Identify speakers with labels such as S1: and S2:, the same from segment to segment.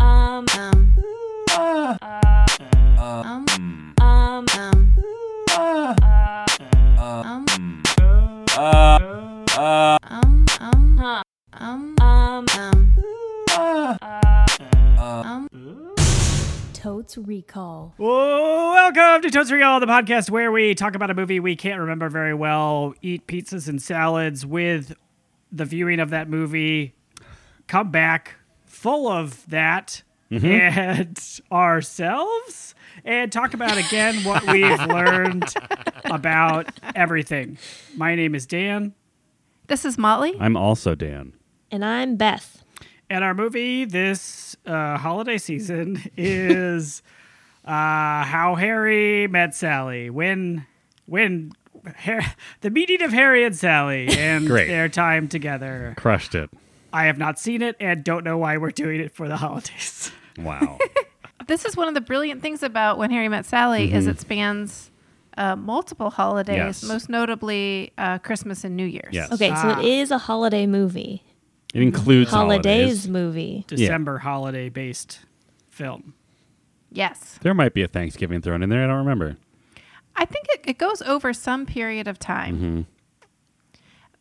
S1: Um, um, Huh. Um. Um. Um.
S2: Totes Recall.
S3: Welcome to Toast Real, the podcast where we talk about a movie we can't remember very well, eat pizzas and salads with the viewing of that movie, come back full of that, and ourselves, and talk about again what we've learned about everything. My name is Dan,
S1: This is Motley.
S4: I'm also Dan.
S2: And I'm Beth.
S3: and our movie this uh, holiday season is uh, how Harry met Sally. When when Har- the meeting of Harry and Sally and
S4: Great.
S3: their time together.
S4: Crushed it.
S3: I have not seen it and don't know why we're doing it for the holidays.
S4: Wow.
S1: This is one of the brilliant things about When Harry Met Sally is it spans uh, multiple holidays,
S4: Mm-hmm. Yes.
S1: most notably uh, Christmas and New Year's.
S4: Yes.
S2: Okay,
S1: Ah.
S2: so it is a holiday movie.
S4: It includes
S2: Holidays,
S4: holidays.
S2: movie.
S3: December holiday based film.
S1: Yes.
S4: There might be a Thanksgiving thrown in there. I don't remember.
S1: I think it, it goes over some period of time.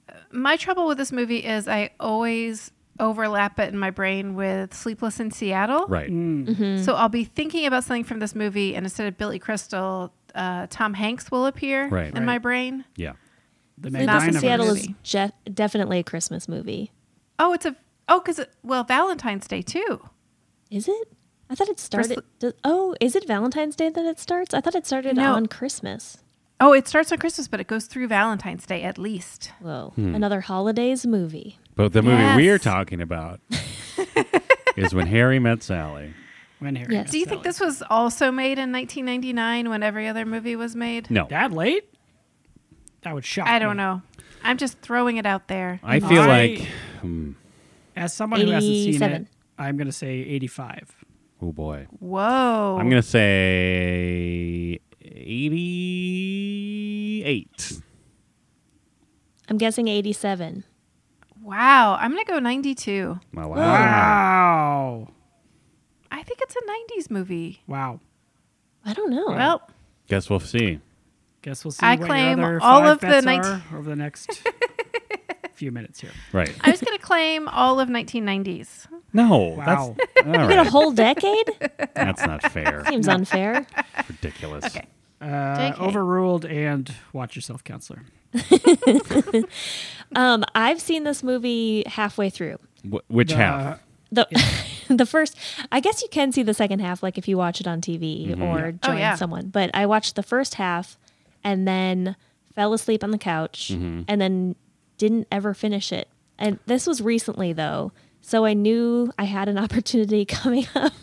S4: Mm-hmm.
S1: Uh, My trouble with this movie is I always overlap it in my brain with Sleepless in Seattle.
S4: Right.
S1: So I'll be thinking about something from this movie, and instead of Billy Crystal, uh, Tom Hanks will appear
S4: Right.
S1: in
S4: Right.
S1: my brain.
S4: Yeah.
S3: The
S2: Sleepless in
S3: Magnificent
S2: Seattle is
S1: movie.
S2: je- definitely a Christmas movie.
S1: Oh, it's a oh, because well, Valentine's Day too.
S2: Is it? I thought it started.
S1: sl-
S2: does- oh, is it Valentine's Day that it starts? I thought it started
S1: No.
S2: on Christmas.
S1: Oh, it starts on Christmas, but it goes through Valentine's Day at least.
S2: Whoa.
S1: Hmm.
S2: Another holidays movie.
S4: But the movie
S1: Yes.
S4: we're talking about is when Harry met Sally.
S3: When Harry
S2: Yes.
S3: Met
S1: Do you
S3: Sally.
S1: think this was also made in 1999 when every other movie was made?
S4: No.
S3: that late? That would shock.
S1: I don't
S3: me.
S1: know. I'm just throwing it out there.
S4: I feel
S3: I-
S4: like,
S3: As someone who hasn't seen
S2: 87.
S3: it, I'm going to say 85.
S4: oh boy.
S1: Whoa.
S4: I'm going to say 88.
S2: I'm guessing 87.
S1: wow. I'm going to go 92.
S4: Oh, Wow.
S3: Ah. Wow.
S1: I think it's a 90s movie.
S3: Wow.
S2: I don't know.
S1: Well,
S4: Guess we'll see.
S3: Guess we'll see
S1: I
S3: what
S1: claim
S3: your other
S1: all
S3: five
S1: of the
S3: bets
S1: 19
S3: are over the next few minutes here.
S4: Right.
S1: I was going to claim all of 1990s.
S4: No.
S3: Wow.
S4: That's, all
S2: Wait, a
S4: right.
S2: whole decade?
S4: That's not fair.
S2: Seems unfair.
S4: Ridiculous.
S1: Okay.
S3: Uh,
S1: JK.
S3: overruled and watch yourself, counselor.
S2: Um, I've seen this movie halfway through.
S4: Wh- which half?
S2: the the first i guess you can see the second half like if you watch it on tv or
S1: Oh,
S2: join
S1: yeah.
S2: someone but i watched the first half and then fell asleep on the couch and then didn't ever finish it and this was recently though so i knew i had an opportunity coming up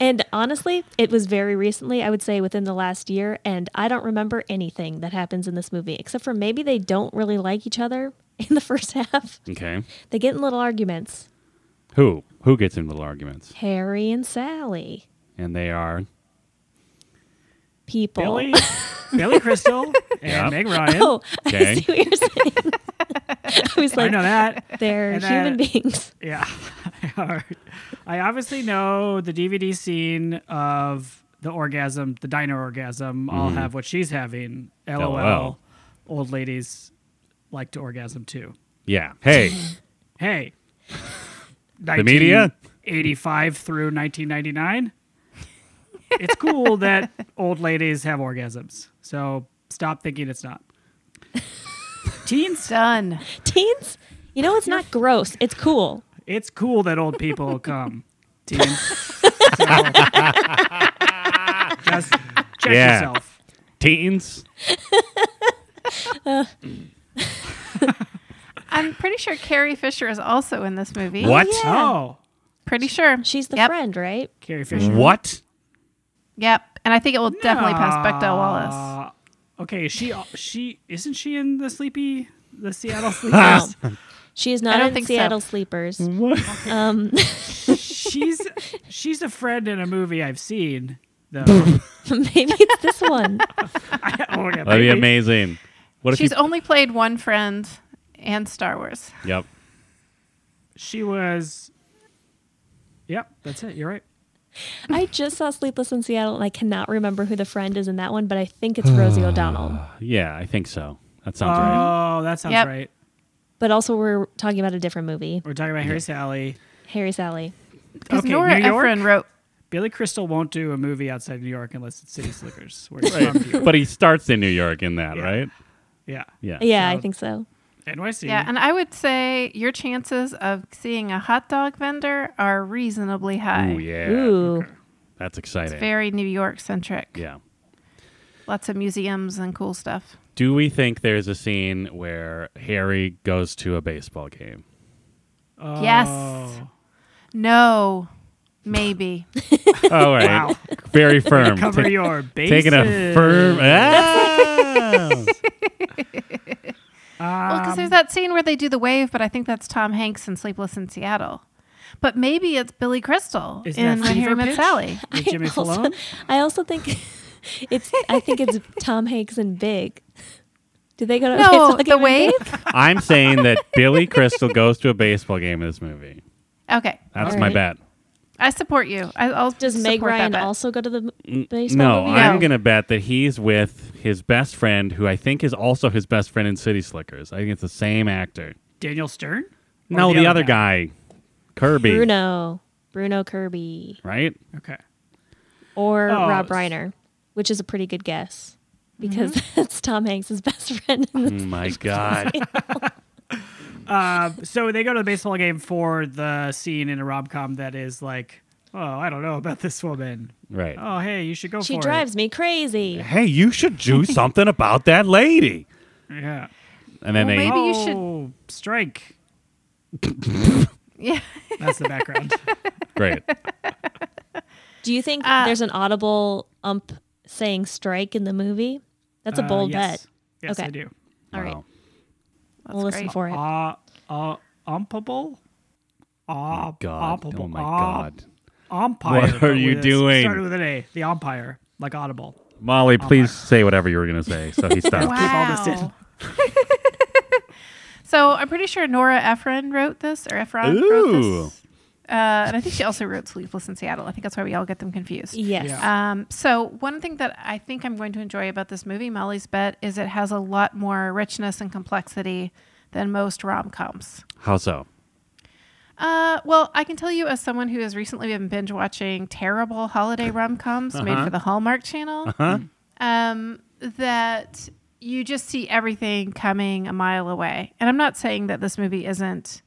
S2: and honestly it was very recently i would say within the last year and i don't remember anything that happens in this movie except for maybe they don't really like each other in the first half
S4: Okay.
S2: they get in little arguments
S4: Who? Who gets in little arguments?
S2: Harry and Sally.
S4: And they are.
S2: People.
S3: Billy, Billy Crystal, and
S4: Yep.
S3: Meg Ryan.
S2: Oh, I
S4: Okay.
S2: see what you're saying. I was
S3: I
S2: like,
S3: know that.
S2: they're
S3: And
S2: human
S3: that-
S2: beings.
S3: Yeah. I obviously know the DVD scene of the orgasm, the diner orgasm. I'll have what she's having. LOL.
S4: LOL.
S3: Old ladies like to orgasm too.
S4: Yeah. Hey,
S3: Hey.
S4: The media?
S3: 85 through 1999. It's cool that old ladies have orgasms. So stop thinking it's not. Teens,
S1: Done.
S2: Teens, you know, it's not gross. It's cool.
S3: it's cool that old people come. Teens. So, just check
S4: Yeah.
S3: yourself.
S4: teens.
S1: I'm pretty sure Carrie Fisher is also in this movie.
S4: What?
S2: yeah.
S3: Oh,
S1: Pretty sure.
S2: She's the
S1: Yep.
S2: friend, right?
S3: Carrie Fisher.
S4: What?
S1: Yep. And I think it will definitely pass Bechdel Wallace.
S3: Uh, okay, is she she isn't she in the sleepy the Seattle sleepers?
S2: She is not
S1: don't
S2: in
S1: think so.
S2: Seattle Sleepers. Um,
S3: she's she's a friend in a movie I've seen. Though.
S2: Maybe it's this one.
S3: oh, yeah,
S4: That'd be
S3: maybe.
S4: amazing. What if
S1: She's
S4: you?
S1: only played one friend and Star Wars.
S4: yep.
S3: She was. Yep, that's it. You're right.
S2: I just saw Sleepless in Seattle and I cannot remember who the friend is in that one, but I think it's Rosie O'Donnell.
S4: Yeah, I think so. That
S3: Oh,
S4: sounds right.
S3: that sounds
S1: Yep.
S3: right.
S2: But also, we're talking about a different movie,
S3: We're talking about Harry Sally.
S2: Harry Sally.
S1: Because
S3: Okay,
S1: Nora
S3: New York?
S1: Ephron wrote
S3: Billy Crystal won't do a movie outside of New York unless it's City Slickers. Where he's from New York.
S4: but he starts in New York in that,
S3: Yeah.
S4: right?
S3: Yeah.
S4: Yeah.
S2: Yeah,
S3: So-
S2: I think so.
S3: NYC.
S1: Yeah, um, and I would say your chances of seeing a hot dog vendor are reasonably high.
S4: Ooh, yeah.
S2: Ooh,
S4: That's exciting.
S1: Very New York centric.
S4: yeah.
S1: Lots of museums and cool stuff.
S4: Do we think there's a scene where Harry goes to a baseball game?
S3: Oh.
S1: Yes. No, maybe.
S4: All Oh, right.
S3: Wow.
S4: Very firm.
S3: Cover
S4: Ta-
S3: your bases.
S4: taking a firm. Ah!
S1: well, because there's that scene where they do the wave, but I think that's Tom Hanks in Sleepless in Seattle. But maybe it's Billy Crystal
S3: Isn't that
S1: in When Harry
S3: Fever
S1: Met
S3: Pitch?
S1: Sally.
S3: With Jimmy
S2: I also-
S3: Fallon.
S2: I also think it's. I think it's Tom Hanks and Big. Do they go to a
S1: No,
S2: baseball
S1: the
S2: game in
S1: wave.
S4: I'm saying that Billy Crystal goes to a baseball game in this movie.
S1: Okay,
S4: That's
S2: All
S4: my
S2: right.
S4: bet.
S1: I support you. I, I'll
S2: Does
S1: support
S2: Meg
S1: that
S2: Ryan
S1: bet.
S2: also go to the m-
S4: No,
S2: baseball? movie?
S4: I'm
S1: No.
S4: going to bet that he's with his best friend, who I think is also his best friend in City Slickers. I think it's the same actor.
S3: Daniel Stern? Or
S4: No, the, other guy. Kirby.
S2: Bruno, Bruno Kirby,
S4: Right?
S3: Okay.
S2: or
S3: Oh,
S2: Rob
S3: s-
S2: Reiner, which is a pretty good guess because
S1: Mm-hmm.
S2: that's Tom Hanks' best friend. In
S4: Oh
S2: the,
S4: my God.
S3: Uh, so they go to the baseball game for the scene in a rom com that is like, oh, I don't know about this woman.
S4: Right.
S3: Oh, hey, you should go
S2: she
S3: for
S2: drives me crazy.
S4: Hey, you should do something about that lady.
S3: it. Yeah.
S4: And then
S1: Well,
S4: they.
S1: maybe- you should-
S3: Oh, strike.
S1: Yeah.
S3: That's the background.
S4: Great.
S2: Do you think
S1: Uh,
S2: there's an audible ump saying strike in the movie? That's a
S3: Uh,
S2: bold
S3: yes.
S2: bet.
S3: Yes,
S2: Okay.
S3: I do.
S2: All right,
S4: Wow.
S1: That's
S2: we'll listen
S1: great.
S2: for it.
S3: Uh, uh, umpable? Uh,
S4: God.
S3: umpable.
S4: Oh my
S3: Uh,
S4: God.
S3: Umpire.
S4: What are
S3: but
S4: you
S3: with a-
S4: doing?
S3: Started with an A. The umpire, like audible.
S4: Molly, please say whatever you were going to say. So he stopped.
S3: all this
S1: Wow. so I'm pretty sure Nora Ephron wrote this, or Ephron wrote
S4: Ooh.
S1: this. Uh, and I think she also wrote Sleepless in Seattle. I think that's why we all get them confused.
S2: Yes.
S3: Yeah.
S1: Um, so one thing that I think I'm going to enjoy about this movie, Molly's Bet, is it has a lot more richness and complexity than most rom coms.
S4: How so?
S1: Uh, well, I can tell you as someone who has recently been binge watching terrible holiday rom coms made for the Hallmark Channel, um, that you just see everything coming a mile away. And I'm not saying that this movie isn't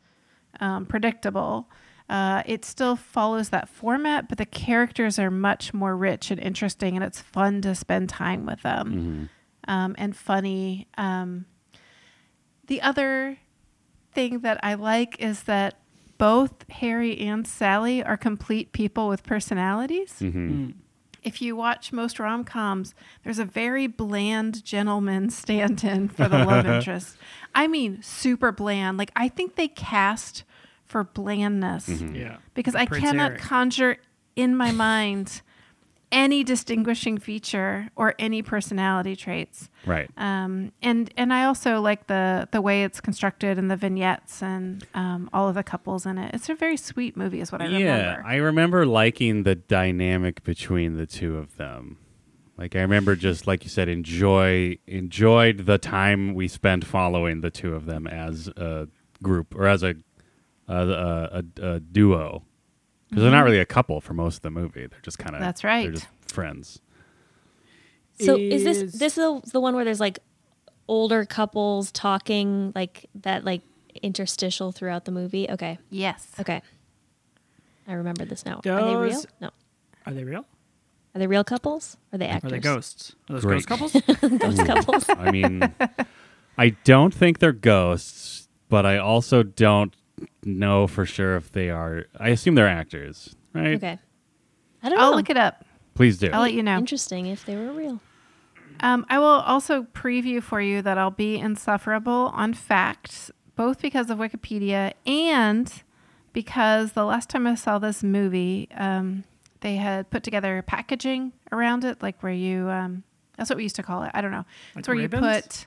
S1: um, predictable. Uh, it still follows that format, but the characters are much more rich and interesting, and it's fun to spend time with them um, and funny. Um, the other thing that I like is that both Harry and Sally are complete people with personalities. If you watch most rom coms, there's a very bland gentleman stand in for the love interest. I mean, super bland. Like, I think they cast for blandness
S3: Yeah.
S1: because I
S3: Prince
S1: cannot
S3: Eric.
S1: conjure in my mind any distinguishing feature or any personality traits.
S4: Right.
S1: Um, and and I also like the the way it's constructed and the vignettes and um, all of the couples in it. It's a very sweet movie, is what I
S4: Yeah,
S1: remember.
S4: I remember liking the dynamic between the two of them. Like I remember just like you said enjoy enjoyed the time we spent following the two of them as a group or as a a, a, a, a duo. because they're not really a couple for most of the movie. They're just kind of
S1: Mm-hmm. That's right.
S4: They're just friends.
S2: So is this
S3: Is-
S2: this is the one where there's like older couples talking like that like interstitial throughout the movie? Okay.
S1: yes.
S2: Okay. I remember this now. Are they real?
S3: Those-
S2: No.
S3: Are they real?
S2: Are they real couples? Are they
S3: Or
S2: actors?
S3: Are they ghosts? Are those
S4: Great.
S3: ghost couples?
S2: Ghost couples.
S4: I mean, I don't think they're ghosts, but I also don't know for sure if they are. I assume they're actors, right?
S2: Okay. I don't
S1: I'll
S2: know.
S1: look it up.
S4: Please do.
S1: I'll let you know.
S2: Interesting if they were real.
S1: Um, I will also preview for you that I'll be insufferable on facts, both because of Wikipedia and because the last time I saw this movie, um, they had put together packaging around it, like where you, um, that's what we used to call it. I don't know.
S3: Like
S1: It's where
S3: ribbons?
S1: you put,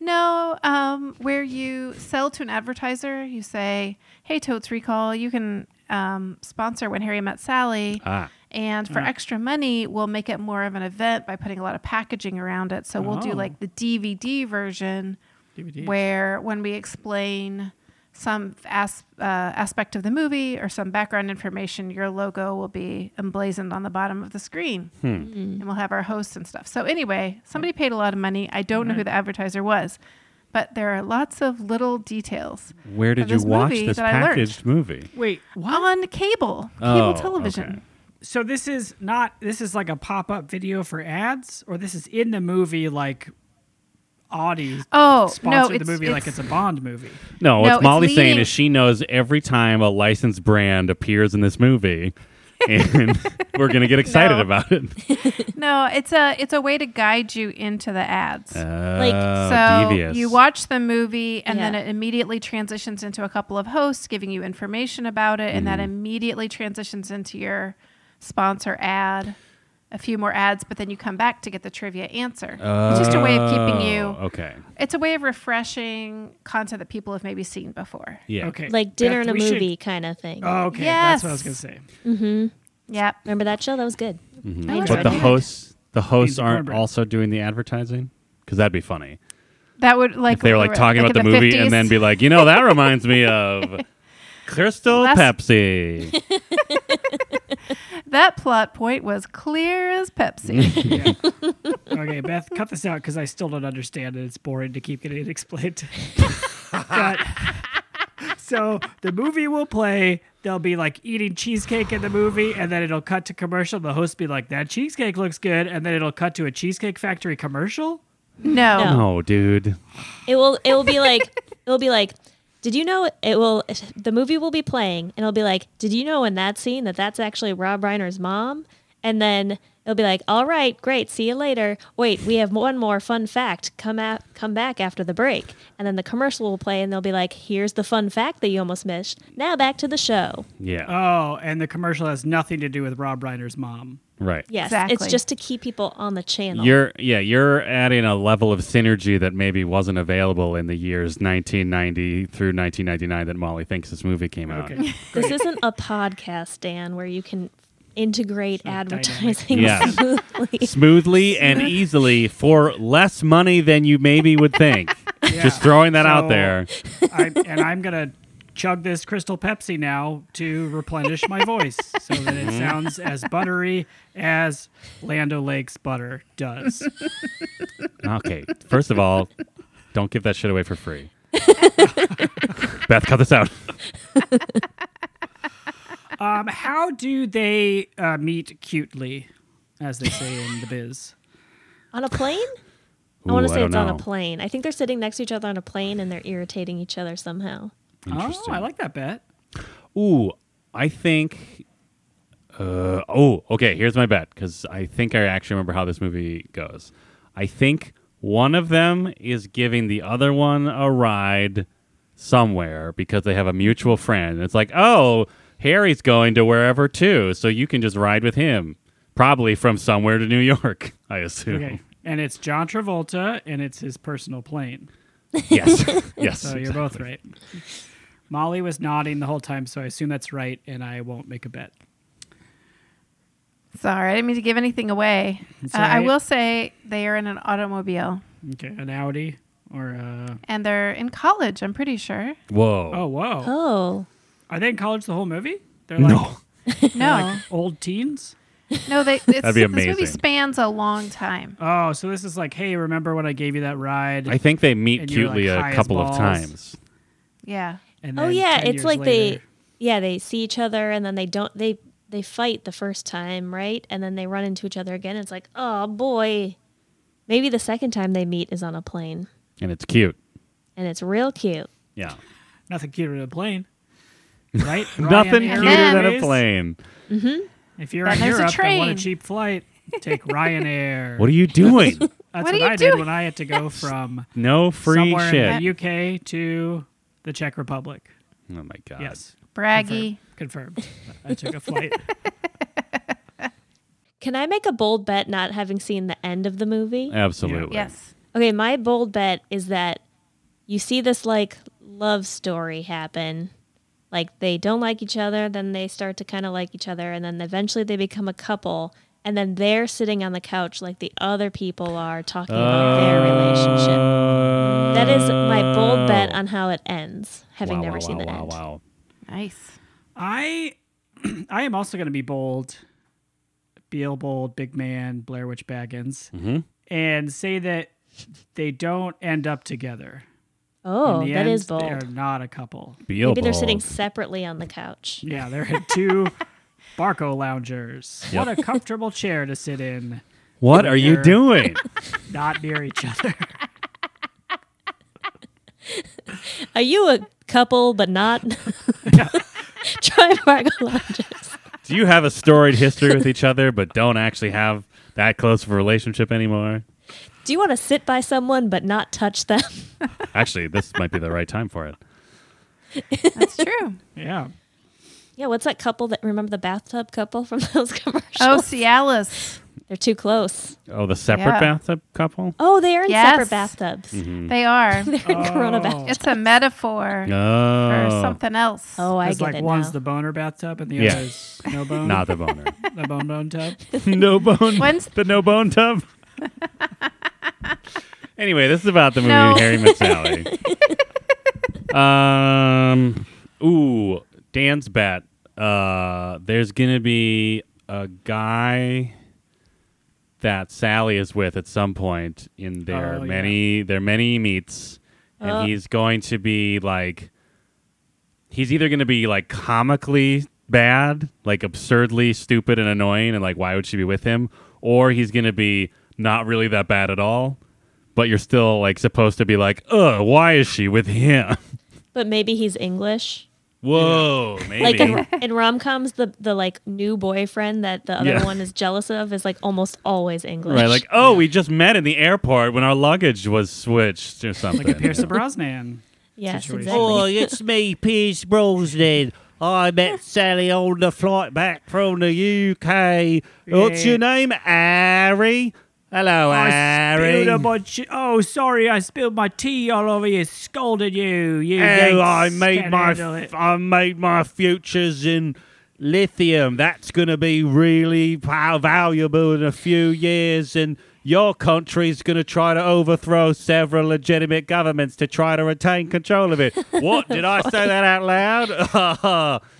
S1: no, um, where you sell to an advertiser, you say, hey, Totes Recall, you can um, sponsor When Harry Met Sally.
S4: ah,
S1: And for
S3: Mm.
S1: extra money, we'll make it more of an event by putting a lot of packaging around it. So we'll do
S3: Oh.
S1: like the DVD version
S3: DVD.
S1: where when we explain some as, uh, aspect of the movie or some background information, your logo will be emblazoned on the bottom of the screen,
S3: Hmm.
S1: and we'll have our hosts and stuff. So anyway, somebody paid a lot of money. I don't know who the advertiser was, but there are lots of little details.
S4: Where
S1: of
S4: did you
S1: this
S4: watch
S1: movie
S4: this
S1: that I learned.
S4: packaged movie?
S3: Wait,
S1: On cable, cable
S4: Oh,
S1: television.
S4: okay.
S3: so this is not this is like a pop-up video for ads or this is in the movie like Audi
S1: Oh,
S3: sponsored
S1: no,
S3: the
S1: it's-
S3: movie like
S1: it's-
S3: it's a Bond movie.
S4: No,
S1: No,
S4: what
S1: it's
S4: Molly's saying
S1: leading-
S4: is she knows every time a licensed brand appears in this movie, and we're gonna get excited
S1: No.
S4: about it.
S1: No, it's a it's a way to guide you into the ads.
S4: Oh,
S1: so
S4: devious.
S1: you watch the movie and then
S2: Yeah.
S1: it immediately transitions into a couple of hosts giving you information about it and that immediately transitions into your sponsor ad a few more ads but then you come back to get the trivia answer it's just a way of keeping you
S4: Oh, Okay.
S1: it's a way of refreshing content that people have maybe seen before
S4: Yeah.
S3: Okay.
S2: like
S3: Beth,
S2: dinner and a
S3: we should-
S2: movie kind of thing.
S3: Oh, okay, that's what I was going
S1: Yes.
S3: to say.
S1: yep
S2: Remember that show? That was good. I
S1: That was
S4: But
S2: enjoyed
S4: the
S1: good.
S2: it.
S4: hosts, the hosts
S3: Needs a
S4: aren't
S3: cornbread.
S4: also doing the advertising because that'd be funny
S1: that would like
S4: if they were like talking about the,
S1: in
S4: movie and
S1: 50s.
S4: then be like, you know, that reminds me of Crystal
S1: Last-
S4: Pepsi.
S1: that plot point was clear as pepsi
S3: Yeah. okay, Beth, cut this out because I still don't understand it. It's boring to keep getting it explained. but, so the movie will play. They'll be like eating cheesecake in the movie, and then it'll cut to commercial. The host be like, "That cheesecake looks good," and then it'll cut to a cheesecake factory commercial.
S1: no,
S2: No.
S4: Oh, dude.
S2: It will. It will be like. It will be like. Did you know it will? The movie will be playing, and it'll be like, "Did you know in that scene that that's actually Rob Reiner's mom?" And then it'll be like, "All right, great, see you later." Wait, we have one more fun fact. Come out, come back after the break, and then the commercial will play, and they'll be like, "Here's the fun fact that you almost missed. Now back to the show."
S4: Yeah.
S3: Oh, and the commercial has nothing to do with Rob Reiner's mom.
S4: right.
S2: Yes, it's
S1: Exactly.
S2: just to keep people on the channel.
S4: You're yeah, you're adding a level of synergy that maybe wasn't available in the years 1990 through 1999 that Molly thinks this movie came out.
S3: Okay,
S2: this isn't a podcast, Dan, where you can integrate
S3: dynamic.
S2: advertising
S4: Yes.
S2: smoothly.
S4: Smoothly and easily for less money than you maybe would think. Just
S3: Yeah.
S4: throwing that out
S3: So-
S4: there.
S3: I, and I'm gonna chug this Crystal Pepsi now to replenish my voice so that it sounds as buttery as Lando Lake's butter does.
S4: Okay. First of all, don't give that shit away for free. Beth, cut this out.
S3: Um, how do they uh, meet cutely, as they say in the biz?
S2: On a plane?
S4: Ooh,
S2: I want to say
S4: don't
S2: it's on
S4: know.
S2: a plane. I think they're sitting next to each other on a plane and they're irritating each other somehow.
S3: Oh,
S4: Interesting.
S3: I like that bet.
S4: Ooh, I think. Uh, oh, okay. Here's my bet because I think I actually remember how this movie goes. I think one of them is giving the other one a ride somewhere because they have a mutual friend. It's like, oh, Harry's going to wherever too, so you can just ride with him. Probably from somewhere to New York, I assume.
S3: Okay, and it's John Travolta, and it's his personal plane.
S4: Yes. yes.
S3: So you're both right. Molly was nodding the whole time, so I assume that's right, and I won't make a bet.
S1: Sorry, I didn't mean to give anything away.
S3: It's
S1: Uh,
S3: all
S1: I
S3: right.
S1: will say they are in an automobile
S3: Okay, an Audi or a.
S1: and they're in college, I'm pretty sure.
S4: Whoa.
S3: Oh, whoa.
S2: Oh,
S3: Are they in college the whole movie? They're like
S4: no.
S1: No,
S3: old teens.
S1: no, they, it's,
S4: That'd be
S1: this
S4: amazing.
S1: movie spans a long time.
S3: Oh, so this is like, hey, remember when I gave you that ride?
S4: I think they meet
S3: And you're, like,
S4: cutely
S3: high
S4: a
S3: as
S4: couple of
S3: balls.
S4: times.
S1: Yeah.
S3: And
S2: oh
S3: then 10
S2: yeah, it's
S3: years
S2: like they,
S3: later-
S2: yeah, they see each other and then they don't. They they fight the first time, right? And then they run into each other again. It's like, oh boy, maybe the second time they meet is on a plane,
S4: And it's cute.
S2: and it's real cute.
S4: Yeah.
S3: nothing cuter than a plane, right?
S4: Nothing
S3: Ryanair
S4: cuter than a
S3: Airways.
S4: plane.
S3: If you're
S1: Then
S3: on Europe and
S1: there's a
S3: want a
S1: train.
S3: cheap flight, take Ryanair.
S4: What are you doing?
S3: That's
S1: What
S3: what,
S1: are you
S3: I did
S1: doing?
S3: when I had to go from
S4: No free
S3: somewhere in
S4: shit.
S3: the UK to the Czech Republic.
S4: Oh my god.
S3: Yes,
S1: Braggy.
S3: confirmed. I took a flight.
S2: Can I make a bold bet? Not having seen the end of the movie,
S4: Absolutely.
S1: Yes.
S2: Okay, my bold bet is that you see this like love story happen. Like they don't like each other, then they start to kind of like each other, and then eventually they become a couple. and then they're sitting on the couch like the other people are talking about
S4: Uh,
S2: their relationship. That is my bold bet on how it ends, having
S4: wow,
S2: never
S4: wow,
S2: seen
S4: wow,
S2: the
S4: wow,
S2: end.
S4: Wow.
S1: Nice.
S3: I I am also going to be bold, Beal bold, big man, Blair Witch Baggins,
S4: Mm-hmm.
S3: and say that they don't end up together. In
S2: Oh,
S3: the
S2: that
S3: end,
S2: is
S3: They are
S2: bold.
S3: not a couple.
S4: Beelbold.
S2: Maybe they're sitting separately on the couch.
S3: Yeah, they're two Barco loungers.
S4: Yep.
S3: What a comfortable chair to sit in,
S4: What are you
S3: there.
S4: doing?
S3: not near each other.
S2: Are you a couple but not? Try Margot Lodges.
S4: Do you have a storied history with each other, but don't actually have that close of a relationship anymore?
S2: Do you want to sit by someone but not touch them?
S4: Actually, this might be the right time for it.
S1: That's true.
S3: Yeah.
S2: Yeah, what's that couple that remember the bathtub couple from those commercials?
S1: oh, Cialis.
S2: They're too close.
S4: Oh, the separate
S1: Yeah.
S4: bathtub couple?
S2: Oh, they are in
S1: Yes.
S2: separate bathtubs.
S4: Mm-hmm.
S1: They are.
S2: They're in Corona bathtubs.
S1: It's a metaphor for
S4: Oh.
S1: something else.
S2: Oh, I
S3: it's
S2: get
S3: like
S2: it
S3: one's
S2: now.
S3: the boner bathtub and the
S4: Yeah.
S3: other is no bone.
S4: Not the boner.
S3: the bone bone tub.
S4: no bone.
S1: When's-
S4: the no bone tub? anyway, this is about the movie
S1: No.
S4: Harry Met Sally. um, ooh, Dan's bet. Uh, there's gonna be a guy that Sally is with at some point in their
S3: Oh, yeah. Uh.
S4: many their many meets, and
S2: Oh.
S4: he's going to be like he's either going to be like comically bad, like absurdly stupid and annoying, and like why would she be with him, or he's going to be not really that bad at all, but you're still like supposed to be like, ugh, why is she with him?
S2: But maybe he's English.
S4: Whoa,
S2: Like
S4: maybe.
S2: in, in rom coms, the, the like new boyfriend that the other
S4: Yeah.
S2: one is jealous of is like almost always English.
S4: Right, like, oh, we just met in the airport when our luggage was switched or something.
S3: Like a Pierce Brosnan.
S2: yes,
S3: situation.
S2: exactly.
S5: Oh, it's me, Pierce Brosnan. I met Sally on the flight back from the UK. What's
S3: Yeah.
S5: your name, Harry? Hello,
S3: I
S5: Harry.
S3: spilled on my chi- oh, sorry, I spilled my tea all over you, scolded you. You
S5: Oh,
S3: yanks
S5: I made
S3: can't
S5: my
S3: handle it.
S5: f- I made my futures in lithium. That's going to be really pow- valuable in a few years, and your country's going to try to overthrow several legitimate governments to try to retain control of it. what did I say that out loud?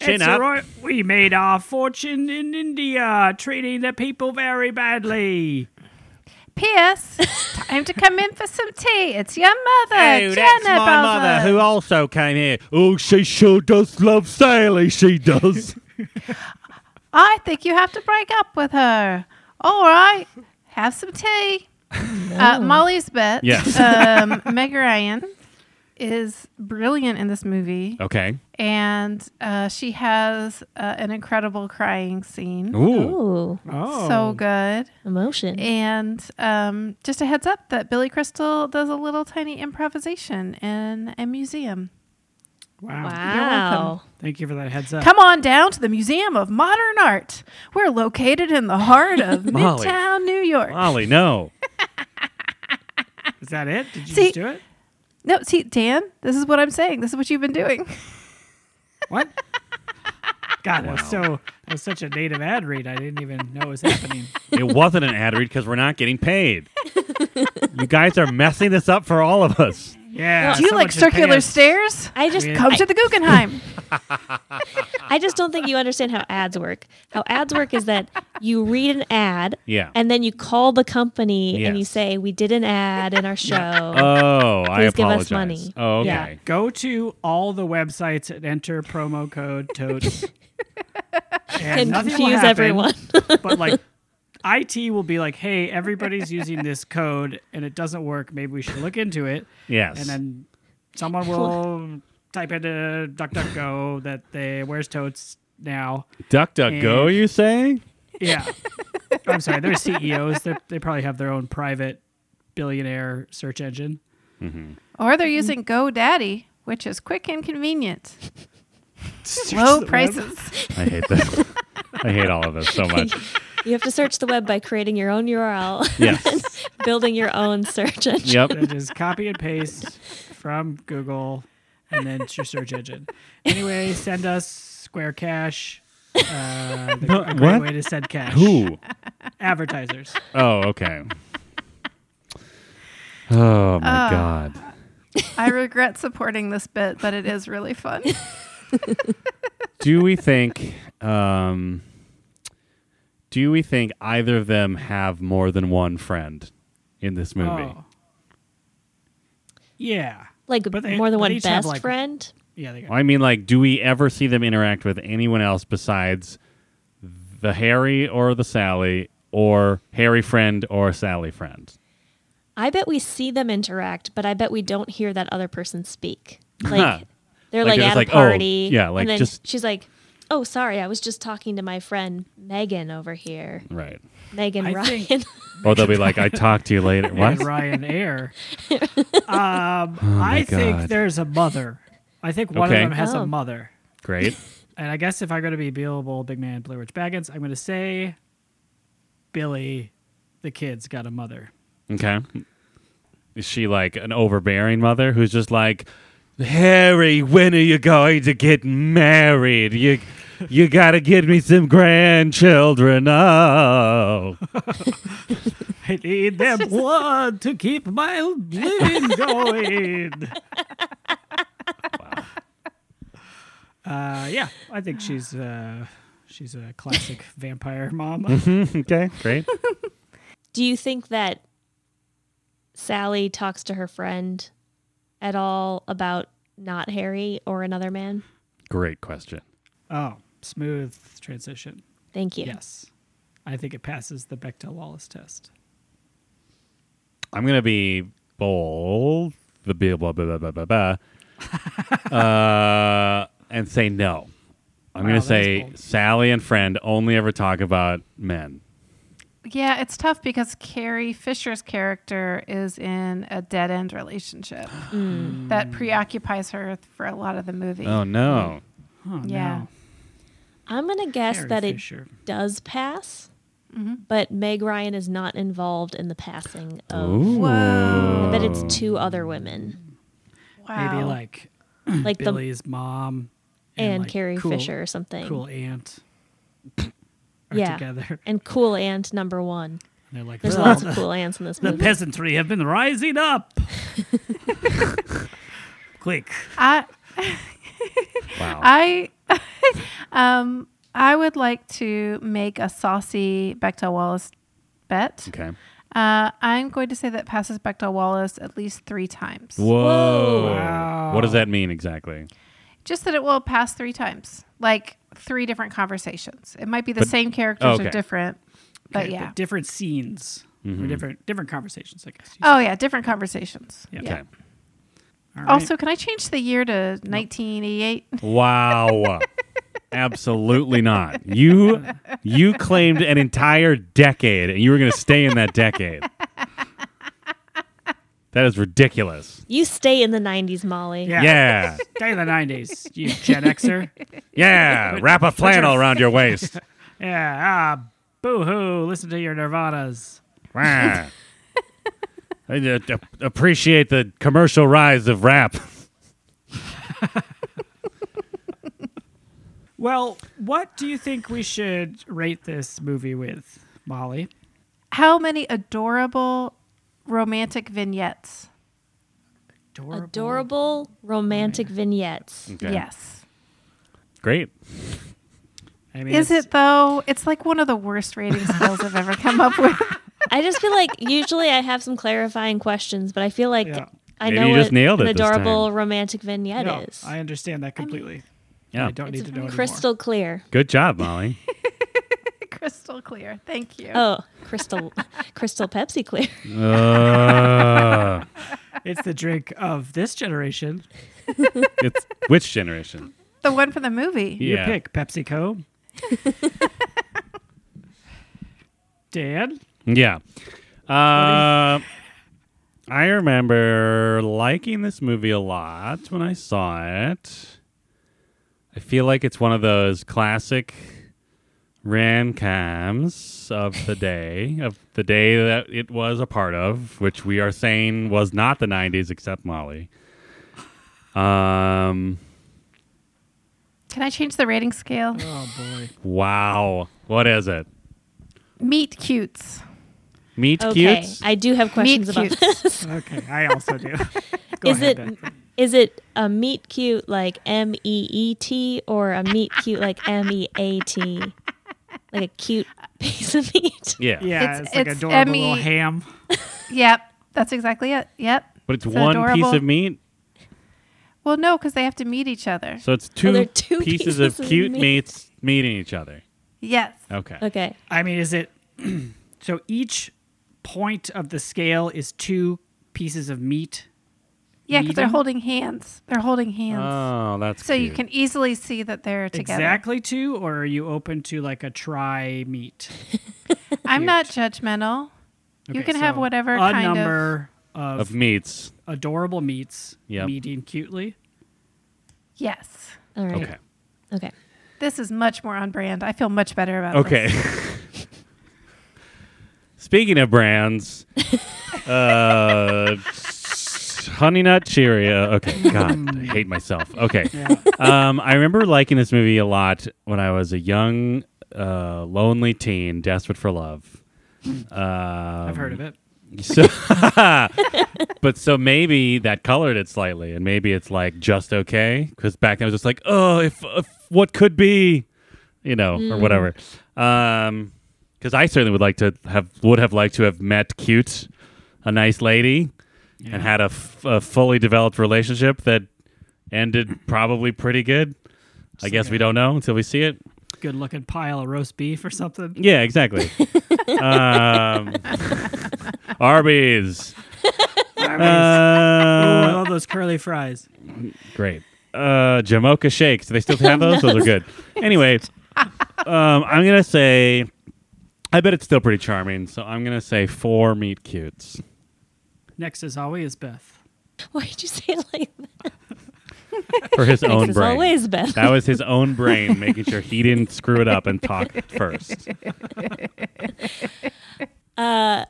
S5: Chin
S3: It's
S5: up.
S3: all right. We made our fortune in India, treating the people very badly.
S1: P.S. Time to come in for some tea. It's your mother,
S5: Oh,
S3: Uh,
S1: Jenna
S5: that's my
S1: Belva.
S5: mother who also came here. Oh, she sure does love Sally. She does.
S1: I think you have to break up with her. All right, have some tea. Uh, Molly's bet.
S4: Yes.
S1: Um, Meg Ryan is brilliant in this movie,
S4: okay.
S1: and uh, she has uh, an incredible crying scene.
S3: Oh.
S4: Ooh.
S2: Ooh,
S1: So good.
S2: emotion.
S1: Eh, And um, just a heads up that Billy Crystal does a little tiny improvisation in a museum.
S3: Wow.
S2: wow.
S3: Thank you for that heads up.
S1: Come on down to the Museum of Modern Art. We're located in the heart of
S4: Molly.
S1: Midtown, New York.
S4: Molly, no.
S3: Is that it? Did you
S1: See-
S3: just do it?
S1: No, see, Dan, this is what I'm saying. This is what you've been doing.
S3: What? God, that was so that was such a native ad read. I didn't even know it was happening.
S4: It wasn't an ad read because we're not getting paid. you guys are messing this up for all of us.
S3: Yeah.
S1: Do you
S3: someone
S1: like
S3: should pay
S1: circular
S3: us.
S1: stairs?
S2: I just
S3: Yeah.
S1: Come
S2: I,
S1: to the Guggenheim.
S2: I just don't think you understand how ads work. How ads work is that you read an ad
S4: Yeah.
S2: and then you call the company and you
S4: Yes.
S2: say, We did an ad in our show.
S4: Oh, I
S2: Please give
S4: apologize.
S2: us money.
S4: Oh,
S2: Yeah.
S4: okay.
S3: Go to all the websites and enter promo code totes.
S2: and
S3: nothing will
S2: confuse
S3: happen,
S2: everyone.
S3: But like IT will be like, "Hey, everybody's using this code and it doesn't work. Maybe we should look into it."
S4: Yes.
S3: And then someone will type into DuckDuckGo that they where's totes now.
S4: Duck, duck, go.
S3: And-
S4: You say?
S3: Yeah. I'm sorry. They're CEOs. They're, they probably have their own private billionaire search engine.
S1: or they're using GoDaddy, which is quick and convenient. Low prices.
S4: I hate this. I hate all of this so much.
S2: you have to search the web by creating your own URL,
S4: Yes.
S2: building your own search engine.
S4: Yep.
S3: They just copy and paste from Google and then it's your search engine. Anyway, send us Square Cash Uh, the-
S4: No,
S3: a great
S4: what?
S3: way to send cash.
S4: Who?
S3: Advertisers.
S4: Oh, okay. Oh my
S2: Ah.
S1: Uh,
S4: god.
S1: I regret supporting this bit, but it is really fun.
S4: do we think um do we think either of them have more than one friend in this movie?
S3: Oh. Yeah.
S2: Like
S3: But they-
S2: more than
S3: but
S2: one
S3: each have,
S2: best
S3: like-
S2: friend.
S3: Yeah, they got
S4: Well, I mean like do we ever see them interact with anyone else besides the Harry or the Sally or Harry friend or Sally friend?
S2: I bet we see them interact, but I bet we don't hear that other person speak. Like they're
S4: Like,
S2: like,
S4: they're just
S2: at
S4: like,
S2: a
S4: oh,
S2: party.
S4: yeah, like,
S2: and then
S4: just-
S2: she's like, "Oh, sorry, I was just talking to my friend Megan over here,
S4: Right.
S2: Megan
S3: I
S2: Ryan."
S3: think-
S4: Or they'll be like I talk to you later.
S3: and
S4: What? Oh
S3: Ryan Air. um, I
S4: God.
S3: think there's a mother. I think one
S4: Okay.
S3: of them has
S2: Oh.
S3: a mother.
S4: Great.
S3: And I guess if I'm going to be Billable, Big Man, Blair Witch Baggins, I'm going to say Billy, the kid's got a mother.
S4: Okay. Is she like an overbearing mother who's just like, Harry, when are you going to get married? You, you gotta get me some grandchildren. Oh,
S3: I need their blood to keep my living going. Uh, yeah, I think she's uh, she's a classic vampire mom.
S2: Mm-hmm.
S4: okay, great.
S2: Do you think that Sally talks to her friend at all about not Harry or another man?
S4: Great question.
S3: oh, smooth transition.
S2: Thank you.
S3: Yes. I think it passes the Bechdel Wallace test.
S4: I'm gonna be bold, the blah blah blah blah blah blah, blah uh, and say no. I'm
S3: Wow,
S4: gonna
S3: that is
S4: say
S3: bold.
S4: Sally and friend only ever talk about men.
S1: yeah, it's tough because Carrie Fisher's character is in a dead end relationship
S3: Mm.
S1: that preoccupies her th- for a lot of the movie.
S4: Oh no.
S3: Oh,
S1: Yeah.
S2: I'm gonna
S3: no.
S2: guess
S3: Harry
S2: that it
S3: Fisher.
S2: does pass, but Meg Ryan is not involved in the passing of.
S4: Ooh.
S1: Whoa.
S2: I bet it's two other women,
S1: Wow.
S3: Maybe like
S2: like the
S3: Billy's mom
S2: and,
S3: like,
S2: Carrie
S3: cool,
S2: Fisher or something.
S3: Cool aunt are
S2: Yeah.
S3: together.
S2: And cool aunt number one.
S3: And they're like,
S2: There's
S3: "Well,
S2: lots of cool aunts in this
S3: the
S1: Mm-hmm.
S2: movie.
S3: peasantry have been rising up. Quick.
S1: I
S4: Wow.
S1: I um I would like to make a saucy Bechdel Wallace bet.
S4: okay.
S1: Uh, I'm going to say that passes Bechdel Wallace at least three times.
S4: Whoa.
S3: Wow.
S4: What does that mean exactly?
S1: Just that it will pass three times, like three different conversations. It might be the
S4: But-
S1: same characters
S4: okay.
S1: or different, but
S3: Okay,
S1: yeah.
S3: different scenes or
S4: Mm-hmm.
S3: different different conversations, I guess. you
S1: oh yeah, different conversations.
S3: Yeah.
S1: Yeah.
S4: Okay.
S3: said. All right.
S1: Also, can I change the year to 1988?
S4: Wow. Absolutely not. You you claimed an entire decade and you were going to stay in that decade. That is ridiculous.
S2: You stay in the 90s, Molly.
S3: Yeah.
S4: Yeah.
S3: Day of the 90s, you Gen Xer.
S4: Yeah, wrap a flannel around your waist.
S3: Yeah. Ah, boo hoo. Listen to your Nirvanas.
S4: Wah. I just ap- appreciate the commercial rise of rap.
S3: Well, what do you think we should rate this movie with, Molly?
S1: How many adorable romantic vignettes?
S3: Adorable.
S2: Adorable romantic vignettes.
S4: Okay.
S1: Yes.
S4: Great.
S3: I mean,
S1: Is
S3: it's-
S1: it though? It's like one of the worst rating scales I've ever come up with.
S2: I just feel like usually I have some clarifying questions, but I feel like
S3: Yeah.
S2: I
S4: Maybe
S2: know
S4: you
S2: what
S4: just nailed
S2: an
S4: it this
S2: adorable
S4: time.
S2: romantic vignette
S3: No,
S2: is.
S3: I understand that completely.
S4: Yeah.
S3: I don't
S2: it's
S3: need to know
S2: crystal clear.
S4: Good job, Molly.
S1: Crystal clear. Thank you.
S2: Oh, crystal, crystal Pepsi clear.
S3: anymore.
S4: Uh,
S3: It's the drink of this generation.
S4: it's which generation?
S1: The one from the movie.
S3: You
S4: Yeah.
S3: pick PepsiCo. Dan,
S4: Yeah. Uh, I remember liking this movie a lot when I saw it. I feel like it's one of those classic rancoms of the day, of the day that it was a part of, which we are saying was not the 90s except Molly. Um,
S1: Can I change the rating scale?
S3: Oh boy.
S4: Wow. What is it?
S1: Meet cutes.
S4: Meat
S2: Okay,
S4: cutes?
S2: I do have questions
S1: meet
S2: about
S1: cutes.
S2: this.
S3: Okay, I also do. Go
S2: is
S3: ahead,
S2: it
S3: Ben.
S2: is it a meet cute like M E E T or a meet cute like M E A T? Like a cute piece of meat.
S4: yeah.
S3: Yeah, it's,
S1: It's-
S3: like
S1: it's
S3: adorable little
S1: Emmy-
S3: ham.
S1: Yep. That's exactly it. Yep.
S4: But it's
S1: It's
S4: one piece
S1: adorable.
S4: of meat.
S1: Well, no, because they have to meet each other.
S4: So it's
S2: Oh,
S4: two,
S2: they're two
S4: pieces,
S2: pieces
S4: of
S2: of
S4: cute
S2: meat.
S4: meats meeting each other.
S1: Yes.
S4: Okay.
S2: Okay.
S3: I mean, is it so each point of the scale is two pieces of meat?
S1: Yeah, because they're
S3: Meeting?
S1: holding hands. They're holding hands.
S4: Oh, that's
S1: so you
S4: cute.
S1: can easily see that they're together.
S3: Exactly two, or are you open to like a try meat?
S1: I'm not judgmental. you
S3: Okay,
S1: can have
S3: so
S1: whatever
S3: a
S1: kind of.
S3: number of,
S4: of meats.
S3: adorable meats
S4: Yep.
S3: meeting cutely.
S1: Yes.
S2: All right.
S4: Okay.
S2: Okay. Okay.
S1: This is much more on brand. I feel much better about this.
S4: Okay. Speaking of brands, uh, Honey Nut Cheerio. Okay, God, I hate myself. Okay, um, I remember liking this movie a lot when I was a young, uh, lonely teen, desperate for love.
S3: I've heard of
S4: Um,
S3: it.
S4: So, but so maybe that colored it slightly, and maybe it's like just okay. Because back then I was just like, oh, if, if what could be, you know, or whatever. Um, because I certainly would like to have would have liked to have met cute, a nice lady, and had a, f- a fully developed relationship that ended probably pretty good. I guess
S3: like
S4: we
S3: a-
S4: don't know until we see it.
S3: Good looking pile of roast beef or something.
S4: Yeah, exactly. um, Arby's.
S3: Ooh, I
S4: Uh,
S3: love those curly fries.
S4: Great. Uh, Jamocha shakes. Do they still have those? Those are good. Anyway, um, I'm gonna say, I bet it's still pretty charming. So I'm gonna say four meat cutes.
S3: Next, as always, Beth.
S2: Why did you say it like that?
S4: for his own
S2: as
S4: brain.
S2: always, Beth.
S4: That was his own brain making sure he didn't screw it up and talk first.
S2: Uh,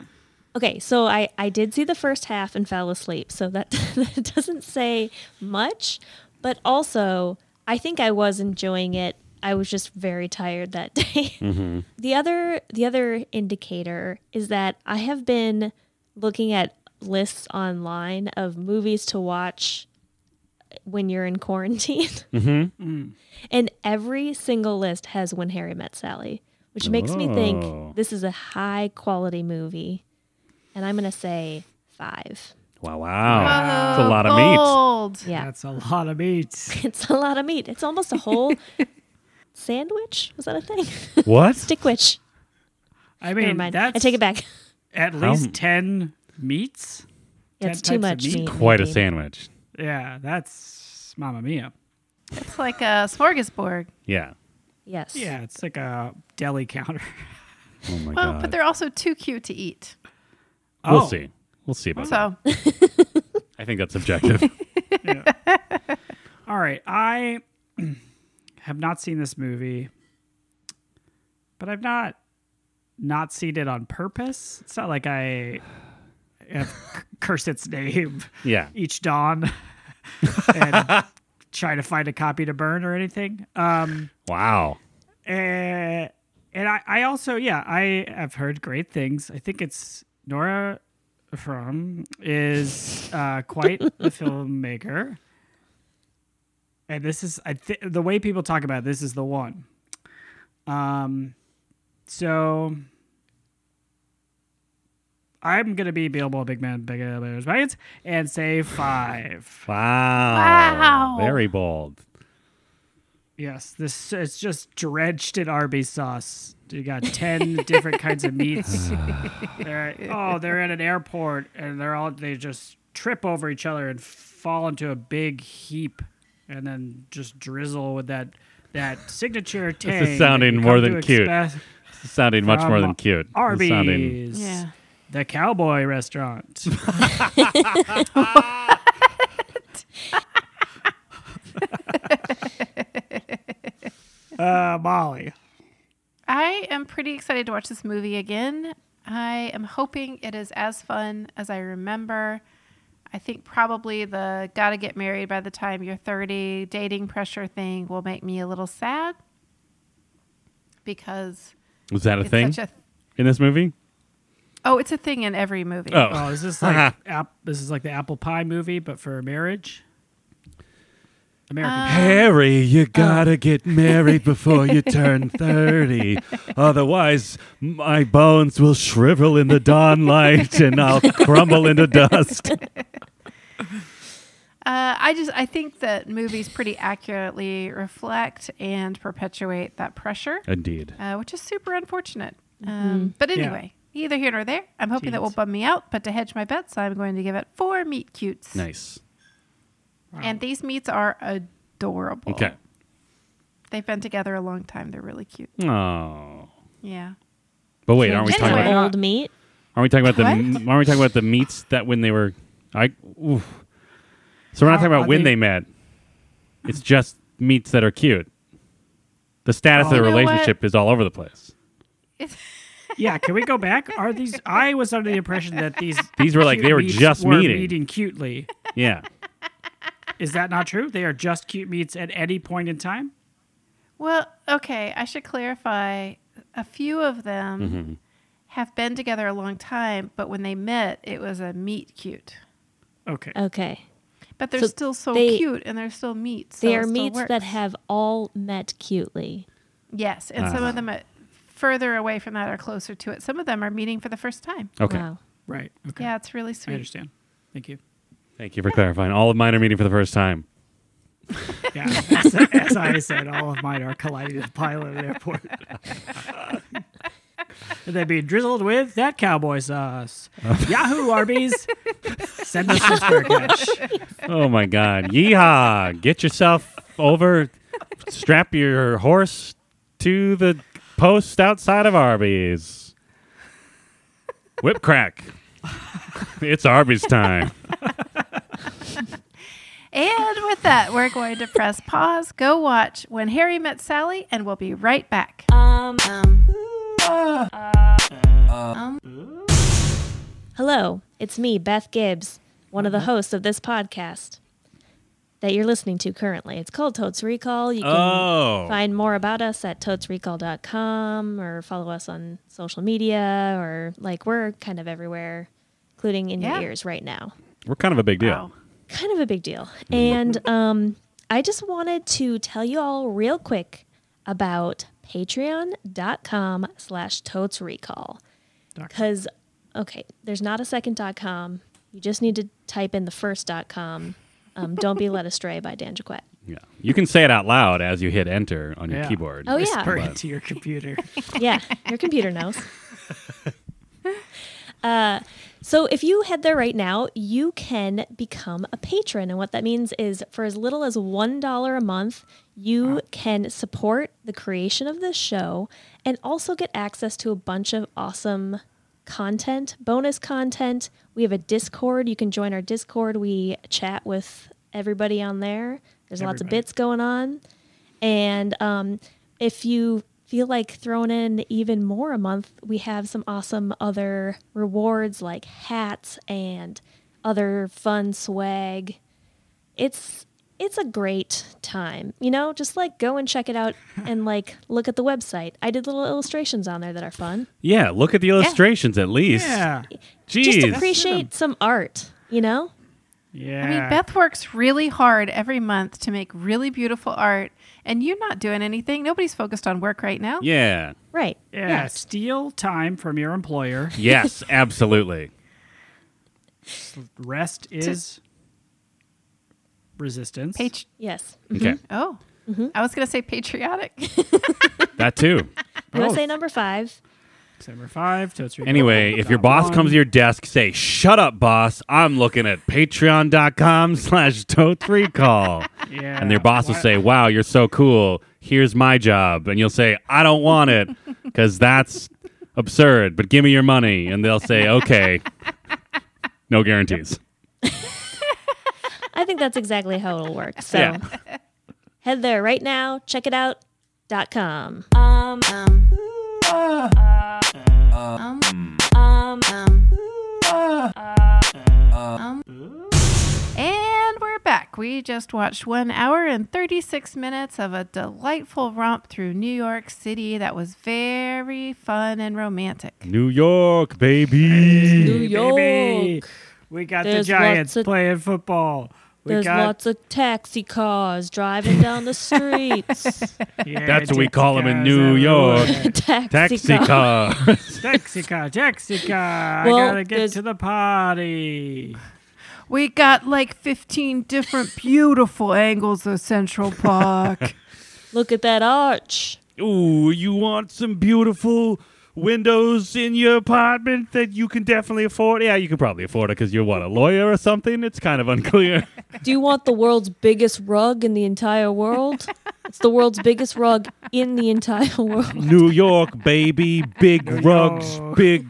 S2: Okay, so I, I did see the first half and fell asleep, so that, that doesn't say much, but also I think I was enjoying it. I was just very tired that day. The other the other indicator is that I have been looking at lists online of movies to watch when you're in quarantine,
S4: Mm-hmm.
S3: Mm.
S2: and every single list has When Harry Met Sally, which makes me
S4: Oh.
S2: think this is a high quality movie and I'm gonna say five.
S4: Wow, wow, it's a lot of meat.
S1: Bold.
S2: Yeah,
S3: That's a lot of meat.
S2: it's a lot of meat. It's almost a whole sandwich. Was that a thing?
S4: What?
S2: Stickwich.
S3: I
S2: Never
S3: mean,
S2: mind.
S3: that's
S2: I take it back.
S3: At
S4: How
S3: least
S4: m-
S3: ten meats.
S2: It's
S3: Ten
S2: too
S3: types
S2: much
S3: of meat.
S2: meat.
S4: Quite a
S2: maybe.
S4: sandwich.
S3: Yeah, that's Mamma Mia.
S1: It's like a smorgasbord.
S4: Yeah.
S2: Yes.
S3: Yeah, it's like a deli counter.
S4: Oh my
S1: Well,
S4: god.
S1: but they're also too cute to eat.
S4: we'll
S3: Oh.
S4: see. We'll see about that.
S1: So
S4: I think that's subjective.
S3: All right, I have not seen this movie, but I've not not seen it on purpose. It's not like I have c- cursed its name
S4: yeah.
S3: each dawn and try to find a copy to burn or anything. Um,
S4: Wow.
S3: eh, and I, I also, yeah, I have heard great things. I think it's Nora from is uh, quite the filmmaker. And this is I th- the way people talk about it, this is the one. Um, so I'm gonna be Bilbo Big Man Big Man Pants and say five.
S4: Wow.
S1: Wow.
S4: Very bold.
S3: Yes, this it's just drenched in Arby's sauce. You got ten different kinds of meats. They're- oh, they're at an airport and they're all they just trip over each other and fall into a big heap, and then just drizzle with that that signature tang.
S4: is sounding
S3: that you
S4: more
S3: come
S4: than
S3: to
S4: cute.
S3: expect
S4: sounding much more
S3: from
S4: than cute. It's
S3: Arby's,
S4: Sounding,
S1: yeah.
S3: the cowboy restaurant. uh, Molly.
S1: I am pretty excited to watch this movie again. I am hoping it is as fun as I remember. I I think probably the gotta get married by the time you're 30 dating pressure thing will make me a little sad because
S4: Was that a
S1: it's
S4: thing
S1: such a
S4: in this movie?
S1: oh, it's a thing in every movie.
S4: Oh,
S3: Oh, is this like app, this is like the apple pie movie, but for a marriage? American
S4: Uh.
S1: Um,
S4: Harry,
S1: uh,
S4: you gotta get married before you turn 30. Otherwise, my bones will shrivel in the dawn light and I'll crumble into dust.
S1: Uh, I just I think that movies pretty accurately reflect and perpetuate that pressure,
S4: Indeed.
S1: uh, which is super unfortunate.
S2: Mm-hmm.
S1: Um, but
S3: Yeah.
S1: anyway, neither here nor there. I'm hoping that
S3: Jeez.
S1: will bum me out, but to hedge my bets, I'm going to give it four meat cutes.
S4: Nice.
S1: And these meats are adorable.
S4: Okay.
S1: They've been together a long time. They're really cute.
S4: Oh.
S1: Yeah.
S4: But wait, aren't we
S2: Just
S4: talking
S2: some
S4: about
S1: Anyway. uh,
S2: old meat?
S4: aren't we talking about the
S1: What?
S4: aren't we talking about the meats that when they were I oof. So we're not
S3: How
S4: talking
S3: are
S4: about when
S3: they-
S4: they met. It's just meats that are cute. The status of the
S1: You know what?
S4: relationship is all over the place.
S1: It's,
S3: yeah, can we go back? Are these? I was under the impression that these
S4: These were like
S3: cute
S4: they were
S3: meats
S4: just
S3: were
S4: meeting.
S3: meeting cutely.
S4: Yeah.
S3: Is that not true? They are just cute meats at any point in time.
S1: well, okay. I should clarify. A few of them have been together a long time, but when they met, it was a meat cute.
S3: Okay.
S2: Okay.
S1: But they're
S2: So
S1: still so
S2: they-
S1: cute, and they're still meat. So
S2: They
S1: it
S2: are
S1: still
S2: meats that
S1: works.
S2: have all met cutely.
S1: yes, and
S3: Uh-huh.
S1: some of them are further away from that or closer to it. Some of them are meeting for the first time.
S4: Okay.
S2: Wow.
S3: right. Oh, Okay.
S1: Yeah, it's really
S3: I
S1: sweet.
S3: understand. Thank you.
S4: Thank you for clarifying. All of mine are meeting for the first time.
S3: Yeah. as, as I said, all of mine are colliding with pilot at airport. and they'd be drizzled with that cowboy sauce. Yahoo Arby's. Send us this for cash.
S4: Oh my God! Yeehaw! Get yourself over. Strap your horse to the post outside of Arby's. Whip crack. It's Arby's time.
S1: And with that, we're going to press pause, go watch When Harry Met Sally, and we'll be right back. um,
S2: Hello, it's me, Beth Gibbs, one
S1: Mm-hmm.
S2: of the hosts of this podcast that you're listening to currently. It's called Totes Recall. You can
S4: Oh,
S2: find more about us at totesrecall.com or follow us on social media or like we're kind of everywhere, including in
S1: Yeah.
S2: your ears right now.
S4: we're kind of a big deal.
S1: Wow.
S2: kind of a big deal. And um, I just wanted to tell you all real quick about patreon.com slash totes recall. Because, okay, there's not a second dot com. You just need to type in the first dot com. Um, Don't be led astray by Dan Jaquette.
S4: Yeah, you can say it out loud as you hit enter on your
S3: Yeah.
S4: keyboard.
S2: Oh, yeah.
S3: Whisper it to your computer.
S2: yeah, your computer knows. Uh, so if you head there right now, you can become a patron. And what that means is for as little as $1 a month, you can support the creation of this show and also get access to a bunch of awesome content, bonus content. We have a Discord. You can join our Discord. We chat with everybody on there. There's lots of
S3: Everybody.
S2: bits going on. And um, if you feel like throwing in even more a month, we have some awesome other rewards like hats and other fun swag. It's it's a great time. You know, just like go and check it out and like look at the website. I did little illustrations on there that are fun.
S4: Yeah, look at the illustrations at least.
S3: Yeah.
S4: Jeez.
S2: Just appreciate some art, you know?
S3: Yeah.
S1: I mean, Beth works really hard every month to make really beautiful art, and you're not doing anything. Nobody's focused on work right now.
S4: yeah.
S2: Right.
S3: Yeah, steal time from your employer.
S4: Yes, absolutely.
S3: Rest is resistance.
S1: Patr-
S2: Yes.
S4: Okay,
S1: oh, I was going to say patriotic.
S4: that too.
S2: USA number five.
S3: Number oh five. Totes Recall.
S4: Anyway, if your
S3: Dot
S4: boss
S3: one.
S4: comes to your desk, say, "Shut up, boss! I'm looking at Patreon.com/totes-recall," slash totes recall."
S3: yeah.
S4: and your boss will
S3: Why-
S4: say, "Wow, you're so cool. Here's my job," and you'll say, "I don't want it because that's absurd." But give me your money, and they'll say, "Okay." No guarantees.
S2: I think that's exactly how it'll work. So
S4: Yeah.
S2: head there right now, check it out. Dot com.
S1: um, um, we just watched one hour and 36 minutes of a delightful romp through New York City that was very fun and romantic.
S4: New York, baby.
S2: New
S3: baby.
S2: York.
S3: We got
S2: There's
S3: the Giants
S2: lots of-
S3: playing football. We
S2: There's
S3: got,
S2: lots of taxi cars driving down the streets.
S3: yeah,
S4: That's what we call 'em in
S3: Texicas
S4: New York.
S3: everywhere.
S2: taxi,
S4: Taxi
S2: car.
S4: car.
S3: Texica, Texica.
S2: Well,
S3: I gotta get
S2: there's-
S3: to the party.
S1: We got like 15 different beautiful angles of Central Park.
S2: Look at that arch.
S4: Ooh, you want some beautiful windows in your apartment that you can definitely afford? Yeah, you can probably afford it because you're what a lawyer or something. It's kind of unclear.
S2: Do you want the world's biggest rug in the entire world? It's the world's biggest rug in the entire world.
S4: New York, baby, big rugs,
S3: York.
S4: big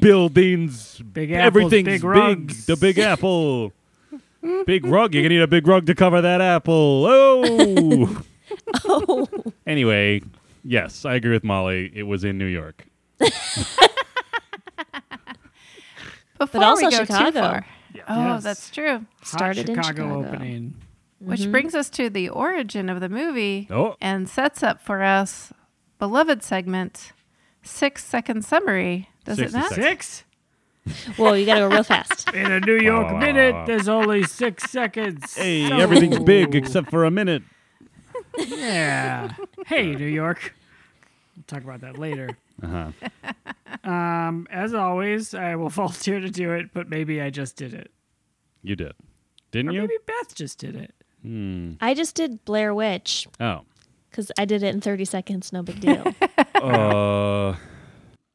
S4: buildings,
S3: Big apples,
S4: everything's
S3: big rugs.
S4: The Big Apple, big rug. You're gonna need a big rug to cover that apple. Oh.
S2: Oh,
S4: anyway, yes, I agree with Molly. It was in New York.
S1: Before
S2: also
S1: we go too
S2: Chicago.
S1: far. Oh,
S3: Yes.
S1: that's true.
S2: Started in
S3: Hot Chicago,
S2: Chicago.
S3: opening.
S2: Mm-hmm.
S1: Which brings us to the origin of the movie
S4: Oh.
S1: and sets up for us beloved segment, six second summary. Does
S4: 60
S1: it not?
S4: seconds.
S3: Six
S2: whoa! You got to go real fast.
S3: in a New York
S4: wow, wow,
S3: minute.
S4: wow.
S3: There's only six seconds.
S4: Hey,
S3: So-
S4: everything's big except for a minute.
S3: yeah. Hey, New York. We'll talk about that later.
S4: Uh-huh.
S3: Um, as always, I will volunteer to do it, but maybe I just did it,
S4: You did, didn't
S3: or
S4: you? Hmm.
S3: maybe Beth just did it.
S2: I just did Blair Witch
S4: Oh.
S2: because I did it in 30 seconds. No big deal.
S4: Uh,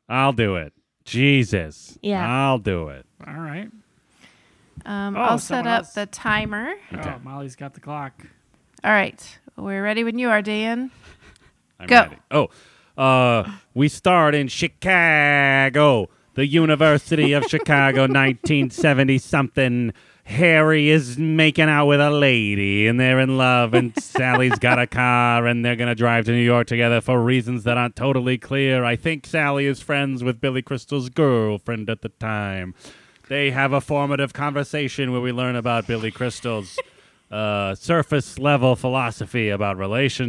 S4: I'll do it. Jesus.
S2: Yeah.
S4: I'll do it.
S3: All right.
S1: Um,
S3: Oh,
S1: I'll set
S3: someone
S1: up
S3: else.
S1: the timer.
S4: Okay.
S3: Oh, Molly's got the clock.
S1: All right. We're ready when you are, Dan.
S4: I'm
S1: Go.
S4: ready. Oh, uh, we start in Chicago, the University of Chicago, 1970 something. Harry is making out with a lady and they're in love, and Sally's got a car and they're going to drive to New York together for reasons that aren't totally clear. I think Sally is friends with Billy Crystal's girlfriend at the time. They have a formative conversation where we learn about Billy Crystal's uh, surface level philosophy about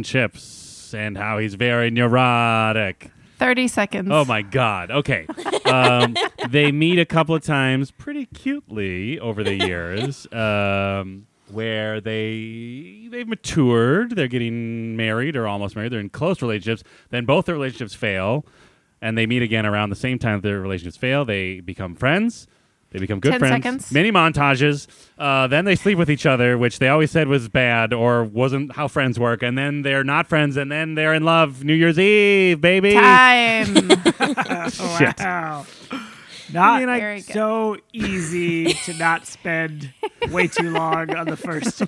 S4: relationships and how he's very neurotic.
S1: 30 seconds.
S4: Oh my God. Okay. Um, they meet a couple of times pretty cutely over the years. Um, where they they've matured, they're getting married or almost married, they're in close relationships, then both their relationships fail and they meet again around the same time that their relationships fail, they become friends. They become good
S1: Ten
S4: friends.
S1: seconds.
S4: Many montages. Uh, then they sleep with each other, which they always said was bad or wasn't how friends work. And then they're not friends. And then they're in love. New Year's Eve, baby.
S1: Time. Oh,
S4: Shit.
S3: Oh, Wow. Not
S1: mean, I- Very good.
S3: so easy to not spend way too long on the first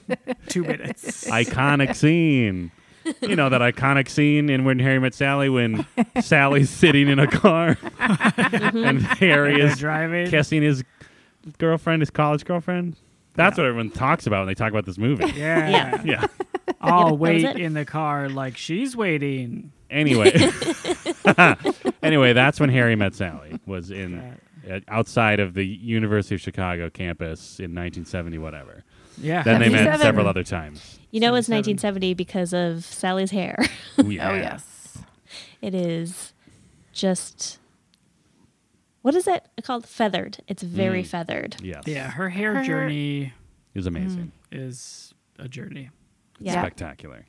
S3: two minutes.
S4: iconic scene. You know that iconic scene in When Harry Met Sally when Sally's sitting in a car
S1: Mm-hmm.
S4: and Harry
S3: They're
S4: is
S3: driving.
S4: kissing his girlfriend, his college girlfriend. That's what everyone talks about when they talk about this movie.
S3: Yeah.
S2: Yeah.
S4: yeah.
S3: I'll
S2: that was
S3: wait
S2: it.
S3: in the car like she's waiting.
S4: Anyway. anyway, that's when Harry Met Sally was in uh, outside of the University of Chicago campus in 1970 whatever.
S3: Yeah.
S4: Then they met
S1: 77.
S4: several other times.
S2: You know it's
S3: 77.
S2: 1970 because of Sally's hair.
S4: Ooh, yeah.
S1: Oh, yes.
S2: It is just what is that called? Feathered. It's very
S4: Mm.
S2: feathered.
S4: Yes.
S3: yeah, her hair
S1: Her-
S3: journey
S4: It was amazing.
S3: is a journey.
S1: Mm-hmm.
S2: Yeah.
S4: Spectacular.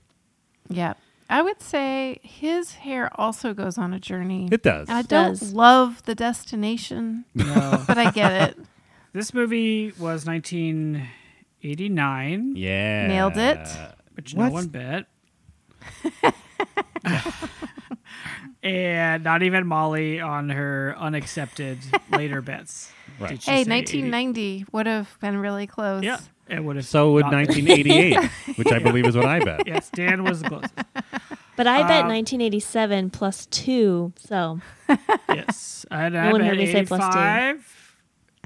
S1: Yeah. I would say his hair also goes on a journey.
S4: It does.
S1: I don't
S2: Does.
S1: love the destination,
S3: No.
S1: but I get it.
S3: this movie was 1989,
S4: Yeah.
S1: Nailed it.
S3: which
S4: What's-
S3: no one bet. and not even Molly on her unaccepted later bets.
S4: Right.
S3: Did she
S1: hey,
S3: say 80?
S1: 1990 would have been really close.
S3: Yeah, it would have.
S4: So would
S3: not-
S4: 1988, which I believe is what I bet.
S3: Yes, Dan was the closest.
S2: But I bet
S3: Um,
S2: 1987 plus two. So
S3: Yes, and I
S2: one
S3: bet
S2: heard me say plus two.
S3: 85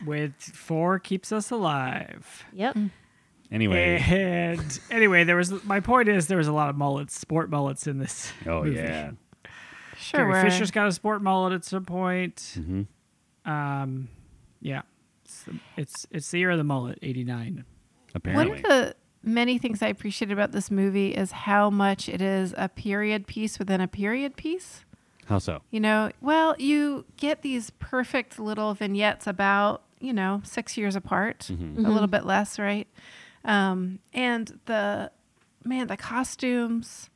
S3: with four keeps us alive.
S2: yep.
S1: Mm,
S4: Anyway,
S3: And anyway, there was my point is there was a lot of mullets, sport mullets in this.
S4: oh
S3: movie.
S4: yeah,
S1: Sure.
S3: Carrie
S1: were.
S3: Fisher's got a sport mullet at some point.
S4: Mm-hmm.
S3: Um, yeah, it's, the- it's it's the year of the mullet, eighty nine.
S1: One of
S4: apparently.
S1: the many things I appreciate about this movie is how much it is a period piece within a period piece.
S4: How so?
S1: You know, well, you get these perfect little vignettes about, you know, six years apart, a little bit less, right? Um, and the, man, the costumes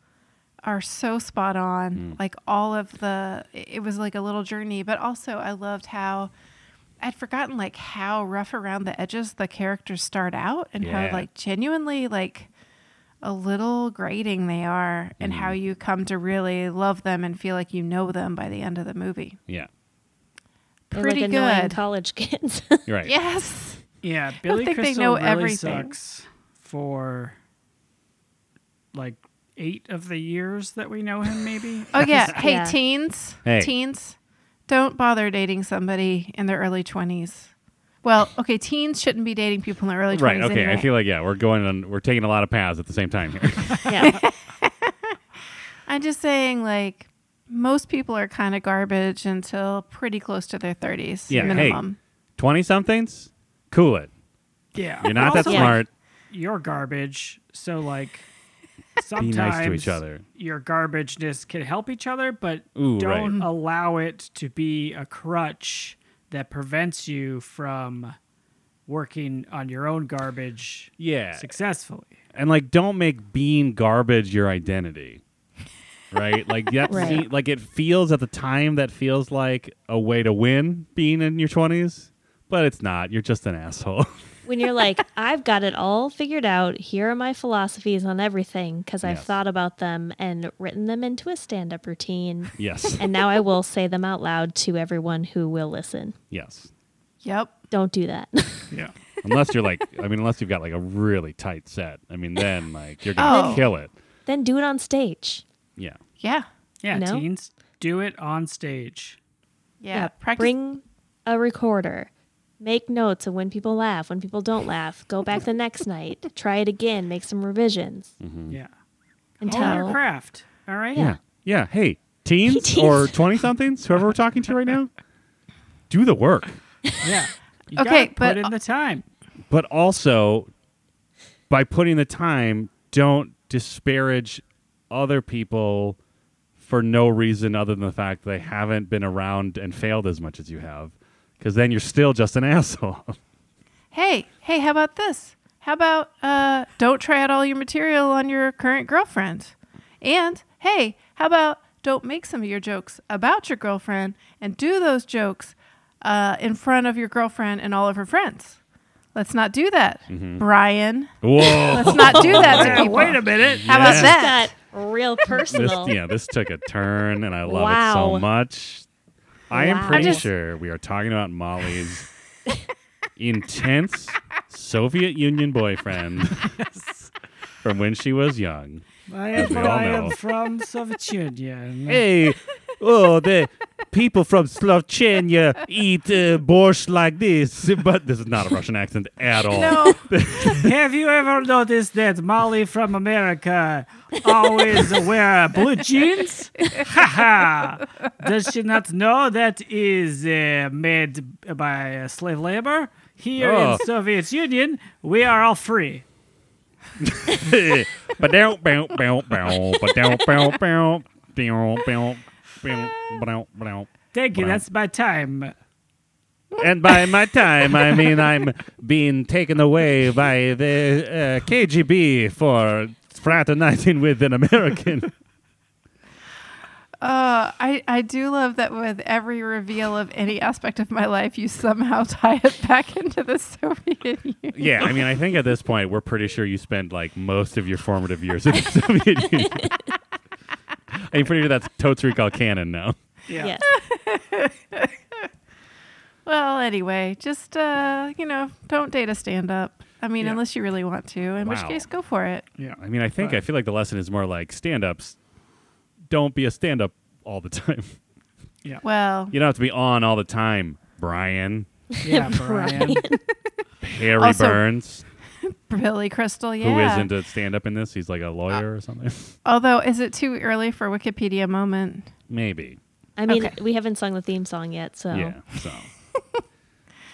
S1: are so spot on. Like all of the, it it was like a little journey, but also I loved how. I'd forgotten like how rough around the edges the characters start out and
S4: Yeah.
S1: how like genuinely like a little grating they are and how you come to really love them and feel like you know them by the end of the movie.
S4: Yeah.
S2: They're
S1: Pretty
S2: like annoying
S1: good.
S2: college kids.
S4: You're right.
S1: Yes.
S3: Yeah, Billy
S1: think they
S3: Crystal
S1: know
S3: really
S1: everything.
S3: sucks for like eight of the years that we know him. Maybe.
S1: Oh yeah.
S3: He's-
S1: Hey
S2: Yeah.
S1: teens.
S4: Hey.
S1: Teens. Don't bother dating somebody in their early 20s. Well, okay, teens shouldn't be dating people in their early 20s.
S4: Right. Okay.
S1: anyway.
S4: I feel like yeah, we're going on. We're taking a lot of paths at the same time here.
S2: yeah.
S1: I'm just saying, like, most people are kind of garbage until pretty close to their 30s
S4: Yeah, hey.
S1: minimum.
S4: Twenty somethings. Cool it.
S3: yeah,
S4: You're not that
S3: Also, like,
S4: smart.
S3: you're garbage. So like
S4: Be
S3: sometimes
S4: nice to each other.
S3: your garbageness can help each other, but
S4: Ooh,
S3: don't allow it to be a crutch that prevents you from working on your own garbage
S4: Yeah.
S3: successfully.
S4: and like don't make being garbage your identity right like that
S2: Right.
S4: like it feels at the time that feels like a way to win being in your 20s but it's not you're just an asshole
S2: when you're like, I've got it all figured out. Here are my philosophies on everything because I've
S4: Yes.
S2: thought about them and written them into a stand up routine.
S4: yes
S2: and now I will say them out loud to everyone who will listen.
S4: yes
S1: Yep.
S2: Don't do that.
S3: Yeah.
S4: unless you're like i mean unless you've got like a really tight set i mean then like you're gonna
S1: Oh.
S4: kill it
S2: then do it on stage.
S4: yeah
S1: Yeah.
S3: Yeah,
S2: No?
S3: teens, do it on stage.
S1: Yeah. Practice.
S2: Bring a recorder. Make notes of when people laugh, when people don't laugh. Go back the next night. Try it again. Make some revisions
S3: Yeah.
S2: and
S3: Own your
S2: tell.
S3: craft. All right.
S4: Mm-hmm. yeah yeah hey teens,
S2: Teens.
S4: or 20 somethings whoever we're talking to right now do the work
S3: Yeah. You
S1: Okay,
S3: gotta put
S1: but-
S3: in the time.
S4: but also by putting the time don't disparage other people for no reason other than the fact they haven't been around and failed as much as you have because then you're still just an asshole
S1: hey, hey, how about this? How about uh, don't try out all your material on your current girlfriend? And hey, how about don't make some of your jokes about your girlfriend and do those jokes uh, in front of your girlfriend and all of her friends? Let's not do that, Brian.
S4: whoa
S1: Let's not do that to
S3: Yeah,
S1: people.
S3: wait a minute.
S1: How about
S4: Yeah.
S1: that?
S2: Got real
S4: this,
S2: personal.
S4: yeah this took a turn and i love it so
S2: Wow.
S4: much i am
S2: Wow.
S4: pretty
S1: I'm just-
S4: sure we are talking about molly's intense soviet union boyfriend from when she was young
S3: I
S4: we
S3: am,
S4: all
S3: I
S4: know.
S3: am from Soviet Union.
S5: Hey, oh, the people from Slovenia eat uh, borscht like this.
S4: but this is not a russian accent at all
S1: No.
S3: Have you ever noticed that Molly from America always wear blue jeans? Ha ha! Does she not know that is uh, made by uh, slave labor? Here
S4: Oh.
S3: in Soviet Union, we are all free.
S4: but down, bow, bow, bow, but down, bow, bow, down, bow, bow, bow, bow.
S3: Thank you.
S4: Wow.
S3: That's my time.
S5: And by my time, I mean I'm being taken away by the uh, KGB for fraternizing with an American.
S1: Uh, I, I do love that with every reveal of any aspect of my life, you somehow tie it back into the Soviet Union.
S4: Yeah, I mean, I think at this point we're pretty sure you spend like most of your formative years in the Soviet Union. I'm pretty sure that's totes recall canon now.
S3: Yeah.
S2: Yes.
S1: Well, anyway, just uh, you know, don't date a stand-up. I mean,
S3: Yeah.
S1: unless you really want to, in which
S4: Wow.
S1: case, go for it.
S3: Yeah.
S4: I mean, I think I feel like the lesson is more like stand-ups. Don't be a stand-up all the time.
S3: Yeah.
S1: Well,
S4: You don't have to be on all the time, Brian,
S3: Yeah, Brian.
S4: Harry
S1: Also-
S4: Burns,
S1: Billy Crystal, yeah.
S4: who is into stand-up in this. He's like a lawyer or something.
S1: Although, is it too early for Wikipedia moment?
S4: Maybe.
S2: I mean,
S1: Okay.
S2: we haven't sung the theme song yet, so
S4: Yeah. So.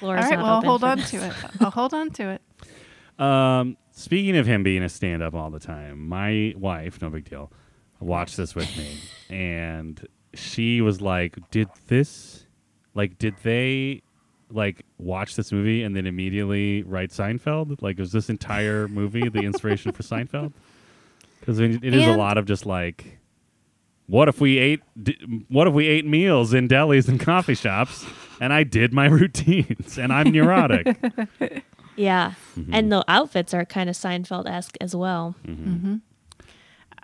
S2: Laura's
S1: All right,
S2: not
S1: well, I'll
S2: open
S1: hold
S2: for
S1: on
S2: this.
S1: to it. I'll hold on to it.
S4: Um, Speaking of him being a stand up all the time, my wife, no big deal, watched this with me and she was like, Did this, like, did they, like, watch this movie and then immediately write Seinfeld? Like, was this entire movie the inspiration for Seinfeld? Because it it is a
S1: And-
S4: lot of just like, what if we ate? D- what if we ate meals in delis and coffee shops? And I did my routines, and I'm neurotic.
S2: Yeah. And the outfits are kind of Seinfeld esque as well.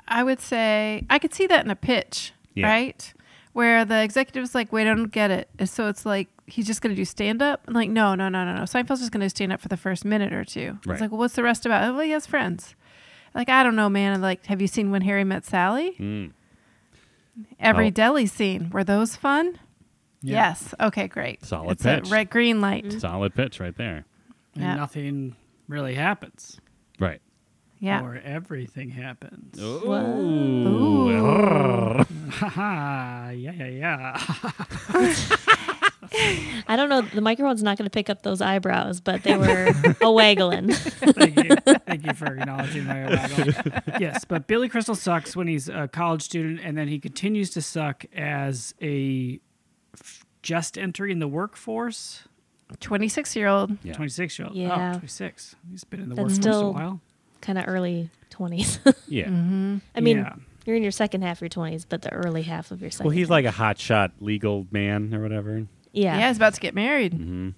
S1: I would say I could see that in a pitch,
S4: Yeah.
S1: right? Where the executive's like, "Wait, I don't get it." And so it's like he's just going to do stand up. And like, no, no, no, no, no. Seinfeld's just going to stand up for the first minute or two.
S4: Right.
S1: It's like, well, what's the rest about? Oh, well, he has friends. Like, I don't know, man. And like, have you seen When Harry Met Sally? Every
S4: Mm. Oh.
S1: deli scene. Were those fun? Yes. Okay, great.
S4: Solid
S1: it's a
S4: pitch.
S1: red green light.
S4: Solid pitch right there.
S3: And
S1: Yeah.
S3: nothing really happens.
S4: Right.
S1: Yeah.
S3: Or everything happens.
S1: Ooh.
S3: Haha, yeah, yeah, yeah.
S2: I don't know. The microphone's not going to pick up those eyebrows, but they were a waggling.
S3: Thank you. Thank you for acknowledging my arrival. Yes, but Billy Crystal sucks when he's a college student, and then he continues to suck as a f- just entering the workforce.
S1: 26 year old.
S4: Yeah.
S3: 26 year old.
S2: Yeah.
S3: Oh, 26. He's been in the
S2: That's
S3: workforce a
S2: still-
S3: while.
S2: kind of early 20s.
S4: Yeah.
S1: Mm-hmm.
S2: I mean,
S3: Yeah.
S2: you're in your second half of your 20s, but the early half of your second.
S4: Well, he's
S2: half.
S4: like a hotshot legal man or whatever.
S2: yeah,
S1: Yeah, he's about to get married.
S4: Mm-hmm.
S2: to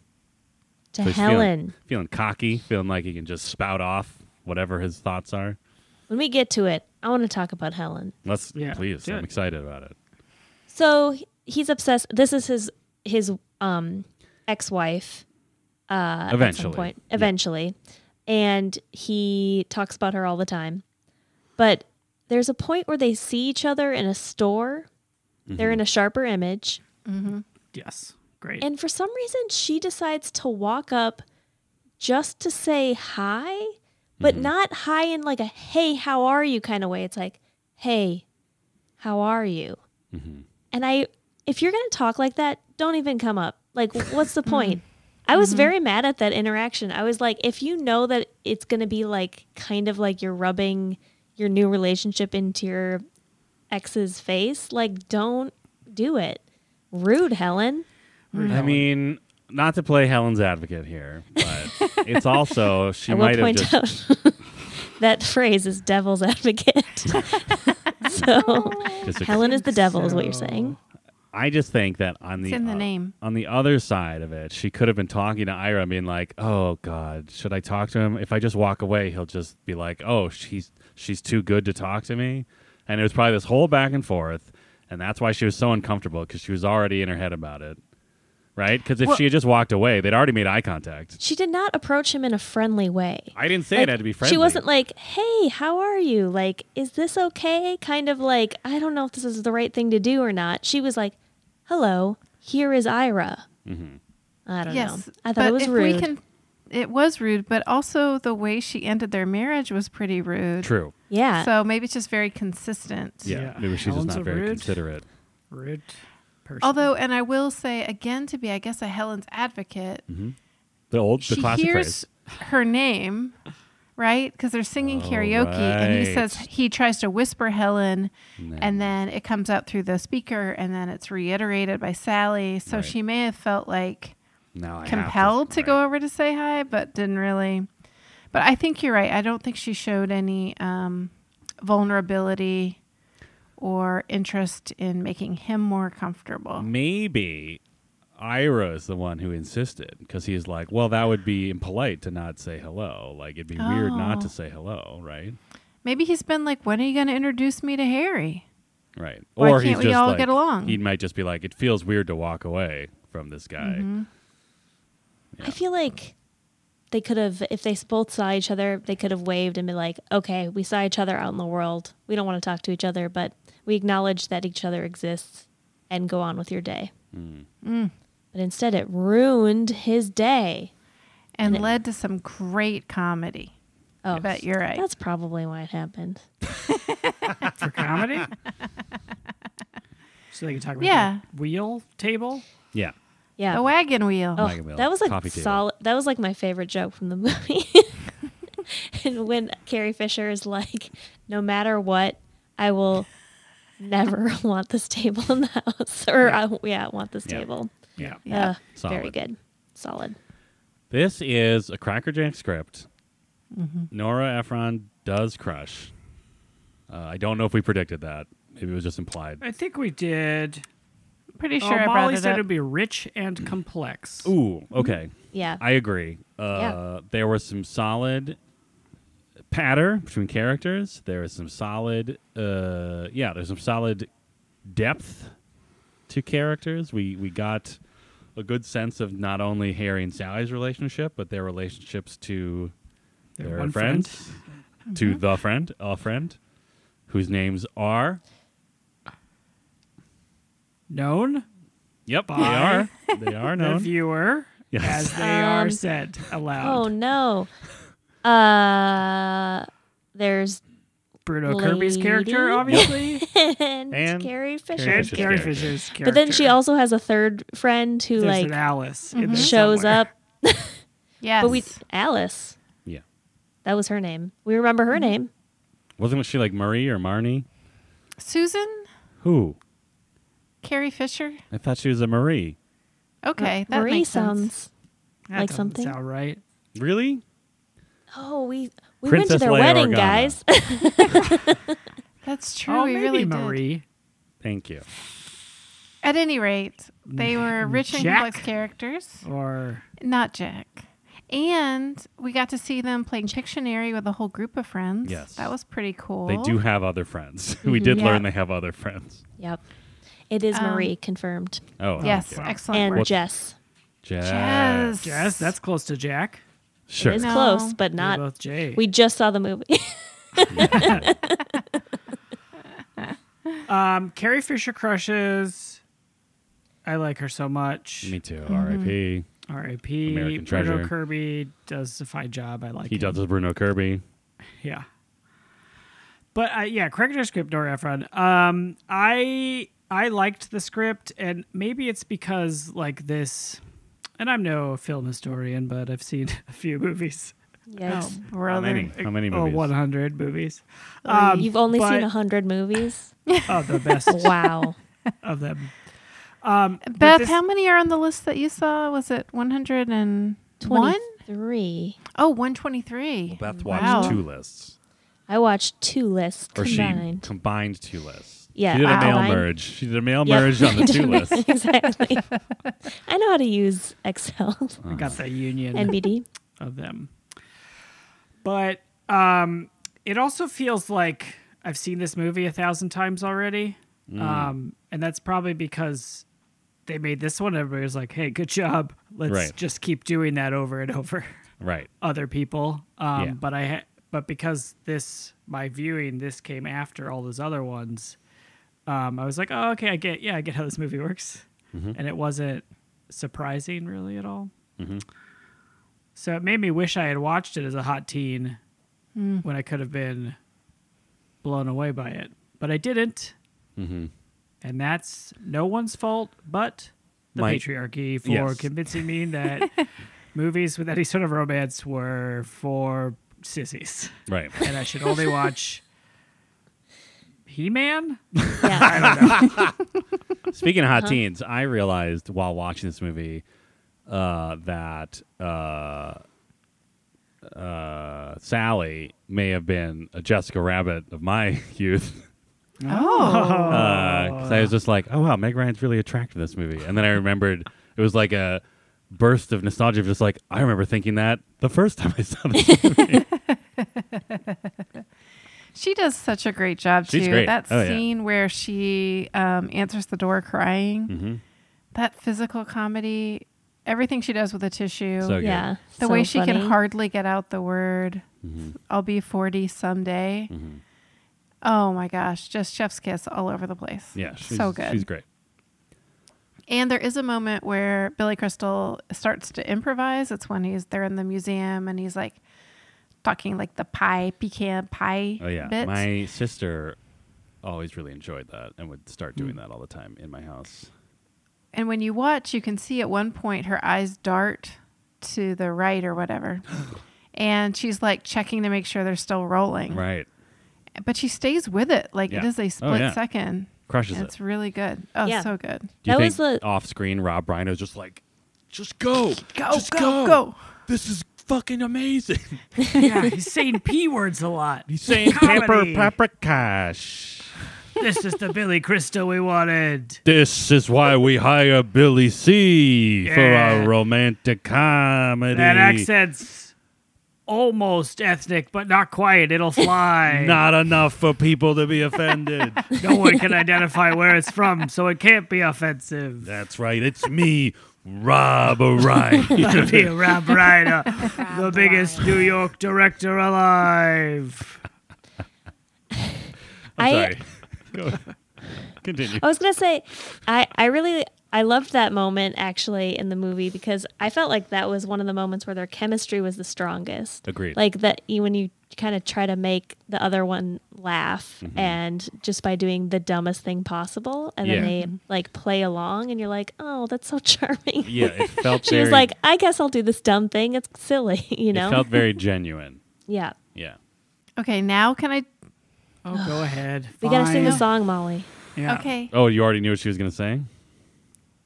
S4: So he's feeling-
S2: Helen.
S4: Feeling, cocky, feeling like he can just spout off whatever his thoughts are.
S2: When we get to it, I want to talk about Helen.
S4: Let's
S3: Yeah,
S4: please.
S3: do
S4: I'm
S3: it.
S4: excited about it.
S2: So he- he's obsessed. This is his his um ex-wife uh, at some
S4: Eventually.
S2: point. Eventually, and he talks about her all the time. But there's a point where they see each other in a store. They're in a sharper image,
S3: Yes. Great.
S2: and for some reason, she decides to walk up just to say hi, but not hi in like a "Hey, how are you?" kind of way. It's like, "Hey, how are you?" And I, if you're gonna talk like that, don't even come up. Like, what's the point? I was very mad at that interaction. I was like, if you know that it's gonna be like kind of like you're rubbing your new relationship into your ex's face, like don't do it. Rude, Helen.
S4: I mean, not to play Helen's advocate here, but it's also she
S2: I will
S4: might have
S2: point
S4: just
S2: out that phrase is devil's advocate. so
S4: just ex-
S2: Helen is the devil, is what you're saying.
S4: I just think that on the
S1: It's in the
S4: o-
S1: name.
S4: on the other side of it, she could have been talking to Ira, and being like, "Oh God, should I talk to him? If I just walk away, he'll just be like, oh, she's she's too good to talk to me.'" And it was probably this whole back and forth, and that's why she was so uncomfortable because she was already in her head about it, right? Because if
S1: Well-
S4: she had just walked away, they'd already made eye contact.
S2: She did not approach him in a friendly way.
S4: I didn't say
S2: Like,
S4: it had to be friendly.
S2: She wasn't like, "Hey, how are you? Like, is this okay?" Kind of like, I don't know if this is the right thing to do or not. She was like, "Hello, here is Ira." Mm-hmm. I don't
S1: Yes,
S2: know. I thought it was rude.
S1: it was rude, but also the way she ended their marriage was pretty rude.
S4: true.
S2: yeah.
S1: So maybe it's just very consistent.
S4: Yeah,
S3: Yeah.
S4: maybe she's
S3: Helen's
S4: just
S3: a
S4: not very
S3: rude-
S4: considerate.
S3: Rude person.
S1: Although, and I will say again to be, I guess, a Helen's advocate,
S4: The old, Mm-hmm. the
S1: she
S4: classic
S1: hears
S4: phrase.
S1: her name, right? Because they're singing karaoke, and he
S4: Oh, right.
S1: says he tries to whisper Helen,
S4: No.
S1: and then it comes out through the speaker, and then it's reiterated by Sally. So
S4: Right.
S1: she may have felt like
S4: Now I have
S1: compelled to
S4: right.
S1: go over to say hi, but didn't really. But I think you're right. I don't think she showed any um, vulnerability or interest in making him more comfortable.
S3: Mm.
S4: maybe Ira is the one who insisted because he's like, well, that would be impolite to not say hello. Like, it'd be weird not to
S1: Oh.
S4: say hello, right?
S1: Maybe he's been like, "When are you going to introduce me to Harry?"
S4: Right.
S1: Why
S4: or he's
S1: can't we
S4: just
S1: all
S4: like,
S1: get along?
S4: He might just be like, it feels weird to walk away from this guy.
S1: Mm-hmm.
S2: I feel like they could have, if they both saw each other, they could have waved and been like, okay, we saw each other out in the world. We don't want to talk to each other, but we acknowledge that each other exists and go on with your day. But instead, it ruined his day.
S1: And led to some great comedy.
S2: Oh,
S1: But you're right.
S2: that's probably why it happened.
S3: for comedy? so they can talk about
S1: Yeah.
S3: the wheel table?
S4: Yeah.
S2: Yeah.
S1: The wagon wheel.
S2: Oh,
S4: Wagon wheel,
S2: that was like
S4: coffee table.
S2: solid. That was like my favorite joke from the movie. and when Carrie Fisher is like, no matter what, I will never want this table in the house, or yeah, I, yeah, want this
S4: Yeah.
S2: table.
S3: Yeah.
S2: Yeah, very
S4: Solid.
S2: good, solid.
S4: This is a crackerjack script.
S1: Mm-hmm.
S4: Nora Ephron does crush. Uh, I don't know if we predicted that. Maybe it was just implied.
S3: I think we did.
S1: Pretty sure
S3: oh,
S1: I brought
S3: Molly
S1: it
S3: said
S1: up.
S3: would be rich and complex.
S4: Ooh, okay.
S2: Yeah,
S4: I agree. Uh, There was some solid patter between characters. There is some solid, uh, yeah. There's some solid depth to characters. We we got a good sense of not only Harry and Sally's relationship, but their relationships to
S3: Their
S4: their
S3: one Mm-hmm.
S4: friends, to the friend, a friend, whose names are
S3: Known
S4: yep, they
S3: Bye.
S4: are they are
S3: the
S4: known.
S3: viewer
S4: Yes.
S3: as they are
S2: Um,
S3: said
S2: Oh
S3: aloud.
S2: no. Uh there's
S3: Bruno Kirby's character,
S2: oh, lady.
S3: obviously,
S2: and,
S4: And
S2: Carrie Fisher.
S4: Carrie
S3: and
S4: Fisher's
S3: Carrie
S4: character.
S3: Fisher's character.
S2: But then she also has a third friend who
S3: There's an
S2: like Mm-hmm.
S3: Alice in there
S2: shows
S3: somewhere.
S2: up.
S1: Yes.
S2: But we Alice.
S4: Yeah,
S2: That was her name. We remember her
S1: Mm-hmm.
S2: name.
S4: wasn't she like Marie or Marnie?
S1: Susan
S4: Who?
S1: Carrie Fisher.
S4: I thought she was a Marie.
S1: Okay, that
S2: Marie
S1: makes sense.
S2: sounds.
S3: That
S2: like
S3: doesn't
S2: something.
S3: Sound right?
S4: Really?
S2: Oh, we we
S4: Princess
S2: went to their
S4: Leia
S2: wedding,
S4: Organa.
S2: guys.
S1: That's true.
S3: Oh,
S1: we
S3: maybe
S1: really did.
S3: Marie.
S4: Thank you.
S1: At any rate, they were rich and
S3: Jack?
S1: complex characters.
S3: Or
S1: Not Jack. And we got to see them playing Pictionary with a whole group of friends.
S4: Yes.
S1: That was pretty cool.
S4: They do have other friends. we did
S1: Yeah.
S4: learn they have other friends.
S2: yep. It is
S1: Um,
S2: Marie confirmed.
S4: Oh,
S1: Yes,
S4: okay.
S1: excellent
S2: And
S1: work.
S2: Jess.
S4: Jazz.
S1: Jazz.
S3: Jess, that's close to Jack.
S4: Sure.
S2: It is
S1: No.
S2: close, but
S3: They're
S2: not
S3: both J.
S2: we just saw the movie.
S3: um, Carrie Fisher crushes. I like her so much.
S4: Me
S1: Mm-hmm.
S4: too. R.I.P.
S3: R.I.P.
S4: American
S3: Bruno
S4: Treasure.
S3: Kirby does a fine job. I like
S4: He
S3: him.
S4: does with Bruno Kirby.
S3: Yeah. But uh, yeah, correct your script, Nora Ephron. Um, I I liked the script, and maybe it's because like this, and I'm no film historian, but I've seen a few movies.
S1: Oh,
S2: Yikes.
S4: How
S1: brother.
S4: many? How many
S3: Oh,
S4: movies?
S3: 100 movies.
S2: Oh,
S3: Um,
S2: You've only
S3: but-
S2: seen a hundred movies.
S3: of the best
S2: wow.
S3: of them. Um, but
S1: Beth,
S3: this-
S1: how many are on the list that you saw? Was it 101?
S2: Three.
S1: Oh, 123.
S4: Beth watched
S1: Wow.
S4: two lists,
S2: I watched two lists
S4: or
S2: combined.
S4: she combined two lists.
S2: Yeah,
S4: she did a
S2: wow.
S4: mail
S2: combined.
S4: merge. She did a mail
S2: Yep.
S4: merge on the two lists.
S2: exactly. I know how to use Excel,
S3: I got the union
S2: NBD.
S3: of them. But um, it also feels like I've seen this movie a thousand times already. Um, and that's probably because they made this one. Everybody was like, hey, good job. Let's
S4: Right.
S3: just keep doing that over and over.
S4: Right.
S3: Other people. Um,
S4: Yeah.
S3: But I, ha- but because this, my viewing, this came after all those other ones. Um, I was like, oh, okay, I get, yeah, I get how this movie works.
S4: Mm-hmm.
S3: And it wasn't surprising really at all.
S4: Mm-hmm.
S3: So it made me wish I had watched it as a hot teen when I could have been blown away by it. But I didn't.
S4: Mm-hmm.
S3: And that's no one's fault but the
S4: My-
S3: patriarchy for
S4: Yes.
S3: convincing me that movies with any sort of romance were for sissies.
S4: Right.
S3: And I should only watch He Man?
S2: Yeah.
S4: Speaking of hot
S1: Uh-huh.
S4: teens, I realized while watching this movie uh, that uh, uh, Sally may have been a Jessica Rabbit of my youth.
S1: Oh.
S4: Because I was just like, oh, wow, Meg Ryan's really attractive in this movie. And then I remembered it was like a burst of nostalgia of just like, I remember thinking that the first time I saw this movie.
S1: She does such a great job,
S4: She's
S1: too.
S4: great.
S1: That
S4: Oh, yeah.
S1: scene where she um, answers the door crying,
S4: Mm-hmm.
S1: that physical comedy, everything she does with a tissue.
S4: So good.
S2: yeah.
S1: the
S2: So
S1: way she
S2: funny.
S1: can hardly get out the word
S4: Mm-hmm.
S1: i'll be 40 someday oh my gosh just chef's kiss all over the place
S4: Yeah, she's,
S1: so good
S4: She's great.
S1: and there is a moment where billy crystal starts to improvise it's when he's there in the museum and he's like talking like the pie pecan pie
S4: Oh, yeah.
S1: bit.
S4: My sister always really enjoyed that and would start
S1: Hmm.
S4: doing that all the time in my house.
S1: and when you watch you can see at one point her eyes dart to the right or whatever and she's like checking to make sure they're still rolling.
S4: Right.
S1: But she stays with it. Like
S4: Yeah.
S1: it is
S4: Oh,
S1: a split
S4: yeah.
S1: second.
S4: Crushes
S1: It's
S4: it.
S1: really good. Oh,
S2: Yeah.
S1: so good.
S4: Do you
S2: That
S4: think
S2: was the-
S4: off screen Rob Rhino's just like, just go.
S1: Go,
S4: just
S1: go,
S4: go,
S1: go."
S4: This is fucking amazing.
S3: Yeah, he's saying P words a lot.
S4: He's saying
S3: Comedy.
S4: pepper paprikash.
S3: This is the Billy Crystal we wanted.
S4: This is why we hire Billy C for
S3: Yeah.
S4: our romantic comedy.
S3: That accent's almost ethnic, but not quite. It'll fly.
S4: Not enough for people to be offended.
S3: No one can identify where it's from, so it can't be offensive.
S4: That's right. It's me, Rob Ryan.
S3: To be a Rob Reiner, the biggest New york director alive.
S4: I'm
S2: I- Oh,
S4: sorry. Go. Continue.
S2: I was gonna say, I I really I loved that moment actually in the movie because I felt like that was one of the moments where their chemistry was the strongest.
S4: Agreed.
S2: Like that you when you kind of try to make the other one laugh
S4: Mm-hmm.
S2: and just by doing the dumbest thing possible and
S4: Yeah.
S2: then they like play along and you're like, "Oh, that's so charming."
S4: Yeah, it felt
S2: she
S4: very,
S2: was like, "I guess I'll do this dumb thing. It's silly, you know."
S4: it felt very genuine.
S2: yeah.
S4: Yeah.
S1: Okay, now can I?
S3: Oh, go ahead.
S2: We got to sing the
S3: Fine.
S2: song, Molly.
S3: Yeah.
S1: Okay.
S4: Oh, you already knew what she was going to say?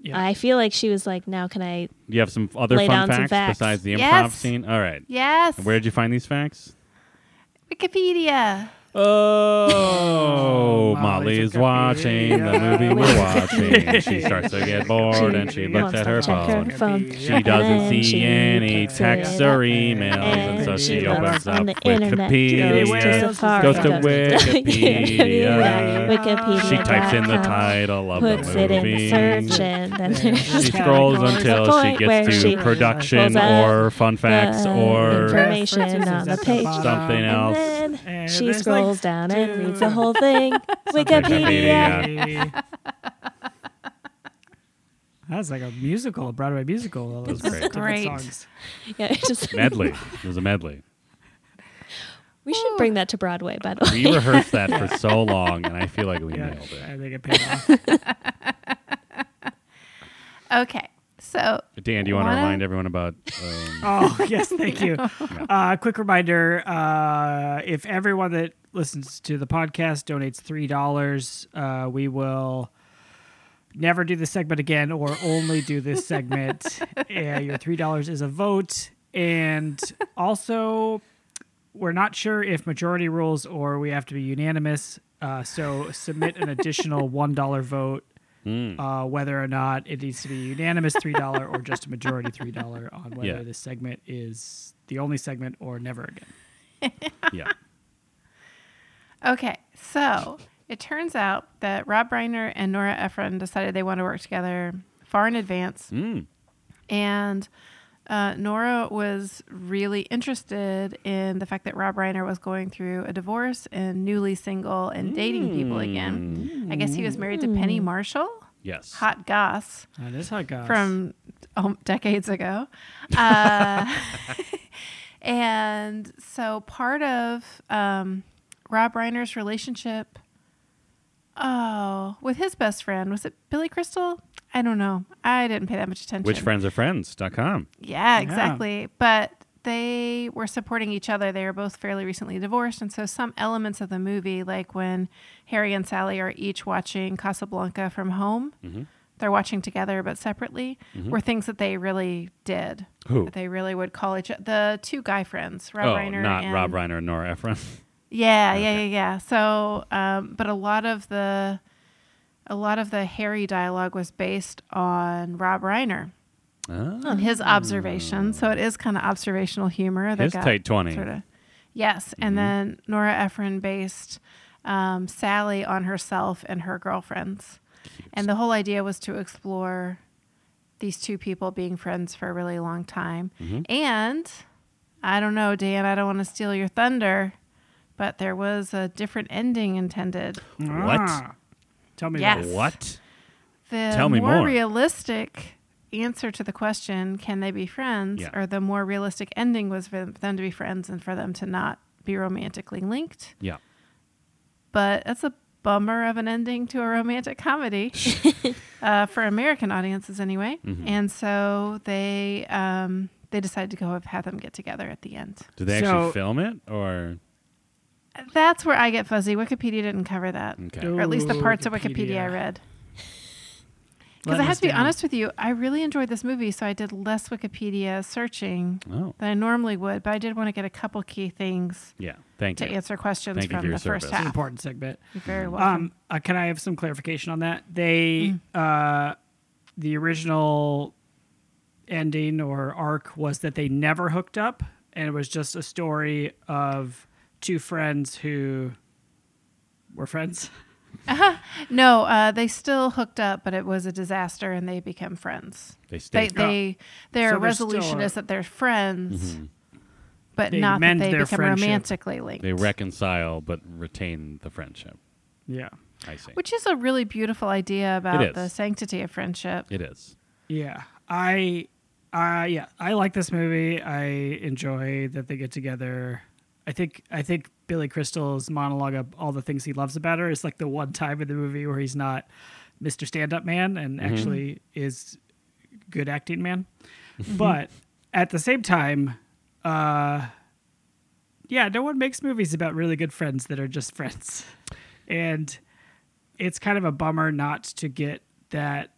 S3: Yeah.
S2: I feel like she was like, "Now can I
S4: Do you have some other
S2: Lay
S4: fun
S2: down some
S4: facts,
S2: facts.
S4: besides the improv
S1: Yes.
S4: scene? All right.
S1: Yes.
S4: Where did you find these facts?
S1: Wikipedia.
S4: Oh, Molly
S3: Molly's
S4: is
S3: a
S4: watching the
S3: computer.
S4: movie we're watching. She starts to get bored and she looks
S2: wants
S4: at
S2: to
S4: her
S2: check
S4: phone.
S2: her phone.
S3: She
S4: She
S2: and
S4: doesn't
S2: then
S4: see
S2: she
S4: any
S2: picks it
S4: texts
S2: up
S4: or emails, and
S2: and
S4: so
S2: she
S4: she
S3: looks
S4: opens
S2: on
S4: up
S2: the internet, goes to
S4: Wikipedia.
S2: Safari,
S4: Goes to
S2: Wikipedia,
S4: Wikipedia.
S2: Wikipedia.
S4: She types in the
S2: dot com,
S4: title of
S2: puts
S4: the
S2: it
S4: movie.
S2: in search, and then
S4: She scrolls until she
S2: point where
S4: gets
S2: she
S4: to production
S2: pulls out
S4: or fun facts
S2: the
S4: or
S2: information. on the page.
S4: something
S2: and
S4: else.
S2: then
S3: And
S2: she
S3: there's, like,
S2: scrolls down and
S3: two-
S2: reads the whole thing. Wikipedia.
S3: That was like a musical, a Broadway musical. All those
S4: was great.
S3: different
S1: Great.
S3: songs.
S2: Yeah, it's just,
S4: Medley. It was a medley.
S2: we should bring that to Broadway, by the way.
S4: We rehearsed that for so long, and I feel like we
S3: Yeah,
S4: nailed it.
S3: I think it paid off.
S1: Okay. So
S4: Dan, do you want to
S1: Wanna-
S4: remind everyone about? Um,
S3: Oh, yes, thank you. Uh, quick reminder uh, if everyone that listens to the podcast donates $3, uh, we will never do this segment again or only do this segment. yeah, your $3 is a vote. And also, we're not sure if majority rules or we have to be unanimous. Uh, so submit an additional $1 vote.
S4: hmm,
S3: Uh, whether or not it needs to be unanimous $3 or just a majority $3 on whether
S4: Yeah.
S3: this segment is the only segment or never again.
S4: yeah,
S1: okay. So it turns out that Rob Reiner and Nora Ephron decided they want to work together far in advance. And uh, Nora was really interested in the fact that Rob Reiner was going through a divorce and newly single and dating people again. I guess he was married to Penny Marshall,
S4: yes.
S1: hot goss.
S3: That is hot goss.
S1: from um, decades ago. Uh, and so part of um, Rob Reiner's relationship, oh, with his best friend, was it Billy Crystal? I don't know. I didn't pay that much attention.
S4: Which friends are friends.com.
S1: Yeah, exactly. But they were supporting each other. They were both fairly recently divorced. And so some elements of the movie, like when Harry and Sally are each watching Casablanca from home,
S4: Mm-hmm.
S1: they're watching together but separately, were things that they really did.
S4: Who?
S1: That they really would call each other. The two guy friends, Rob
S4: Oh,
S1: Reiner.
S4: not
S1: and,
S4: Rob Reiner and Nora Ephron.
S1: yeah, yeah, yeah, yeah. So, um, but a lot of the, a lot of the Harry dialogue was based on Rob Reiner
S4: Ah,
S1: and his observation. So it is kind of observational humor. that
S4: His
S1: got
S4: tight Mm-hmm. 20.
S1: Sorta, yes. And then Nora Ephron based um, Sally on herself and her girlfriends. And the whole idea was to explore these two people being friends for a really long time.
S4: Mm-hmm.
S1: And I don't know, Dan, I don't want to steal your thunder, but there was a different ending intended.
S4: What?
S3: Ah. Tell me
S1: Yes.
S3: about it.
S4: What?
S1: the
S4: Tell me
S1: more,
S4: more.
S1: realistic answer to the question, can they be friends,
S4: Yeah.
S1: or the more realistic ending was for them to be friends and for them to not be romantically linked.
S4: Yeah.
S1: But that's a bummer of an ending to a romantic comedy
S4: Mm-hmm.
S1: uh, for American audiences, anyway. And so they um, they decided to go have, have them get together at the end.
S4: Did they
S3: So-
S4: actually film it or
S1: That's where I get fuzzy. Wikipedia didn't cover that,
S4: okay?
S3: No.
S1: or at least the
S3: Ooh,
S1: parts of Wikipedia I
S3: Wikipedia.
S1: read. Because
S3: Let
S1: I have
S3: us
S1: to be
S3: down.
S1: honest with you, I really enjoyed this movie, so I did less Wikipedia searching
S4: Oh,
S1: than I normally would, but I did want to get a couple key things
S4: yeah. Thank
S1: to
S4: you.
S1: answer questions
S4: Thank you
S1: from
S4: for your
S1: the first
S4: service.
S3: It's an
S1: half.
S3: important segment.
S1: You're very welcome.
S3: Um, uh, can I have some clarification on that? They,
S1: Mm.
S3: uh, the original ending or arc was that they never hooked up, and it was just a story of two friends who were friends.
S1: no, uh, they still hooked up, but it was a disaster, and they become friends.
S4: They
S1: They,
S4: stayed.
S1: they their
S3: So they're still
S1: resolution
S3: a-
S1: is that they're friends, but
S3: They
S1: not that
S3: mend
S1: they
S3: their
S1: become
S3: friendship.
S1: romantically linked.
S4: Mm-hmm. They reconcile but retain the friendship.
S3: Yeah,
S4: I see.
S1: which is a really beautiful idea
S4: is.
S1: about the sanctity of friendship.
S4: it is.
S3: yeah. I, uh, yeah, I like this movie. I enjoy that they get together. I think I think Billy Crystal's monologue of all the things he loves about her is like the one time in the movie where he's not Mr. Stand Up Man and actually is good acting man. But at the same time, uh, yeah, no one makes movies about really good friends that are just friends. And it's kind of a bummer not to get that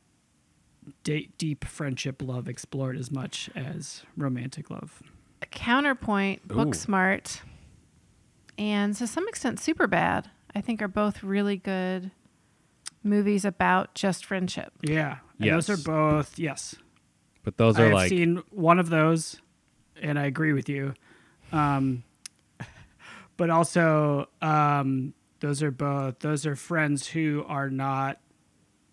S3: de- deep friendship love explored as much as romantic love.
S1: Counterpoint,
S4: Ooh.
S1: Booksmart, and to some extent, Superbad, I think are both really good movies about just friendship.
S3: Yeah. And Those are
S4: Yes.
S3: both, yes.
S4: But those
S3: I
S4: are
S3: have
S4: like
S3: seen one of those, and I agree with you. Um, but also, um, those are both those are friends who are not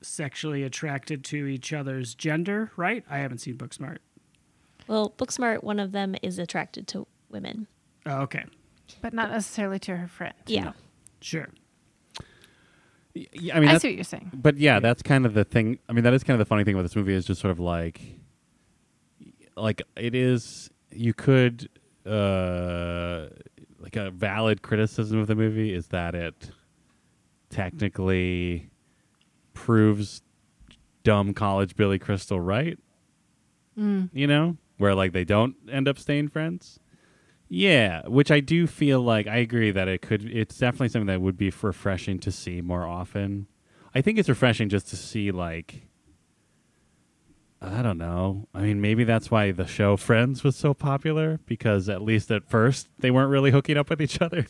S3: sexually attracted to each other's gender, right? I haven't seen Booksmart.
S2: Well, Booksmart, one of them is attracted to women.
S3: Oh, okay,
S1: But not necessarily to her friend.
S2: Yeah.
S3: sure.
S4: Yeah, I
S1: I,
S4: mean, that-
S1: see what you're saying.
S4: but yeah, that's kind of the thing. I mean, that is kind of the funny thing about this movie is just sort of like, like it is. You could, uh, like a valid criticism of the movie is that it technically proves dumb college Billy Crystal right. You know, where like they don't end up staying friends. Yeah, which I do feel like I agree that it could. It's definitely something that would be refreshing to see more often. I think it's refreshing just to see like. I don't know. I mean, maybe that's why the show Friends was so popular because at least at first they weren't really hooking up with each other.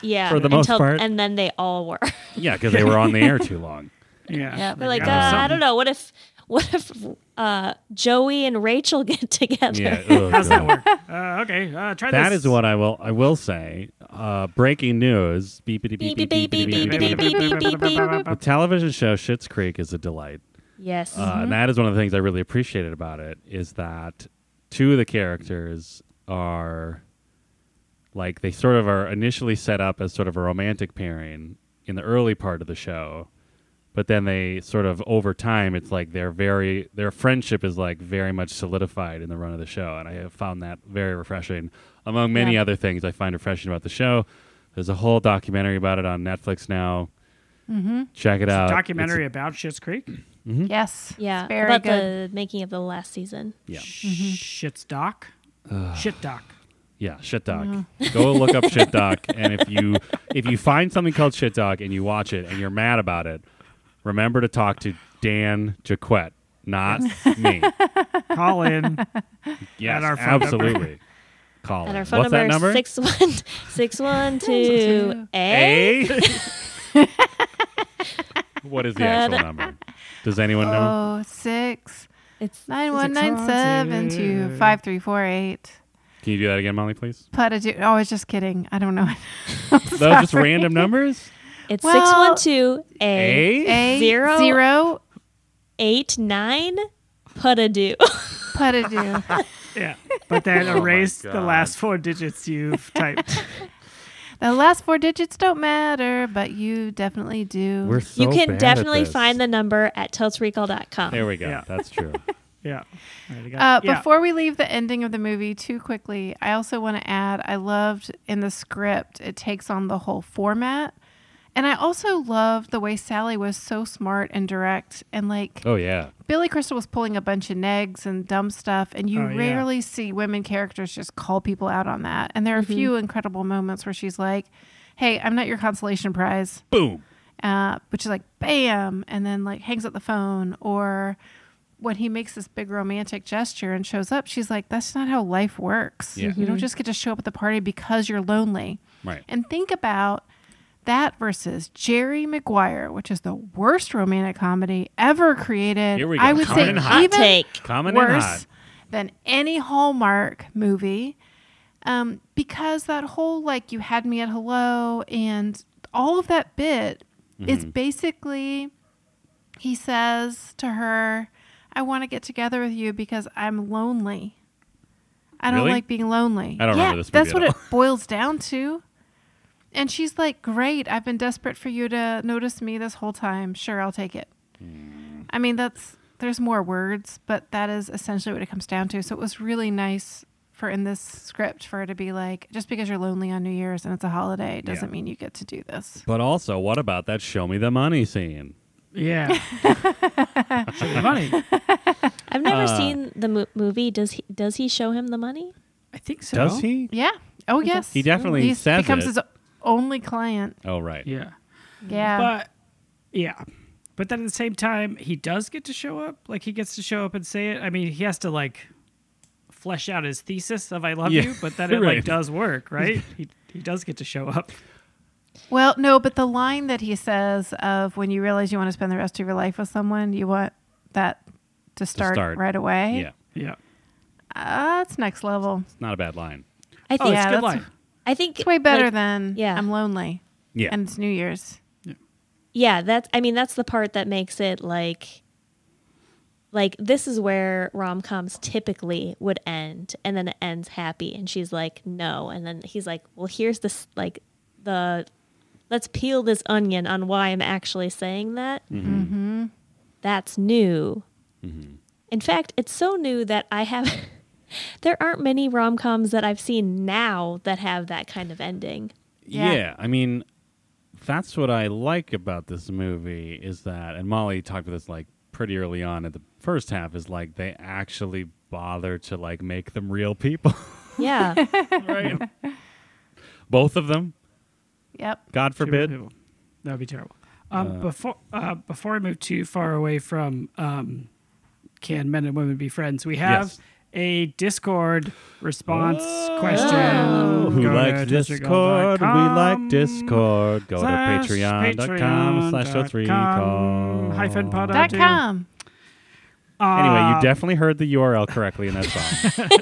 S2: Yeah.
S4: For the most
S2: until-
S4: part.
S2: And then they all were.
S4: Yeah, because they were on the air too long.
S3: Yeah.
S2: yeah. We're like, uh,
S3: Maybe I'll-
S2: I don't know. What if, what if uh, Joey and Rachel get together?
S4: Yeah, ugh, God.
S3: Uh, okay, uh, try
S4: that
S3: this.
S4: is what I will. I will say. Uh, breaking news. Beep beep beep
S2: Beep,
S4: beep
S2: beep,
S4: beep beep beep beep. beep. The television show Schitt's Creek is a delight.
S2: Yes.
S4: Uh,
S3: Mm-hmm.
S4: and that is one of the things I really appreciated about it is that two of the characters are like they sort of are initially set up as sort of a romantic pairing in the early part of the show, but then they sort of over time it's like their very their friendship is like very much solidified in the run of the show, and I have found that very refreshing. Among many
S2: Yeah.
S4: other things I find refreshing about the show, there's a whole documentary about it on Netflix now. Check it
S3: Mm-hmm. It's a
S4: out.
S3: documentary about Shit's Creek.
S4: Mm-hmm.
S1: Yes.
S2: yeah.
S1: It's very
S2: about
S1: good.
S2: the making of the last season.
S4: It's- yeah.
S3: Shit's Doc. Shit Doc.
S4: Yeah, shit doc. Go look up shit doc, and if you if you find something called shit doc and you watch it and you're mad about it, remember to talk to Dan Jaquette, not me.
S3: Call in.
S4: Yes,
S3: At our phone number.
S4: absolutely. Call
S2: And
S4: in.
S2: our phone
S4: What's that number?
S2: number is 612 A.
S4: A. what is the actual number? Does anyone know?
S1: Oh, six
S2: It's
S1: nine one nine seven two five three four eight.
S4: Can you do that again, Molly? Please.
S1: Platitude. Oh, I was just kidding. I don't know.
S4: Those are just random numbers.
S2: it's
S1: Well-
S2: 612 A.
S4: A.
S1: A
S2: Zero.
S1: zero
S2: 89 Putadoo.
S1: platitude.
S3: Yeah. But then erase the
S4: Oh God.
S3: last four digits you've typed.
S1: The last four digits don't matter, but you definitely do.
S4: We're so
S2: you
S4: bad
S2: can
S4: at
S2: definitely
S4: this.
S2: find the number at totalsrecall.com.
S4: There we go.
S3: Yeah.
S4: That's true.
S3: Yeah. Alright, I
S1: uh,
S3: got it. Yeah.
S1: Before we leave the ending of the movie too quickly, I also want to add I loved in the script, it takes on the whole format And I also loved the way Sally was so smart and direct and like
S4: Oh yeah.
S1: Billy Crystal was pulling a bunch of negs and dumb stuff, and you
S3: Oh, yeah.
S1: rarely see women characters just call people out on that. And there are a few incredible moments where she's like, "Hey, I'm not your consolation prize,"
S4: Boom.
S1: uh, which is like, "Bam!" and then like hangs up the phone. Or when he makes this big romantic gesture and shows up, she's like, "That's not how life works.
S4: Yeah. Mm-hmm.
S1: You don't just get to show up at the party because you're lonely."
S4: Right.
S1: And think about that versus Jerry Maguire, which is the worst romantic comedy ever created.
S4: Here we go.
S1: I would
S4: Coming
S1: say
S4: in hot.
S1: even
S2: Take.
S4: Coming in hot.
S1: worse than any Hallmark movie. Um, because that whole like you had me at hello and all of that bit is basically he says to her, I want to get together with you because I'm lonely. I don't
S4: Really?
S1: like being lonely.
S4: I don't
S1: yeah,
S4: remember this
S1: That's
S4: movie
S1: what
S4: at
S1: it boils down to. And she's like, Great, I've been desperate for you to notice me this whole time. Sure, I'll take it.
S4: Hmm.
S1: I mean, that's there's more words, but that is essentially what it comes down to. So it was really nice for in this script for it to be like, just because you're lonely on New Year's and it's a holiday doesn't mean you get to do this.
S4: But also, what about that show me the money scene?
S3: Yeah. Show me money.
S2: I've never
S4: Uh,
S2: seen the mo- movie. Does he? Does he show him the money?
S3: I think so.
S4: Does he?
S1: Yeah. Oh yes.
S4: He definitely
S1: He
S4: says
S1: becomes
S4: it.
S1: his only client.
S4: Oh right.
S3: Yeah.
S1: Yeah.
S3: But yeah. But then at the same time, he does get to show up. Like he gets to show up and say it. I mean, he has to like flesh out his thesis of "I love
S4: Yeah.
S3: you," but then it
S4: Right.
S3: like does work, right? he he does get to show up.
S1: Well, no, but the line that he says of when you realize you want to spend the rest of your life with someone, you want that to start,
S4: start.
S1: right away.
S4: Yeah.
S3: Yeah.
S1: Uh, it's next level.
S4: It's not a bad line.
S2: I
S3: Oh, it's
S2: think.
S1: Yeah,
S3: a good
S1: that's-
S3: line.
S2: I think
S1: It's way better
S2: like,
S1: than
S2: yeah.
S1: I'm lonely
S4: Yeah.
S1: and it's New Year's.
S2: yeah that's i mean that's the part that makes it like like this is where rom-coms typically would end and then it ends happy and she's like no and then he's like well here's this like the let's peel this onion on why i'm actually saying that mm-hmm. that's new in fact it's so new that i have there aren't many rom-coms that i've seen now that have that kind of ending
S1: Yeah.
S4: yeah i mean that's what i like about this movie is that and molly talked about this like pretty early on at the first half is like they actually bother to like make them real people
S2: yeah
S4: right both of them
S1: Yep.
S4: god
S3: Too many
S4: forbid
S3: people. That would be terrible. Um, before uh, before I move too far away from um, can men and women be friends, we have
S4: Yes.
S3: a Discord response
S4: Oh.
S3: question.
S4: who
S3: Go to
S4: likes discord we
S3: discord.com
S4: like discord go to
S3: slash
S4: patreon.com slash
S3: patreon.com
S4: o three call
S3: hyphen pod
S1: Dot
S3: do.
S1: com.
S4: anyway you
S3: Uh,
S4: definitely heard the url correctly in that song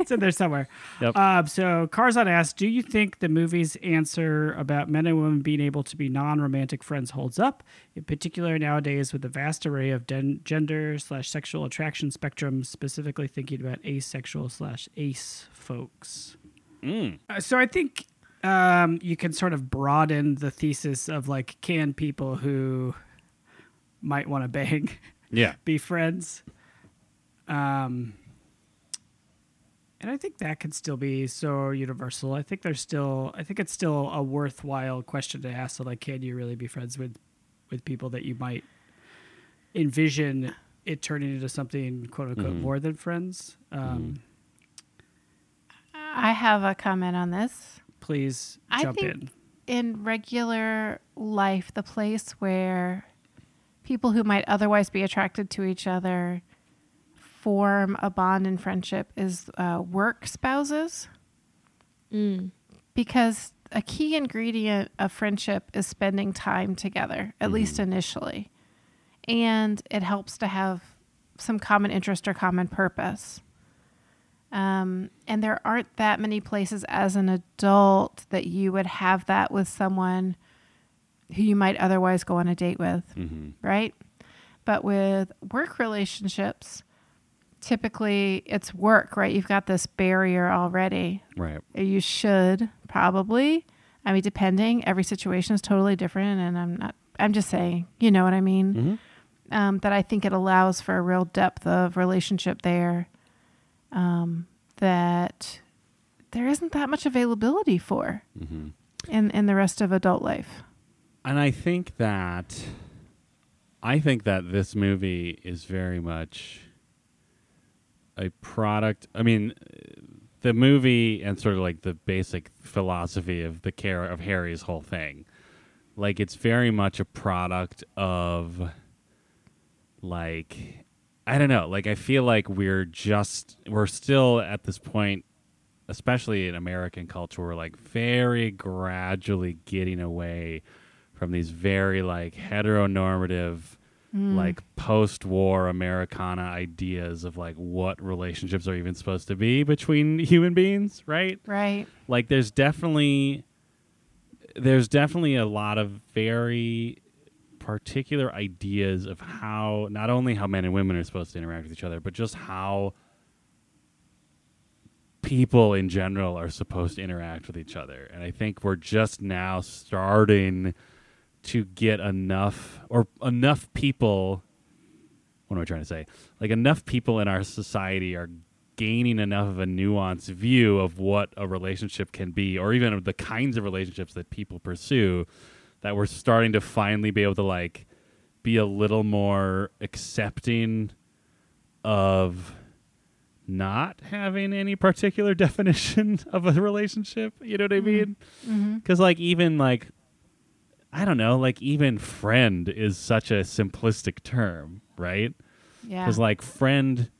S3: it's in there somewhere.
S4: Yep.
S3: Um, so Carzon asks, do you think the movie's answer about men and women being able to be non-romantic friends holds up, in particular nowadays with the vast array of den- gender slash sexual attraction spectrum, specifically thinking about asexual slash ace folks? Uh, so I think um, you can sort of broaden the thesis of like, can people who might want to bang
S4: yeah
S3: be friends. Um, and I think that could still be so universal. I think there's still, I think it's still a worthwhile question to ask. So like, can you really be friends with, with people that you might envision it turning into something quote unquote more than friends? Um,
S1: I have a comment on this.
S3: Please
S1: I
S3: jump
S1: think-
S3: in.
S1: In regular life, the place where people who might otherwise be attracted to each other form a bond and friendship is uh, work spouses. Because a key ingredient of friendship is spending time together, at least initially. And it helps to have some common interest or common purpose. Um, and there aren't that many places as an adult that you would have that with someone who you might otherwise go on a date with, right? But with work relationships, typically it's work, right? You've got this barrier already.
S4: right
S1: You should probably. I mean, depending, every situation is totally different, and I'm not. I'm just saying, you know what I mean. Um, that I think it allows for a real depth of relationship there. Um, that there isn't that much availability for in in the rest of adult life.
S4: and I think that I think that this movie is very much a product. I mean, uh, the movie and sort of like the basic philosophy of the care of Harry's whole thing. Like it's very much a product of like I don't know, like I feel like we're just we're still at this point especially in American culture, we're like very gradually getting away from these very like heteronormative, like post war Americana ideas of like what relationships are even supposed to be between human beings, right?
S1: Right.
S4: Like there's definitely there's definitely a lot of very particular ideas of how not only how men and women are supposed to interact with each other, but just how people in general are supposed to interact with each other. And I think we're just now starting to get enough or enough people what am I trying to say? Like enough people in our society are gaining enough of a nuanced view of what a relationship can be or even of the kinds of relationships that people pursue that we're starting to finally be able to like be a little more accepting of not having any particular definition of a relationship. You know what I mean? Because like even like I don't know, like even friend is such a simplistic term, right?
S1: Yeah.
S4: Because like friend,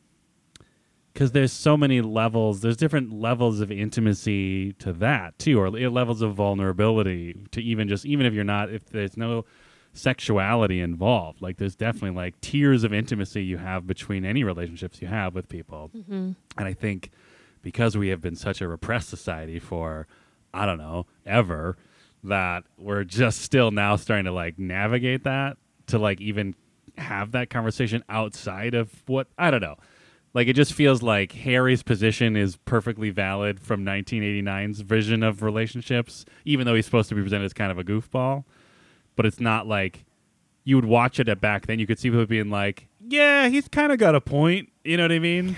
S4: because there's so many levels. There's different levels of intimacy to that too, or le- levels of vulnerability to even just even if you're not if there's no sexuality involved. Like there's definitely like tiers of intimacy you have between any relationships you have with people. And I think because we have been such a repressed society for, I don't know, ever, that we're just still now starting to like navigate that to like even have that conversation outside of what I don't know. Like it just feels like Harry's position is perfectly valid from 1989's vision of relationships, even though he's supposed to be presented as kind of a goofball. But it's not like you would watch it at back then. You could see people being like, "Yeah, he's kind of got a point." You know what I mean?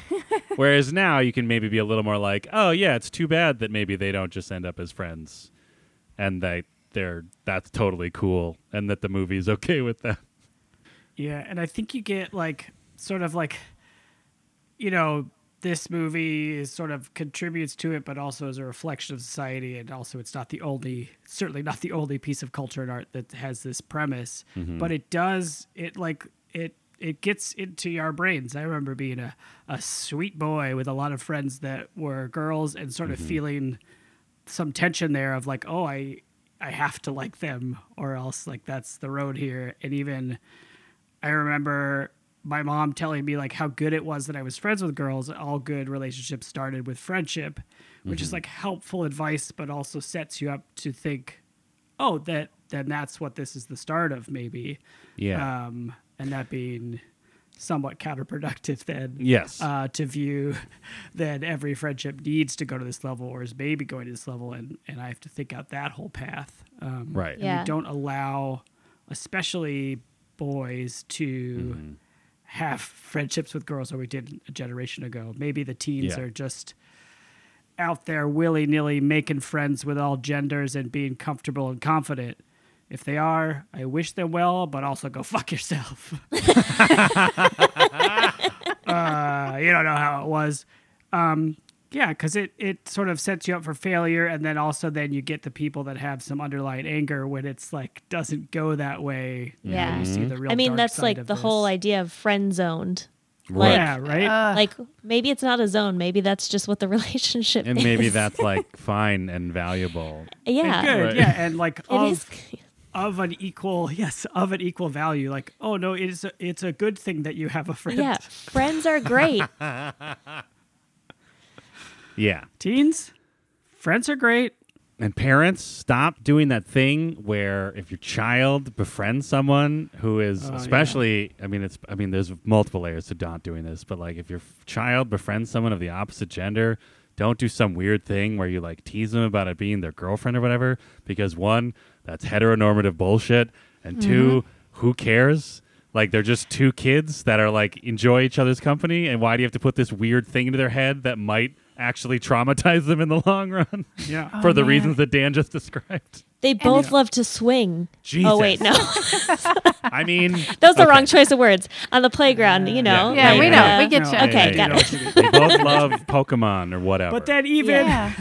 S4: Whereas now you can maybe be a little more like, "Oh yeah, it's too bad that maybe they don't just end up as friends, and that they're that's totally cool, and that the movie's okay with that."
S3: Yeah, and I think you get like sort of like you know, this movie is sort of contributes to it, but also is a reflection of society, and also it's not the only, certainly not the only piece of culture and art that has this premise. But it does, it like it it gets into our brains. I remember being a a sweet boy with a lot of friends that were girls, and sort of feeling some tension there of like, oh, I I have to like them, or else like that's the road here, and even. I remember my mom telling me like how good it was that I was friends with girls. All good relationships started with friendship, which
S4: Mm-hmm.
S3: is like helpful advice, but also sets you up to think, oh, that then that's what this is the start of maybe.
S4: Yeah.
S3: Um, and that being somewhat counterproductive then.
S4: Yes.
S3: Uh, to view that every friendship needs to go to this level or is maybe going to this level, and and I have to think out that whole path. Um,
S4: right.
S2: Yeah.
S3: and we don't allow especially boys to
S4: Mm-hmm.
S3: have friendships with girls or we did a generation ago maybe the teens
S4: Yeah.
S3: are just out there willy-nilly making friends with all genders and being comfortable and confident if they are i wish them well but also go fuck yourself uh, you don't know how it was Um, yeah, because it it sort of sets you up for failure, and then also then you get the people that have some underlying anger when it's like doesn't go that way.
S2: Yeah.
S3: you see the real.
S2: I mean,
S3: dark
S2: that's
S3: side
S2: like the
S3: of
S2: whole uh,
S3: this.
S2: idea of friend zoned.
S4: Right.
S3: Yeah, right.
S2: like maybe it's not a zone. Maybe that's just what the relationship
S4: And
S2: is.
S4: maybe that's like fine and valuable.
S2: yeah.
S3: And good.
S4: Right.
S3: Yeah, and like
S2: It
S3: of
S2: is.
S3: of an equal yes of an equal value. Like oh no, it's a, it's a good thing that you have a friend.
S2: Yeah, friends are great.
S4: Yeah.
S3: Teens, friends are great.
S4: And parents, stop doing that thing where if your child befriends someone who is
S3: Oh,
S4: especially I mean it's I mean there's multiple layers to not doing this, but like if your f- child befriends someone of the opposite gender, don't do some weird thing where you like tease them about it being their girlfriend or whatever because one, that's heteronormative bullshit and 2 who cares? Like they're just two kids that are like enjoy each other's company and why do you have to put this weird thing into their head that might actually traumatize them in the long run
S3: Oh, Yeah.
S4: for the
S1: man.
S4: reasons that Dan just described.
S2: They both love to swing.
S4: Jesus.
S2: Oh wait, no,
S4: I mean,
S2: that was the
S4: okay.
S2: wrong choice of words. On the playground, you know.
S1: Yeah, we
S4: yeah,
S1: know.
S4: yeah.
S1: We get
S3: No,
S1: you.
S3: I-
S2: Okay,
S3: I
S2: got
S3: know
S2: it.
S3: what you mean.
S4: They both love Pokemon or whatever.
S3: But then even
S1: Yeah.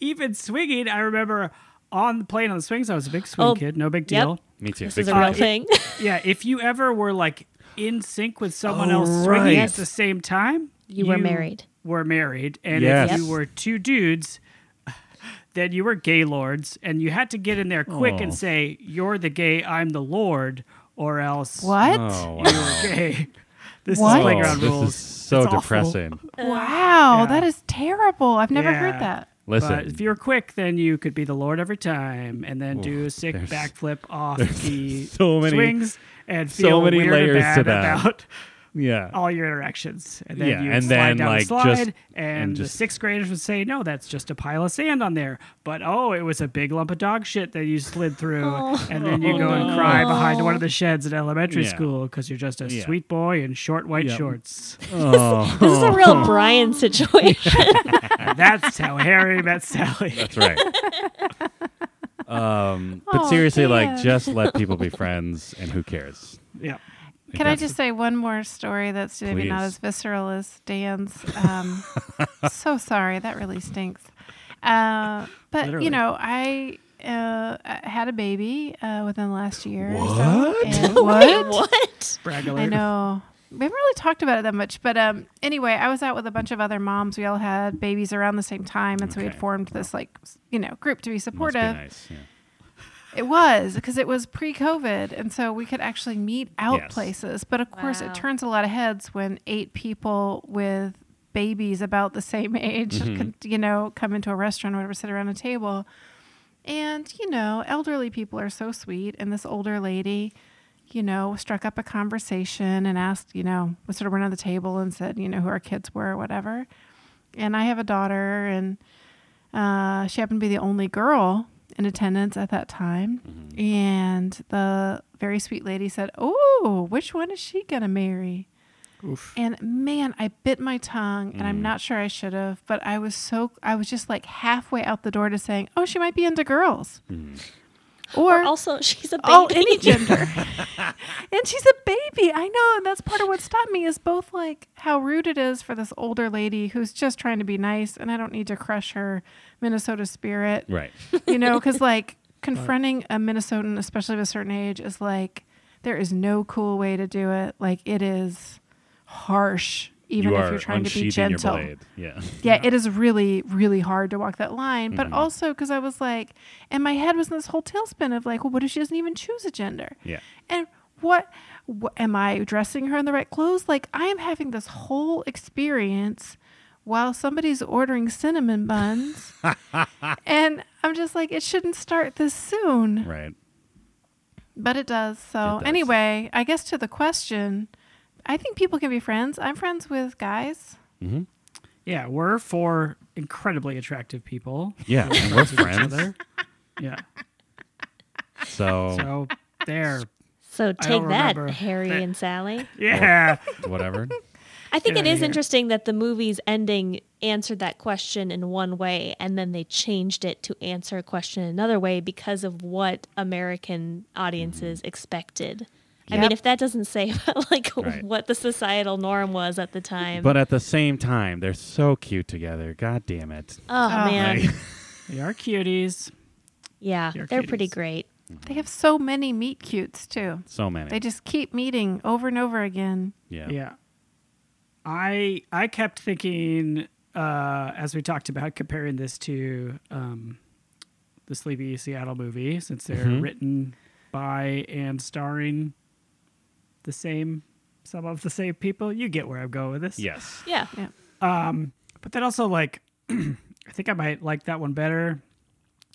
S3: even swinging, I remember on the plane on the swings, I was a big swing
S2: Oh,
S3: kid, no big
S2: yep.
S3: deal.
S4: me too.
S2: This
S4: Big
S2: is a
S4: fan.
S2: real thing.
S3: Yeah, if you ever were like in sync with someone
S4: Oh,
S3: else swinging
S4: right.
S3: at the same time,
S2: You were married.
S3: Were married, and
S4: Yes.
S3: if you
S2: Yep.
S3: were two dudes, then you were gay lords, and you had to get in there quick and
S4: Oh.
S3: say, "You're the gay, I'm the lord," or else
S1: What?
S4: Oh,
S3: you
S4: wow.
S3: were gay. This is
S1: What?
S3: playground
S4: this
S3: rules.
S4: is so
S3: It's awful.
S4: depressing.
S1: Wow,
S3: Yeah.
S1: that is terrible. I've never
S3: Yeah.
S1: heard that.
S3: But
S4: Listen,
S3: if you're quick, then you could be the Lord every time, and then do a sick
S4: there's-
S3: backflip off the
S4: so many-
S3: swings and
S4: so
S3: feel
S4: many
S3: weird
S4: layers to
S3: and bad
S4: that.
S3: about
S4: yeah,
S3: all your interactions. And then
S4: Yeah,
S3: you
S4: and
S3: slide
S4: then,
S3: down
S4: like,
S3: the slide,
S4: just-
S3: and,
S4: and
S3: the
S4: just-
S3: sixth graders would say, "No, that's just a pile of sand on there." But oh, it was a big lump of dog shit that you slid through,
S2: Oh.
S3: and then you go and cry behind one of the sheds at elementary
S4: Yeah.
S3: school because you're just a
S4: Yeah.
S3: sweet boy in short white
S4: Yep.
S3: shorts.
S4: oh,
S2: This is a real Brian situation.
S3: And that's how Harry met Sally.
S4: that's right. Um, but
S1: Aw,
S4: seriously, like,
S1: Dan.
S4: just let people be friends, and who cares?
S3: yeah.
S1: Can I
S4: that's
S1: just say one more story that's maybe not
S4: Please.
S1: as visceral as Dan's? Um, so sorry, that really stinks. Uh, but
S3: Literally.
S1: you know, I uh, had a baby uh, within the last year. or so,
S4: What?
S1: and-
S2: Wait,
S1: what?
S2: what?
S3: Brag
S1: I
S3: alert.
S1: know. We haven't really talked about it that much, but um, anyway, I was out with a bunch of other moms. We all had babies around the same time, and so we had
S4: Okay.
S1: formed this like s- you know group to be
S4: Must be
S1: supportive.
S4: nice. Yeah.
S1: It was because it was pre-COVID, and so we could actually meet out
S4: Yes.
S1: places. But of course,
S2: Wow.
S1: it turns a lot of heads when eight people with babies about the same age, could, you know, come into a restaurant or whatever, sit around a table, and you know, elderly people are so sweet, and this older lady. You know, struck up a conversation and asked, you know, we sort of went on the table and said, you know, who our kids were or whatever. And I have a daughter, and uh, she happened to be the only girl in attendance at that time. And the very sweet lady said, Oh, which one is she going to marry? And man, I bit my tongue, and I'm not sure I should have, but I was so, I was just like halfway out the door to saying, Oh, she might be into girls. Or,
S2: Or also, she's a baby.
S1: oh, any gender. and she's a baby. I know. And that's part of what stopped me is both like how rude it is for this older lady who's just trying to be nice and I don't need to crush her Minnesota spirit.
S4: Right.
S1: You know, because like confronting a Minnesotan, especially of a certain age, is like there is no cool way to do it. Like it is harsh, even
S4: you
S1: if
S4: are
S1: you're trying to be
S4: unsheathing your
S1: gentle
S4: blade. Yeah. Mm-hmm.
S1: yeah, it is really, really hard to walk that line. But also because I was like, and my head was in this whole tailspin of like, well, what if she doesn't even choose a gender?
S4: Yeah.
S1: And what, what am I dressing her in the right clothes? Like I am having this whole experience while somebody's ordering cinnamon buns, and I'm just like, it shouldn't start this soon.
S4: Right.
S1: But it does. So
S4: It does.
S1: anyway, I guess to the question, I think people can be friends. I'm friends with guys.
S3: Yeah, we're four incredibly attractive people.
S4: Yeah. and we're
S3: Each
S4: friends.
S3: other. Yeah.
S4: So
S3: So there.
S2: So take that,
S3: remember.
S2: Harry and Sally.
S3: Yeah.
S4: whatever.
S2: I think
S3: Get
S2: it
S3: outta
S2: is
S3: here.
S2: interesting that the movie's ending answered that question in one way and then they changed it to answer a question another way because of what American audiences expected. I mean,
S1: Yep.
S2: if that doesn't say about like
S4: Right.
S2: what the societal norm was at the time.
S4: But uh, at the same time, they're so cute together. God damn it.
S2: oh, man.
S4: Like-
S3: They are cuties.
S2: yeah,
S3: You're
S2: they're pretty
S3: kitties.
S2: great.
S4: Mm-hmm.
S1: They have so many meet cutes too.
S4: So many.
S1: They just keep meeting over and over again.
S4: yeah.
S3: Yeah. I I kept thinking uh, as we talked about comparing this to um, the Sleepy Seattle movie since they're written by and starring the same some of the same people. You get where I'm going with this.
S4: Yes.
S2: Yeah.
S1: Yeah.
S3: But then also like I think I might like that one better.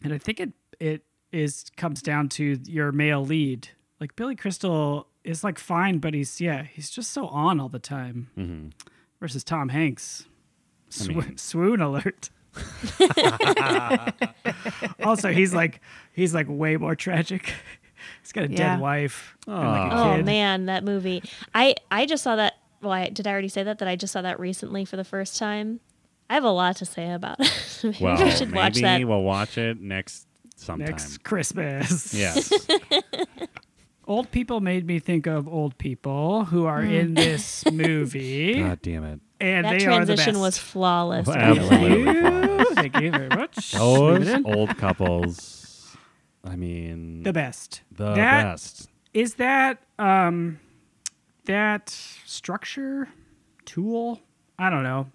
S3: And I think it it is comes down to your male lead. Like Billy Crystal is like fine, but he's yeah, he's just so on all the time. Versus Tom Hanks. Swo- swoon alert. also, he's like he's like way more tragic. He's got a
S1: Yeah.
S3: dead wife. and, like, a
S2: Oh
S3: kid.
S2: man, that movie. I I just saw that. Well, I, did I already say that? That I just saw that recently for the first time. I have a lot to say about it. maybe
S4: Well,
S2: we should
S4: maybe
S2: watch that.
S4: we'll watch it next sometime.
S3: Next Christmas.
S4: Yes.
S3: Old people made me think of old people who are in this movie,
S4: God damn it.
S3: and
S2: Hmm. that
S3: they
S2: transition
S3: are the
S2: was
S3: best.
S2: flawless.
S4: Well,
S2: by the way.
S4: absolutely.
S3: Ooh, Thank you very much.
S4: Those
S3: Leave it in.
S4: old couples. I mean,
S3: The best.
S4: the
S3: That-
S4: best.
S3: Is that um, that structure tool? I don't know.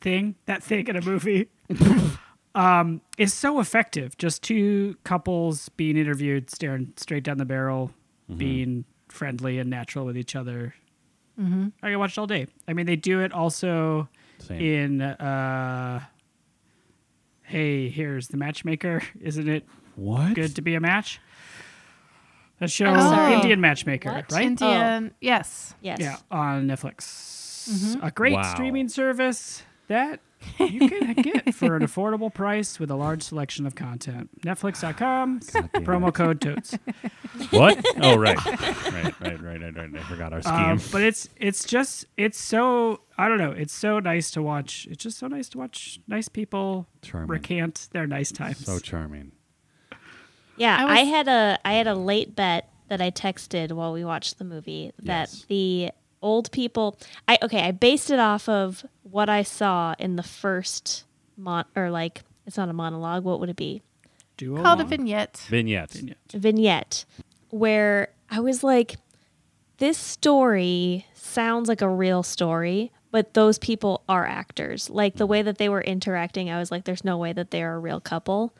S3: Thing that thing in a movie um, is so effective. Just two couples being interviewed, staring straight down the barrel,
S4: Mm-hmm.
S3: being friendly and natural with each other.
S1: Mm-hmm.
S3: I can watch it all day. I mean, they do it also
S4: Same.
S3: in. Uh, hey, here's the matchmaker. Isn't it
S4: What?
S3: good to be a match. That show
S2: I'm Oh. sorry.
S3: Indian Matchmaker,
S2: What?
S3: right?
S4: uh,
S1: Indian. Yes.
S2: Yes. Mm-hmm.
S3: Yeah, on Netflix. A great
S4: Wow.
S3: streaming service that you can get for an affordable price with a large selection of content. Netflix.com,
S4: God damn
S3: promo
S4: it.
S3: code totes.
S4: What? Oh, right. right, right, right, right, right. I forgot our scheme.
S3: Um, but it's it's just it's so I don't know, it's so nice to watch. It's just so nice to watch nice people
S4: Charming.
S3: recant their nice times.
S4: so charming.
S2: Yeah,
S1: I
S2: I,
S1: was-
S2: had a I had a late bet that I texted while we watched the movie that
S4: Yes.
S2: the old people I okay, I based it off of what I saw in the first mon or like it's not a monologue, what would it be?
S3: Duo
S1: Called a
S3: one.
S1: vignette.
S4: Vignettes.
S2: vignette where I was like, this story sounds like a real story, but those people are actors. Like the way that they were interacting, I was like, there's no way that they are a real couple.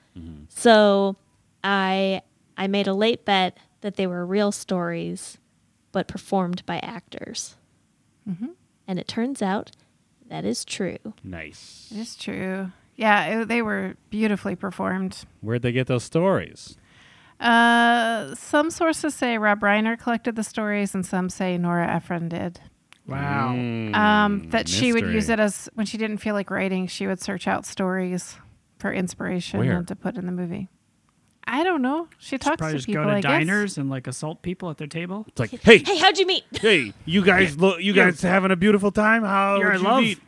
S2: So I I made a late bet that they were real stories, but performed by actors. Mm-hmm. And it turns out that is true.
S4: Nice.
S1: It is true. Yeah, it, they were beautifully performed.
S4: Where'd they get those stories?
S1: Uh, some sources say Rob Reiner collected the stories, and some say Nora Ephron did.
S3: Wow.
S4: Mm.
S1: Um, that she would use
S4: Hmm, mystery.
S1: it as when she didn't feel like writing, she would search out stories for inspiration
S4: Where?
S1: and to put in the movie. I don't know. She
S3: Should
S1: talks
S3: probably
S1: to
S3: just
S1: people.
S3: go to
S1: I guess.
S3: diners and like assault people at their table.
S4: It's like, hey,
S2: Hey, how'd you meet?
S4: hey, you guys look, you
S3: You're-
S4: guys having a beautiful time? How
S3: You're
S4: would
S3: in
S4: you
S3: love.
S4: meet?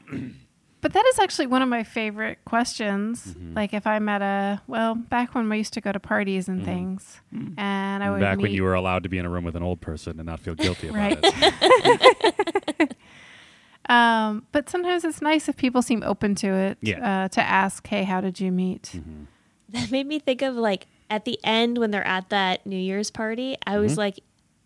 S1: But that is actually one of my favorite questions.
S4: Mm-hmm.
S1: Like if I'm at a well, back when we used to go to parties and things,
S3: Hmm.
S1: and I would
S4: Mm-hmm. Back when
S1: meet-
S4: you were allowed to be in a room with an old person and not feel guilty about
S1: Right.
S4: it.
S1: Um, but sometimes it's nice if people seem open to it.
S4: Yeah. Mm-hmm.
S1: Uh, to ask, hey, how did you meet?
S2: that made me think of like at the end when they're at that New Year's party, I was like,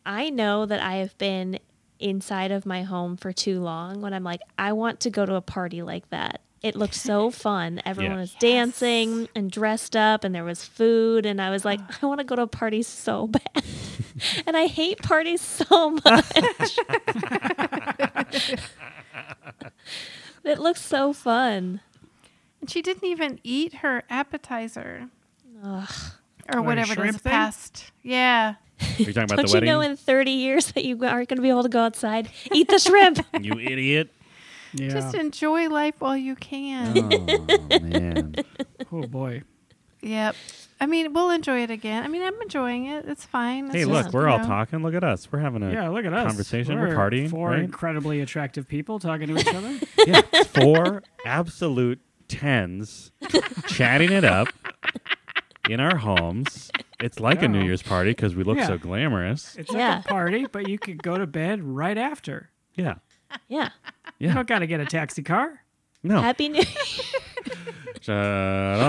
S2: I know that I have been inside of my home for too long when I'm like, I want to go to a party like that. It looked so fun. Everyone
S4: Yeah.
S2: was dancing and dressed up, and there was food. And I was like, I want to go to a party so bad. and I hate parties so much. it looks so fun.
S1: And she didn't even eat her appetizer
S2: Ugh.
S1: or
S3: Like
S1: whatever it
S3: shrimp
S1: is
S3: thing?
S1: past. Yeah.
S4: Are you talking about
S2: Don't
S4: the
S2: you
S4: wedding?
S2: know in 30 years that you aren't going to be able to go outside, eat the shrimp?
S4: you idiot.
S3: Yeah.
S1: Just enjoy life while you can.
S4: Oh, man.
S3: oh boy.
S1: Yep. I mean, we'll enjoy it again. I mean, I'm enjoying it. It's fine. It's
S4: Hey,
S1: just,
S4: look,
S1: you
S4: we're all
S1: know.
S4: talking. Look at us. We're having a
S3: Yeah, look at us.
S4: conversation. We're,
S3: We're
S4: partying.
S3: Four
S4: right?
S3: incredibly attractive people talking to each other.
S4: yeah, four absolute tens chatting it up in our homes. It's like a New
S3: Yeah.
S4: Year's party because we look
S3: Yeah.
S4: so glamorous.
S3: It's
S2: Yeah.
S3: like a party, but you could go to bed right after.
S4: Yeah.
S2: yeah.
S3: You
S4: Yeah.
S3: don't got to get a taxi car.
S4: No.
S2: Happy New
S4: Shut up.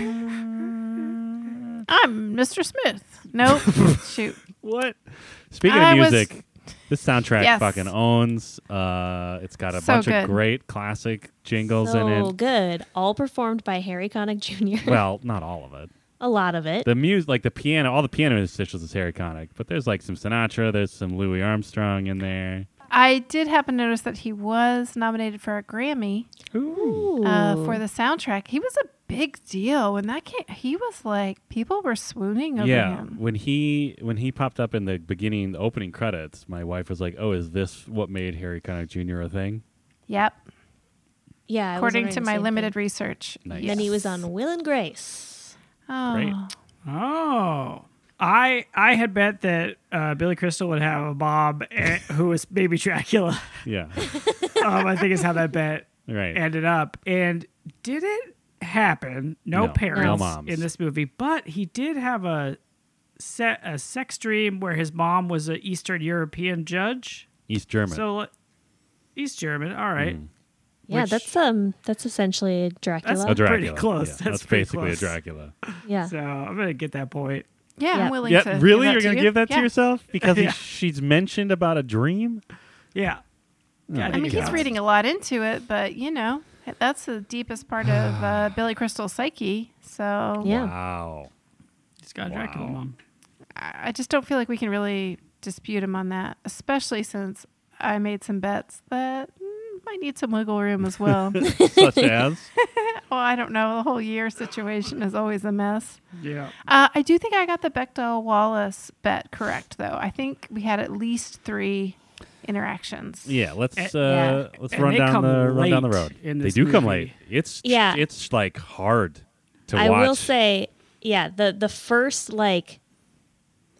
S1: I'm Mr. Smith. Nope. Shoot.
S4: What? Speaking
S1: I
S4: of
S1: was-
S4: music, this soundtrack
S1: Yes.
S4: fucking owns. Uh, it's got a
S1: So
S4: bunch
S1: good.
S4: of great classic jingles in
S2: So
S4: it.
S2: good. All performed by Harry Connick Jr.
S4: Well, not all of it.
S2: a lot of it.
S4: The music, like the piano, all the piano instrumentals is Harry Connick, but there's like some Sinatra, there's some Louis Armstrong in there.
S1: I did happen to notice that he was nominated for a Grammy uh, for the soundtrack. He was a big deal when that came. He was like people were swooning over
S4: yeah,
S1: him.
S4: when he when he popped up in the beginning the opening credits, my wife was like, "Oh, is this what made Harry Connick Jr. a thing?"
S1: Yep.
S2: yeah. I was
S1: According
S2: wondering
S1: to
S2: the
S1: my
S2: same
S1: limited
S2: thing.
S1: research.
S4: Nice.
S2: And Then he was on Will and Grace.
S1: Oh,
S4: Great.
S3: Oh, I I had bet that uh, Billy Crystal would have a Bob eh, who was baby Dracula.
S4: Yeah.
S3: um, I think is how that bet
S4: Right.
S3: ended up. And did it happen? No,
S4: No.
S3: parents
S4: No moms.
S3: in this movie, but he did have a set a sex dream where his mom was an Eastern European judge.
S4: East German.
S3: So like, East German, all right.
S2: Yeah,
S3: Which-
S2: that's um, that's essentially Dracula.
S3: pretty
S4: a Dracula.
S3: close.
S4: Yeah,
S3: That's
S4: that's
S3: pretty
S4: basically
S3: close.
S4: a Dracula.
S2: yeah,
S3: So I'm gonna get that point.
S1: Yeah, I'm
S2: Yep.
S1: willing to.
S4: Yeah,
S1: give
S4: really?
S1: that
S4: You're
S1: to
S4: gonna
S1: you?
S4: give that
S1: Yeah.
S4: to yourself because he-
S3: Yeah.
S4: she's mentioned about a dream.
S3: Yeah. Yeah,
S1: I mean,
S3: think
S1: he's
S3: so.
S1: reading a lot into it, but you know, that's the deepest part of uh, Billy Crystal's psyche. So
S2: Yeah.
S4: Wow.
S3: He's got a Dracula
S4: Wow.
S3: mom.
S1: I I just don't feel like we can really dispute him on that, especially since I made some bets that mm, might need some wiggle room as well. well,
S4: Such as
S1: I don't know. The whole year situation is always a mess.
S3: Yeah.
S1: Uh, I do think I got the Bechdel Wallace bet correct, though. I think we had at least three interactions.
S4: yeah. Let's
S3: And-
S4: uh, let's
S3: and
S4: run
S3: they
S4: down
S3: come
S4: the run down the
S3: late
S4: road.
S3: in
S4: They
S3: this
S4: do come
S3: movie.
S4: late. It's
S2: Yeah.
S4: It's like hard to
S2: I
S4: watch.
S2: will say, yeah, the the first like,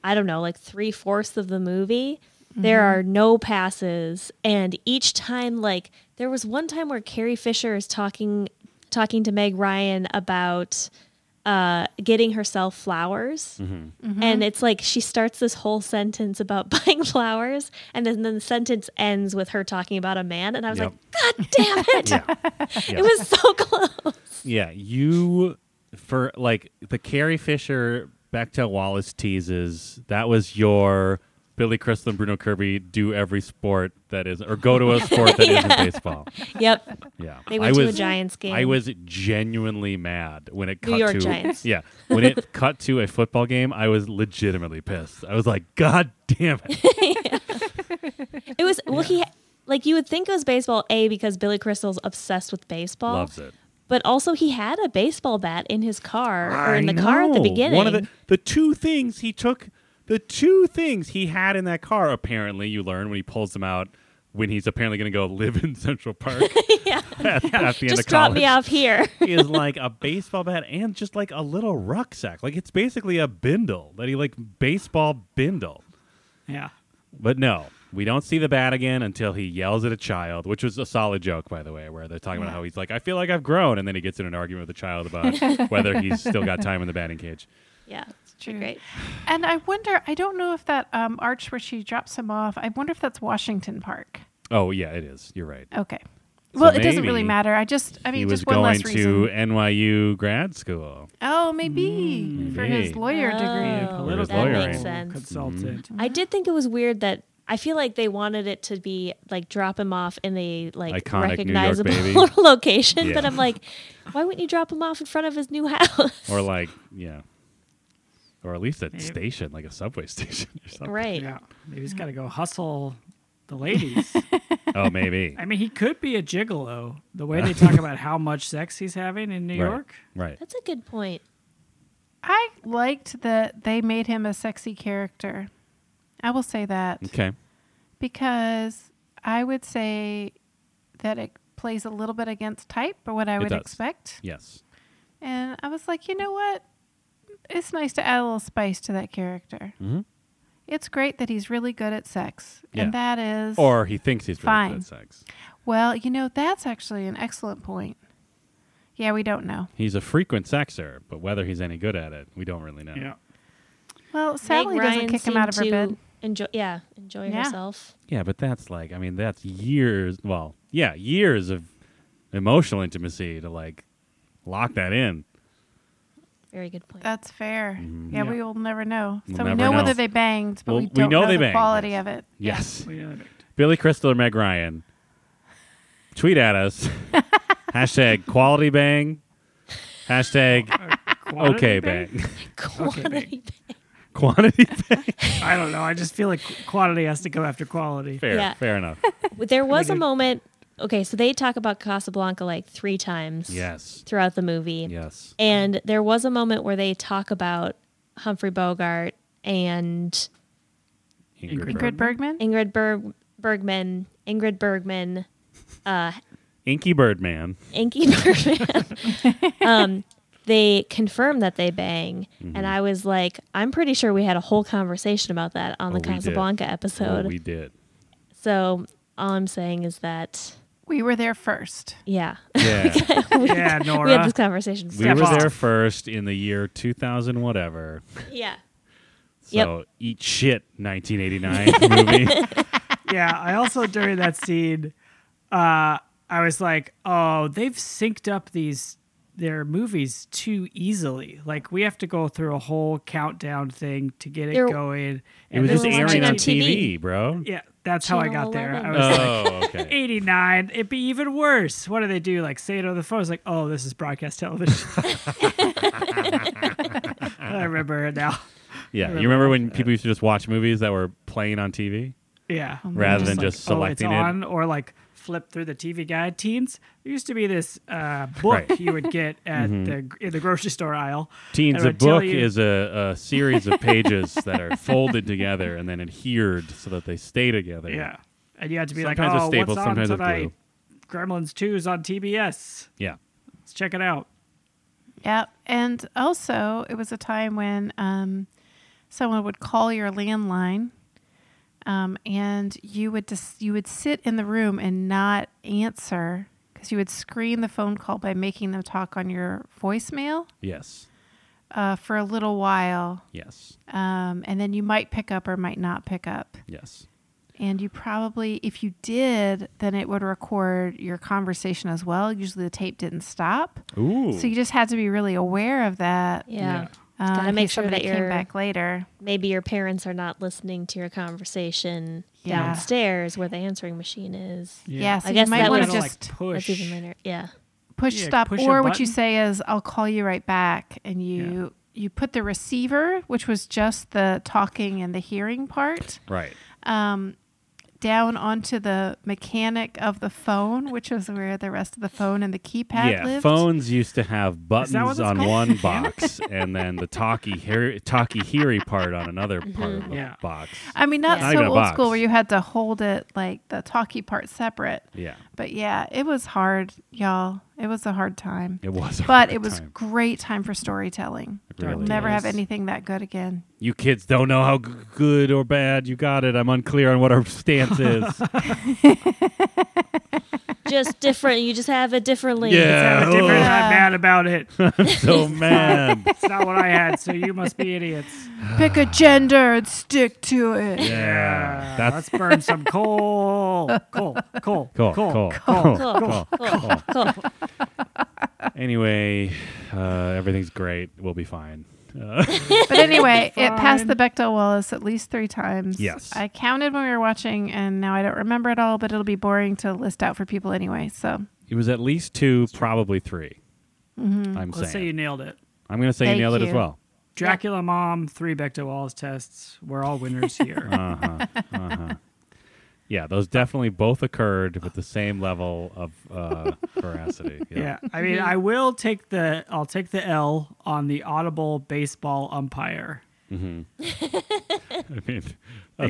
S2: I don't know, like three fourths of the movie, there are no passes, and each time, like, there was one time where Carrie Fisher is talking talking to Meg Ryan about uh getting herself flowers
S4: Mm-hmm.
S2: and it's like she starts this whole sentence about buying flowers and then, then the sentence ends with her talking about a man and i was
S4: Yep.
S2: like god damn it
S4: Yeah. Yeah.
S2: it was so close
S4: Yeah, you for like the Carrie Fisher Bechtel Wallace teases. That was your Billy Crystal and Bruno Kirby do every sport that is, or go to a sport that not baseball.
S2: yep
S4: Yeah,
S2: They
S4: I
S2: went to a
S4: was-
S2: Giants game.
S4: I was genuinely mad when it
S2: New
S4: cut
S2: York
S4: to
S2: Giants.
S4: yeah when it cut to a football game. I was legitimately pissed. I was like, God damn it!
S2: It was well, he like you would think it was baseball a because Billy Crystal's obsessed with baseball,
S4: Loves it.
S2: but also he had a baseball bat in his car or in the car at the
S4: know.
S2: beginning.
S4: One of the the two things he took, the two things he had in that car. Apparently, you learn when he pulls them out when he's apparently going to go live in Central Park at, at the end
S2: Just
S4: of
S2: drop
S4: college.
S2: me off here.
S4: is like a baseball bat and just like a little rucksack. Like it's basically a bindle that he like baseball bindle.
S3: Yeah.
S4: But no, we don't see the bat again until he yells at a child, which was a solid joke, by the way, where they're talking about how he's like, I feel like I've grown. And then he gets in an argument with the child about whether he's still got time in the batting cage.
S2: yeah,
S1: true.
S2: Great.
S1: And I wonder, I don't know if that um, arch where she drops him off, I wonder if that's Washington Park.
S4: Oh, yeah, it is. You're right.
S1: Okay. Well, it doesn't
S4: maybe
S1: really matter. I just, I
S4: he
S1: mean,
S4: was
S1: just one
S4: going
S1: less
S4: to
S1: reason.
S4: NYU grad school.
S1: Oh, maybe for his
S4: Mm, Maybe.
S1: lawyer degree.
S2: Oh,
S4: Political
S2: that
S4: lawyer, Mm-hmm.
S2: makes
S4: right?
S2: sense.
S3: Consultant.
S2: I did think it was weird that I feel like they wanted it to be like drop him off in a like
S4: Iconic New York
S2: recognizable
S4: baby.
S2: location, but
S4: Yeah.
S2: I'm like, why wouldn't you drop him off in front of his new house?
S4: Or like, yeah. Or at least a station, like a subway station or something.
S2: right?
S3: Yeah. Maybe he's got to go hustle the ladies.
S4: Oh, maybe.
S3: I mean, he could be a gigolo. The way they talk about how much sex he's having in New
S4: right.
S3: York.
S4: Right.
S2: That's a good point.
S1: I liked that they made him a sexy character. I will say that
S4: Okay.
S1: because I would say that it plays a little bit against type or what I
S4: It
S1: would
S4: does.
S1: expect.
S4: Yes.
S1: And I was like, you know what? It's nice to add a little spice to that character.
S4: Mhm.
S1: It's great that he's really good at sex. And
S4: Yeah.
S1: that is.
S4: Or he thinks he's really good
S1: Fine.
S4: at sex.
S1: Well, you know, that's actually an excellent point. Yeah, we don't know.
S4: He's a frequent sexer, but whether he's any good at it, we don't really know.
S3: Yeah.
S1: Well, Sally
S2: Meg
S1: doesn't
S2: Ryan
S1: kick him out of her
S2: seemed
S1: bed.
S2: to Enjoy, yeah, enjoy
S1: Yeah.
S2: herself.
S4: Yeah, but that's like, I mean, that's years, well, yeah, years of emotional intimacy to like lock that in.
S2: Very good point.
S1: That's fair. Yeah,
S3: Yeah.
S1: we will never know.
S4: Mm-hmm. We'll
S1: so we
S4: never
S1: know,
S4: know.
S1: whether they banged, but
S4: Well,
S1: we
S4: we
S1: don't
S4: know
S1: know,
S4: they
S1: the
S4: banged.
S1: quality of it.
S4: Yes.
S3: We know that.
S4: Billy Crystal or Meg Ryan. Tweet at us. Hashtag quality bang. Hashtag
S3: Quantity
S4: okay
S3: bang?
S4: bang.
S2: Quantity.
S4: Quantity bang.
S3: I don't know. I just feel like quantity has to go after quality.
S4: Fair.
S2: Yeah.
S4: Fair enough.
S2: there was a moment. Okay, so they talk about Casablanca like three times
S4: Yes.
S2: throughout the movie.
S4: Yes.
S2: And there was a moment where they talk about Humphrey Bogart and
S4: Ingrid.
S1: Ingrid
S4: Berg-
S1: Bergman?
S2: Ingrid Berg- Bergman, Ingrid Bergman,
S4: Inky Birdman.
S2: Inky Bergman. um, they confirm that they bang,
S4: Mm-hmm.
S2: and I was like, I'm pretty sure we had a whole conversation about that on
S4: Oh, we
S2: the
S4: did.
S2: Casablanca
S4: Oh,
S2: episode.
S4: we did.
S2: so all I'm saying is that,
S1: We were there first.
S2: yeah,
S4: Yeah.
S3: yeah,
S2: we had
S3: Nora.
S2: this conversation.
S4: we
S2: first.
S4: were
S3: off.
S4: there first in the year 2000 whatever.
S2: yeah.
S4: So eat shit 1989 movie.
S3: yeah, I also during that scene, uh, I was like, oh, they've synced up these their movies too easily. Like we have to go through a whole countdown thing to get it
S2: They're-
S3: going.
S4: It was
S2: They
S4: just
S2: were
S4: airing
S2: watching
S4: on
S2: on
S4: TV,
S2: TV.
S4: bro.
S3: Yeah, that's how I got
S2: Channel
S3: there.
S2: 11.
S3: I was like,
S4: Oh, okay.
S3: 89. It'd be even worse. What do they do? Like say it on the phone. It's like, oh, this is broadcast television. I remember it now.
S4: Yeah, you remember when people used to just watch movies that were playing on TV?
S3: Yeah.
S4: Rather than
S3: like,
S4: just selecting
S3: oh,
S4: it.
S3: it's on, or like flip through the TV guide. Teens, there used to be this uh, book
S4: Right. Mm-hmm.
S3: you would get at the in the grocery store aisle.
S4: Teens,
S3: And it
S4: a
S3: would tell
S4: book
S3: you-
S4: is a, a series of pages that are folded together and then adhered so that they stay together.
S3: Yeah, and you had to be
S4: Sometimes
S3: like,
S4: with
S3: oh,
S4: staples,
S3: what's on
S4: sometimes with
S3: tonight? Gremlins Two is on TBS.
S4: Yeah.
S3: Let's check it out.
S1: Yeah. And also, it was a time when um, someone would call your landline. Um, and you would just you would sit in the room and not answer because you would screen the phone call by making them talk on your voicemail
S4: Yes.
S1: uh, for a little while,
S4: Yes.
S1: um, and then you might pick up or might not pick up.
S4: Yes.
S1: And you probably, if you did, then it would record your conversation as well. Usually the tape didn't stop.
S4: Ooh.
S1: So you just had to be really aware of that.
S2: Yeah.
S1: Uh,
S2: Gotta
S1: in
S2: make
S1: case
S2: sure
S1: somebody
S2: that
S1: came
S2: you're-
S1: back later.
S2: Maybe your parents are not listening to your conversation
S1: Yeah.
S2: downstairs where the answering machine is.
S1: Yeah, so
S2: I
S1: you
S2: guess
S1: might
S2: that
S1: want to
S2: would've,
S1: just
S3: like,
S2: That's
S3: push.
S2: even later. Yeah.
S1: push
S3: Yeah,
S1: stop,
S3: push a
S1: or what you
S3: button.
S1: say is, "I'll call you right back," and you you put the receiver, which was just the talking and the hearing part,
S4: right.
S1: um, down onto the mechanic of the phone, which is where the rest of the phone and the keypad
S4: yeah.
S1: lived.
S4: Phones used to have
S3: that what
S4: buttons
S3: it's
S4: on
S3: called?
S4: one box and then the talkie hear talkie heary part on another
S1: Mm-hmm.
S4: part of the
S3: Yeah.
S4: box.
S1: I mean, not
S4: Yeah. Not
S1: so
S4: even a
S1: old
S4: box.
S1: school where you had to hold it like the talkie part separate.
S4: Yeah.
S1: But yeah, it was hard, y'all. It was a hard time.
S4: It was. a
S1: but
S4: hard
S1: it was
S4: time.
S1: great time for storytelling.
S4: It really
S1: Never
S4: was.
S1: have anything that good again.
S4: You kids don't know how g- good or bad you got it. I'm unclear on what our stance is.
S2: Just different. You just have it differently.
S4: yeah.
S3: I'm different. I'm
S1: Yeah.
S3: mad about it.
S4: oh, so mad.
S3: It's not what I had. So you must be idiots.
S1: Pick a gender and stick to it.
S4: Yeah. That's
S3: Uh, Let's burn some coal. Coal. Cool.
S4: cool.
S3: Cool.
S4: Cool.
S3: Cool.
S2: Cool. Cool. Cool.
S4: Anyway, uh, everything's great. We'll be fine.
S1: But anyway, it passed
S3: Fine.
S1: the Bechdel Wallace at least three times.
S4: Yes.
S1: I counted when we were watching, and now I don't remember it all, but it'll be boring to list out for people anyway. So
S4: It was at least two, probably 3 Mm-hmm. I'm
S3: Let's say
S4: saying.
S3: you nailed it.
S4: I'm going to say you
S1: Thank
S4: nailed it as
S1: you.
S4: well.
S3: Dracula mom, three Bechdel Wallace tests. We're all winners here.
S4: Uh, Yeah, those definitely both occurred with the same level of uh, veracity.
S3: yeah. I mean, I will take the I'll take the L on the audible baseball umpire.
S4: I mean, that's good.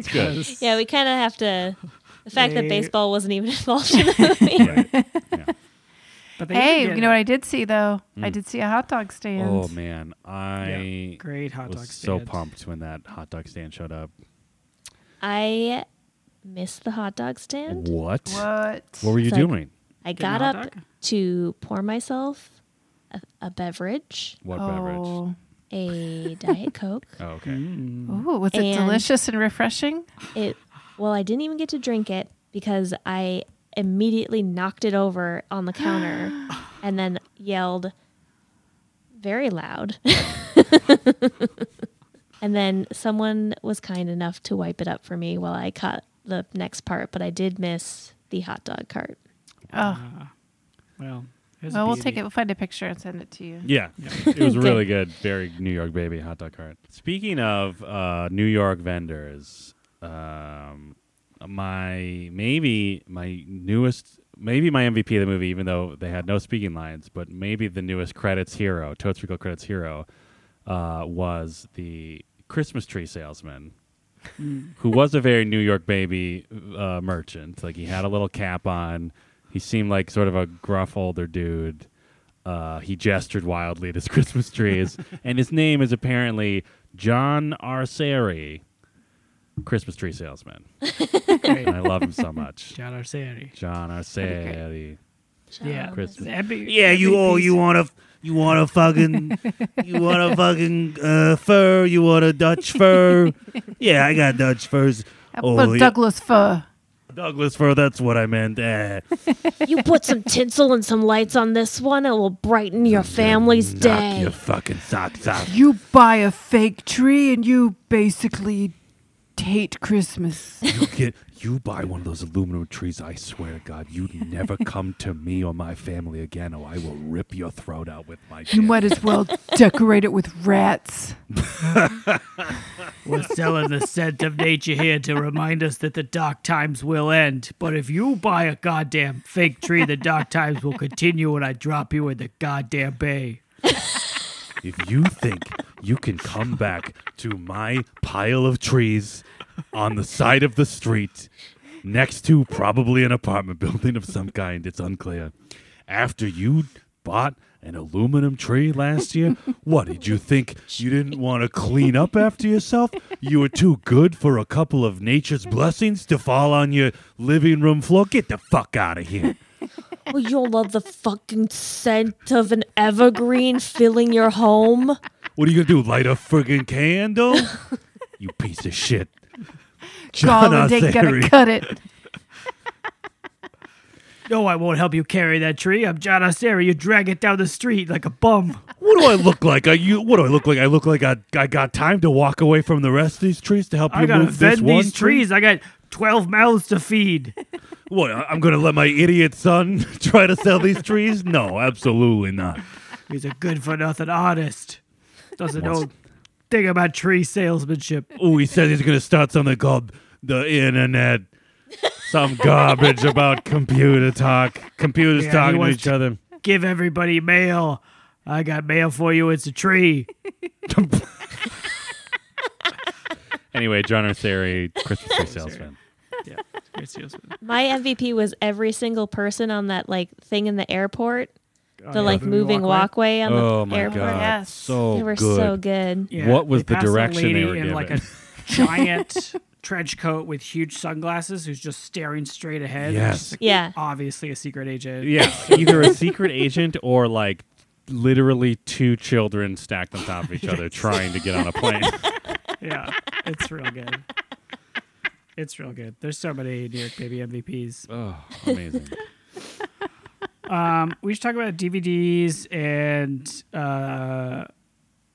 S3: because-
S2: Yeah, we kind of have to. The fact
S3: They-
S2: that baseball wasn't even involved in the movie.
S4: Right. Yeah.
S3: But they
S1: hey,
S3: did
S1: you
S3: get
S1: know what
S3: it.
S1: I did see though? I did see a hot dog stand.
S4: Hmm. Oh, man. I
S3: Yeah, great hot
S4: was
S3: dog
S4: so
S3: stand.
S4: pumped when that hot dog stand showed up.
S2: I missed the hot dog stand.
S4: What?
S1: What?
S4: What were you
S2: It's like-
S4: doing?
S2: I
S3: Getting a
S2: got
S3: hot
S2: up
S3: dog?
S2: to pour myself a, a beverage,
S4: What beverage?
S1: oh.
S2: a diet coke.
S4: Oh, okay.
S1: Ooh, was it
S2: And-
S1: delicious and refreshing?
S2: It well, I didn't even get to drink it because I immediately knocked it over on the counter and then yelled very loud. and then someone was kind enough to wipe it up for me while I caught the next part, but I did miss the hot dog cart.
S1: Oh,
S3: Uh, Well, here's a
S1: well, we'll
S3: beauty.
S1: take it. We'll find a picture and send it to you.
S4: Yeah, it was really good. Very New York baby hot dog cart. Speaking of uh, New York vendors, um, my maybe my newest, maybe my MVP of the movie, even though they had no speaking lines, but maybe the newest credits hero, Totes Recall credits hero, uh, was the Christmas tree salesman. Who was a very New York baby uh, merchant? Like he had a little cap on. He seemed like sort of a gruff older dude Uh, he gestured wildly at his Christmas trees, and his name is apparently John Arceri, Christmas tree salesman.
S3: Great.
S4: And I love him so much.
S3: John Arsani.
S4: John Arceri.
S1: Oh,
S3: Yeah.
S4: Christmas.
S3: Epi-
S5: Yeah, you all
S3: MVPs.
S5: you want a you want a fucking you want a fucking uh, fur. You want a Dutch fur. Yeah, I got Dutch furs. Oh,
S1: well,
S4: Oh,
S5: yeah,
S1: Douglas fur.
S5: Douglas fur. That's what I meant. Eh.
S2: You put some tinsel and some lights on this one, it will brighten your family's
S5: Knock
S2: day.
S5: your fucking socks off.
S1: You buy a fake tree and you basically hate Christmas.
S4: You get you buy one of those aluminum trees. I swear to God, you never come to me or my family again, or I will rip your throat out with my.
S1: You might as well decorate it with rats.
S3: We're selling the scent of nature here to remind us that the dark times will end. But if you buy a goddamn fake tree, the dark times will continue and I drop you in the goddamn bay.
S4: If you think you can come back to my pile of trees on the side of the street, next to probably an apartment building of some kind, it's unclear, after you bought an aluminum tree last year, what did you think? You didn't want to clean up after yourself? You were too good for a couple of nature's blessings to fall on your living room floor? Get the fuck out of here.
S2: Well, you'll love the fucking scent of an evergreen filling your home.
S4: What are you going to do? Light a friggin' candle? You piece of shit.
S1: Garland ain't
S4: Arceri.
S1: gonna cut it.
S3: No, I won't help you carry that tree. I'm John Ostera. You drag it down the street like a bum.
S4: What do I look like? Are you? What do I look like? I look like I, I got time to walk away from the rest of these trees to help you
S3: I gotta
S4: move this
S3: fend
S4: one
S3: these
S4: tree?
S3: trees. I got 12 mouths to feed.
S4: What? I- I'm gonna let my idiot son try to sell these trees? No, absolutely not.
S3: He's a good for nothing artist. Doesn't
S4: Wants-
S3: know thing about tree salesmanship.
S4: Oh, he said he's gonna start something called the internet. Some garbage about computer talk. Computers
S3: Yeah, he
S4: talking to
S3: wants
S4: each
S3: to-
S4: other.
S3: Give everybody mail. I got mail for you. It's a tree.
S4: Anyway, John Arceri, Christmas tree salesman.
S3: yeah. Tree salesman.
S2: My MVP was every single person on that like thing in the airport,
S3: Oh,
S2: the
S3: yeah,
S2: like moving walkway, on
S4: Oh
S2: the
S4: my
S2: airport.
S4: god,
S1: Yes.
S4: so
S2: They were
S4: good.
S2: so good.
S3: Yeah,
S4: What was
S3: they
S4: the
S3: pass a
S4: direction they
S3: lady
S4: were
S3: in
S4: given?
S3: Like a giant trench coat with huge sunglasses, who's just staring straight ahead.
S4: Yes.
S3: She's, like,
S2: Yeah.
S3: obviously a secret agent.
S4: Yeah, either a secret agent or like literally two children stacked on top of each other trying to get on a plane.
S3: yeah, it's real good. It's real good. There's so many New York Baby MVPs.
S4: Oh, amazing.
S3: Um, we should talk about DVDs and uh,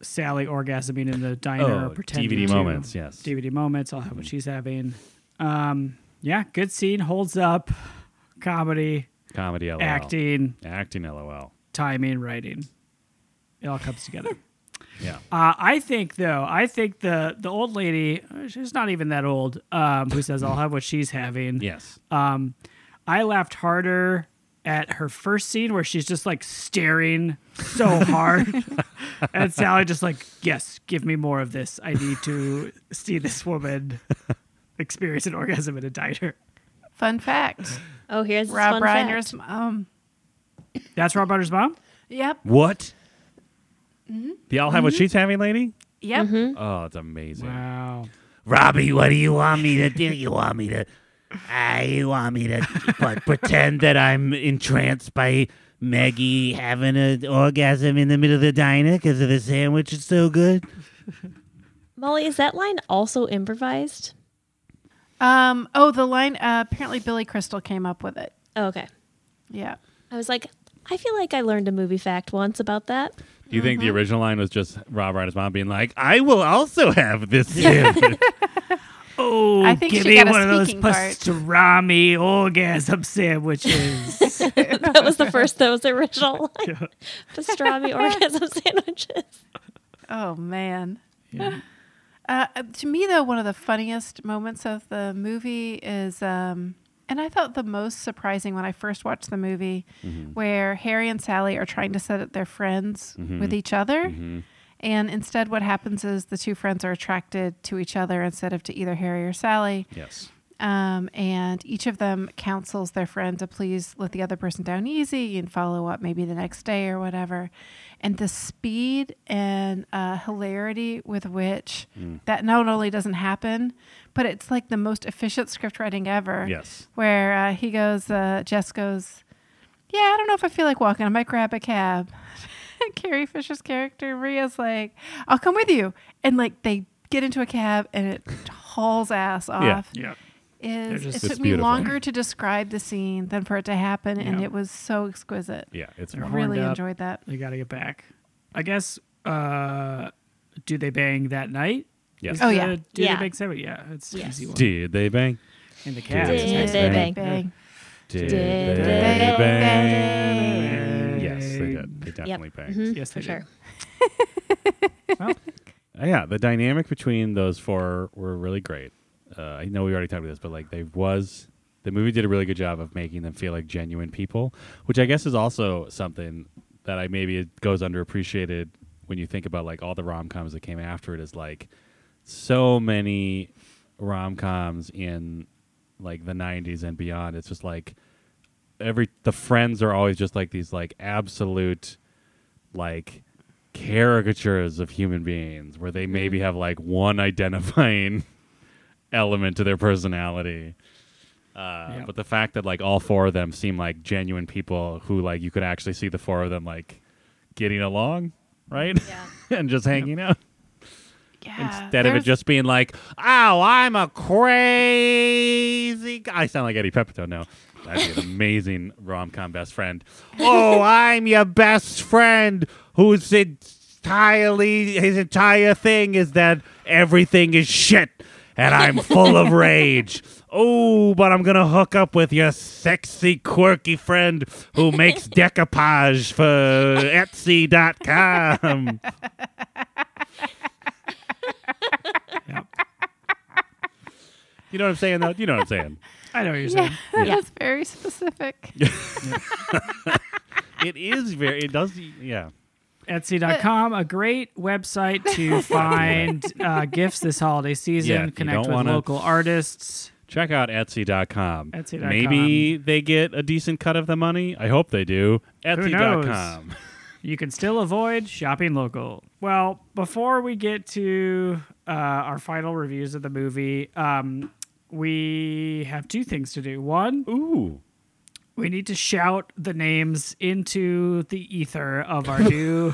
S3: Sally orgasming in the diner,
S4: Oh,
S3: pretending
S4: DVD
S3: to-
S4: moments, yes. Mm-hmm.
S3: DVD moments. I'll have what she's having. Um, yeah, good scene, holds up, comedy,
S4: Comedy LOL.
S3: acting,
S4: Acting LOL.
S3: timing, writing. It all comes together.
S4: Yeah.
S3: Uh, I think though, I think the the old lady, uh, she's not even that old, um, who says I'll have what she's having.
S4: Yes.
S3: Um, I laughed harder at her first scene where she's just like staring so hard, and Sally just like, yes, give me more of this. I need to see this woman experience an orgasm in a diner.
S1: Fun fact:
S2: Oh, here's this
S1: Rob
S2: fun
S1: Reiner's
S2: fact.
S1: mom.
S3: That's Rob Butter's mom.
S1: Yep,
S4: What?
S2: mm-hmm.
S4: Do y'all have what she's having, lady?
S1: yep.
S4: Oh, it's amazing.
S3: Wow.
S5: Robbie, what do you want me to do? You want me to? Uh, you want me to what, pretend that I'm entranced by Maggie having an orgasm in the middle of the diner because of the sandwich is so good?
S2: Molly, is that line also improvised?
S1: Um. Oh, the line. Uh, apparently, Billy Crystal came up with it.
S2: Oh, okay.
S1: Yeah.
S2: I was like, I feel like I learned a movie fact once about that.
S4: Do you think the original line was just Rob Reiner's mom being like, I will also have this sandwich?
S3: Oh,
S1: I think
S3: give
S1: she
S3: me
S1: got a
S3: one of those
S1: speaking part.
S3: pastrami orgasm sandwiches.
S2: That was the first, that was the original line. Pastrami orgasm sandwiches.
S1: Oh man.
S3: Yeah.
S1: Uh, to me, though, one of the funniest moments of the movie is, um, and I thought the most surprising when I first watched the movie, where Harry and Sally are trying to set up their friends with each other. And instead, what happens is the two friends are attracted to each other instead of to either Harry or Sally.
S4: yes.
S1: Um, and each of them counsels their friend to please let the other person down easy and follow up maybe the next day or whatever. And the speed and uh, hilarity with which that not only doesn't happen, but it's like the most efficient script writing ever.
S4: Yes.
S1: Where uh, he goes, uh, Jess goes, yeah, I don't know if I feel like walking. I might grab a cab. Carrie Fisher's character, Maria's like, I'll come with you. And like they get into a cab and it hauls ass off.
S3: Yeah.
S1: Is,
S3: just-
S1: it
S4: It's
S1: took me
S4: beautiful.
S1: longer to describe the scene than for it to happen. And
S3: Yeah.
S1: it was so exquisite.
S4: Yeah, it's
S3: They're
S4: wonderful.
S1: Really
S3: Horned up.
S1: enjoyed that.
S3: They got to get back. I guess. Uh, do they bang that night?
S4: Yes.
S3: Is
S1: Oh,
S3: the-
S1: yeah.
S3: Do
S2: Yeah.
S3: they bang seven? Yeah, it's an
S2: Yes.
S3: easy one.
S4: Did they bang?
S3: In the cab.
S4: Did
S3: It's
S2: they
S1: Bang,
S2: bang?
S1: bang.
S4: Did,
S2: Did
S4: they,
S1: they
S4: bang? Yes, they did. They definitely banged.
S2: Mhm.
S3: Yes,
S2: for
S3: they did.
S2: sure.
S3: Well,
S4: Uh, yeah, the dynamic between those four were really great. Uh, I know we already talked about this, but like they was the movie did a really good job of making them feel like genuine people, which I guess is also something that I maybe it goes underappreciated when you think about like all the rom coms that came after it. Is like so many rom coms in like the '90s and beyond. It's just like every the friends are always just like these like absolute like caricatures of human beings where they maybe have like one identifying element to their personality uh,
S3: Yeah.
S4: but the fact that like all four of them seem like genuine people who like you could actually see the four of them like getting along right
S2: Yeah.
S4: and just hanging out
S1: Yeah.
S4: instead of it
S1: There's-
S4: just being like, "Oh, I'm a crazy." Guy. I sound like Eddie Pepito now. That'd be an amazing rom-com best friend. Oh, I'm your best friend, who's entirely his entire thing is that everything is shit, and I'm full of rage. Oh, but I'm gonna hook up with your sexy, quirky friend who makes decoupage for Etsy.com.
S3: yeah.
S4: You know what I'm saying, though? You know what I'm saying.
S3: I know what you're saying.
S1: yeah, that was very specific.
S4: it is very it does yeah
S3: Etsy.com, a great website to find uh, gifts this holiday season,
S4: Yeah, you
S3: connect
S4: don't
S3: with
S4: wanna-
S3: local artists.
S4: check out etsy.com
S3: Etsy.com.
S4: maybe they get a decent cut of the money i hope they do etsy.com
S3: You can still avoid shopping local. Well, before we get to uh, our final reviews of the movie, um, we have two things to do. One,
S4: ooh
S3: we need to shout the names into the ether of our new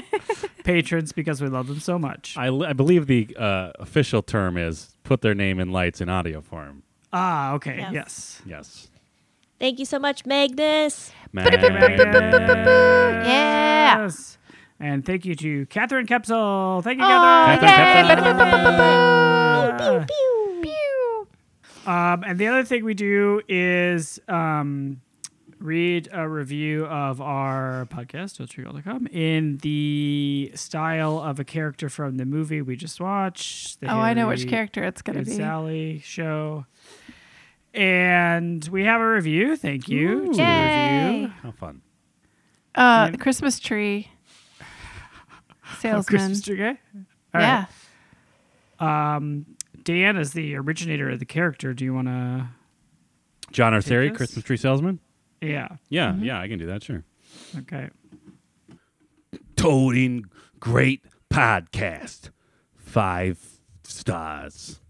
S3: patrons because we love them so much.
S4: I, I believe the uh, official term is put their name in lights in audio form
S3: Ah, okay. Yes.
S2: Yes.
S4: yes
S2: Thank you so much, Magnus.
S4: Magnus.
S1: Yeah.
S3: Yes. And thank you to Catherine Kepsel. Thank you,
S1: Aw,
S3: Catherine.
S1: yay.
S2: Ah.
S3: Uh,
S1: Pew.
S3: Um, and the other thing we do is um, read a review of our podcast, totaltrivial.com, in the style of a character from the movie we just watched. the
S1: Oh, I know which
S3: Harry
S1: character it's going
S3: and
S1: to be.
S3: Sally show. And we have a review. Thank you. to the
S1: Yay.
S3: review.
S4: how fun
S1: Uh, the Christmas tree
S3: uh,
S1: salesman.
S3: Oh, Christmas tree guy. All
S1: yeah.
S3: right. Dan is the originator of the character. Do you want to?
S4: john arceri
S3: this?
S4: christmas tree salesman
S3: Yeah.
S4: yeah yeah i can do that sure
S3: Okay.
S5: toting great podcast. Five stars.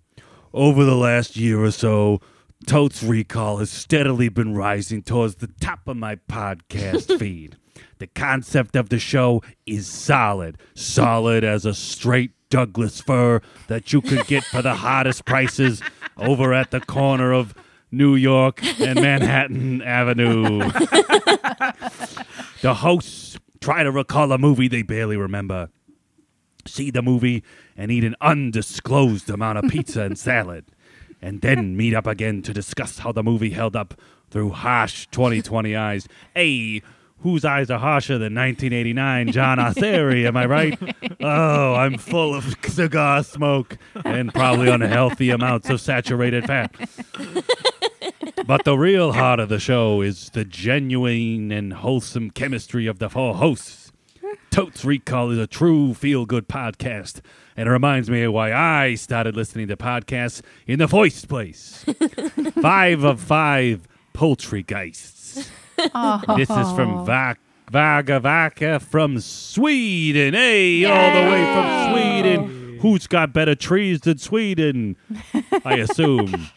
S5: Over the last year or so, Totes Recall has steadily been rising towards the top of my podcast feed. The concept of the show is solid, solid as a straight Douglas fir that you could get for the hottest prices over at the corner of New York and Manhattan Avenue. The hosts try to recall a movie they barely remember, see the movie, and eat an undisclosed amount of pizza and salad, and then meet up again to discuss how the movie held up through harsh 2020 eyes. Hey, whose eyes are harsher than 1989 John Arceri, am I right? Oh, I'm full of cigar smoke and probably unhealthy amounts of saturated fat but the real heart of the show is the genuine and wholesome chemistry of the four hosts.
S4: Totes Recall is a true feel good podcast, and it reminds me of why I started listening to podcasts in the first place. five of five poultry geists. This is
S1: Oh.
S4: from Vac- Vaga Vaca from Sweden. Hey, all the way from Sweden. Who's got better trees than Sweden? I assume.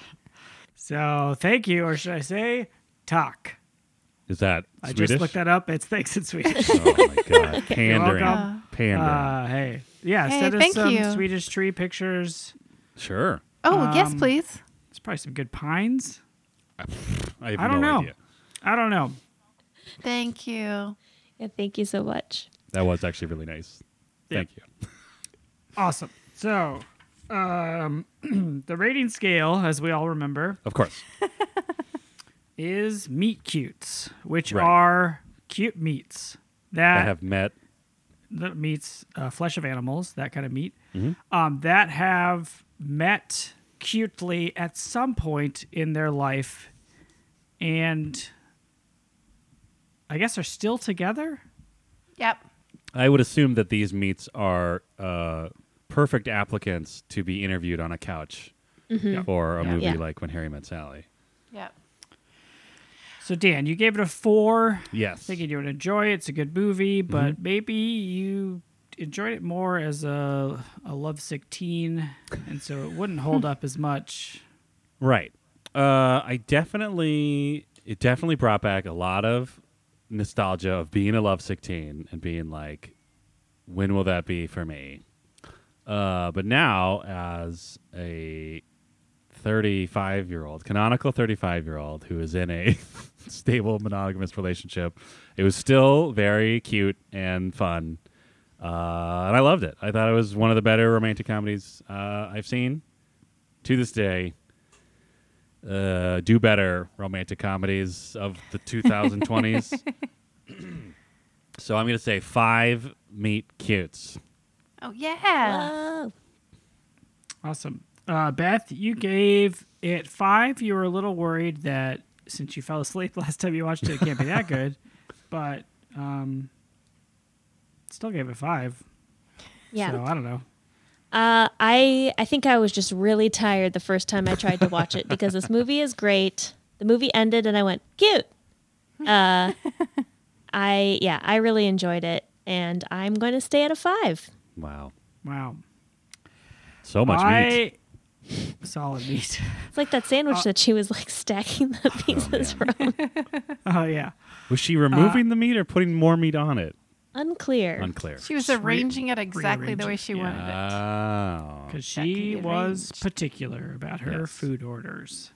S3: So thank you, or should I say, talk.
S4: Is that
S3: I
S4: Swedish?
S3: just looked that up. It's thanks in Swedish.
S4: Oh my god, pandering,
S3: welcome.
S4: pandering.
S3: uh, hey, yeah,
S1: Hey,
S3: send us
S1: thank
S3: some
S1: you.
S3: Swedish tree pictures.
S4: sure,
S1: Oh, yes,
S3: Um,
S1: please.
S3: There's probably some good pines.
S4: I, have
S3: I don't
S4: no
S3: know.
S4: Idea.
S3: I don't know.
S1: Thank you.
S2: Yeah, thank you so much.
S4: That was actually really nice.
S3: Yeah.
S4: Thank you.
S3: Awesome. So, um, the rating scale, as we all remember,
S4: Of course.
S3: is meat cutes, which
S4: Right.
S3: are cute meats
S4: I
S3: that
S4: have met.
S3: that meats, uh, flesh of animals, that kind of meat,
S4: Mm-hmm.
S3: um, that have met cutely at some point in their life, and I guess are still together.
S1: Yep.
S4: I would assume that these meats are uh, perfect applicants to be interviewed on a couch for a
S3: Mm-hmm. Yeah.
S4: movie
S2: Yeah.
S4: like When Harry Met Sally.
S1: Yep.
S3: So Dan, you gave it a four.
S4: Yes.
S3: Thinking you would enjoy it. It's a good movie,
S4: Mm-hmm.
S3: but maybe you enjoyed it more as a a lovesick teen, and so it wouldn't hold up as much.
S4: Right. Uh, I definitely, it definitely brought back a lot of nostalgia of being a lovesick teen and being like, when will that be for me? Uh, but now, as a 35 year old, canonical 35 year old who is in a stable monogamous relationship, it was still very cute and fun. Uh, and I loved it. I thought it was one of the better romantic comedies uh, I've seen to this day uh, do better romantic comedies of the 2020s. so I'm going to say five meet cutes.
S1: Oh, yeah.
S2: Oh,
S3: Awesome, uh, Beth. You gave it five. You were a little worried that since you fell asleep last time you watched it, it can't be that good, but um, still gave it five.
S2: yeah.
S3: So I don't know.
S2: Uh, I I think I was just really tired the first time I tried to watch it because this movie is great. The movie ended and I went cute. Uh, I yeah I really enjoyed it and I'm going to stay at a five.
S4: Wow.
S3: Wow.
S4: So much
S3: I,
S4: meat.
S3: Solid meat.
S2: It's like that sandwich
S1: Oh.
S2: that she was like stacking the pieces from.
S3: oh yeah.
S4: Was she removing the meat or putting more meat on it?
S2: Unclear.
S4: Unclear.
S1: She was
S3: Re-
S1: arranging it exactly the way
S3: rearranging,
S1: she
S3: yeah.
S1: wanted it.
S4: Oh.
S3: because
S1: That can
S3: she
S1: be
S3: was
S1: arranged.
S3: particular about her
S4: Yes. Mm-hmm.
S3: food orders.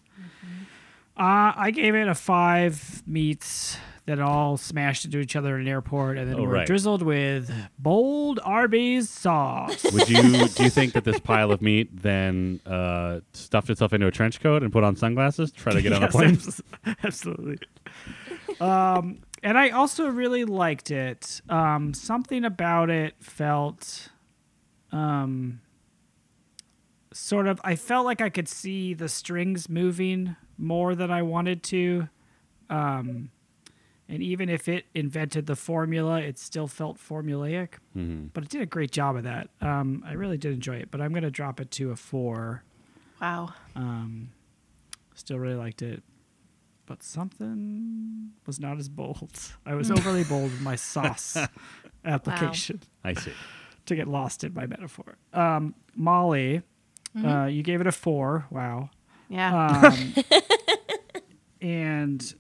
S3: Uh, I gave it a five meats that all smashed into each other in an airport and then
S4: Oh,
S3: were
S4: right.
S3: drizzled with bold Arby's sauce.
S4: Oh. Would you do you think that this pile of meat then uh, stuffed itself into a trench coat and put on sunglasses, to try to get on a
S3: Yes,
S4: plane?
S3: abs- Absolutely. um, and I also really liked it. Um, something about it felt um, sort of, I felt like I could see the strings moving more than I wanted to. Um, and even if it invented the formula, it still felt formulaic.
S4: Mm-hmm.
S3: But it did a great job of that. Um, I really did enjoy it, but I'm going to drop it to a four.
S1: Wow.
S3: Um, still really liked it, but something was not as bold. I was overly bold with my sauce application
S4: I see.
S3: to get lost in my metaphor. Um, Molly, uh, you gave it a four. Wow.
S1: Yeah.
S3: Um, and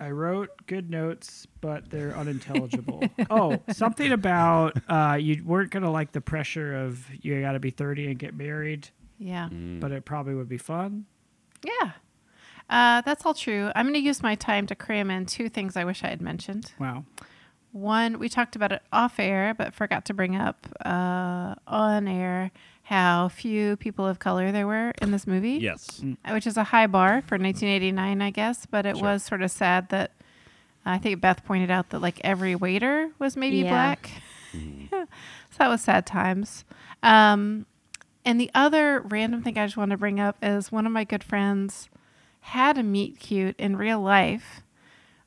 S3: I wrote good notes, but they're unintelligible. oh, something about uh, you weren't going to like the pressure of you got to be 30 and get married,
S1: yeah.
S3: but it probably would be fun.
S1: Yeah. Uh, that's all true. I'm going to use my time to cram in two things I wish I had mentioned.
S3: Wow.
S1: One, we talked about it off air, but forgot to bring up uh, on air how few people of color there were in this movie.
S4: Yes.
S1: uh, Which is a high bar for 1989, I guess, but it
S4: Sure.
S1: was sort of sad that uh, I think Beth pointed out that like every waiter was maybe
S2: Yeah.
S1: black. so that was sad times. Um, and the other random thing I just want to bring up is one of my good friends had a meet cute in real life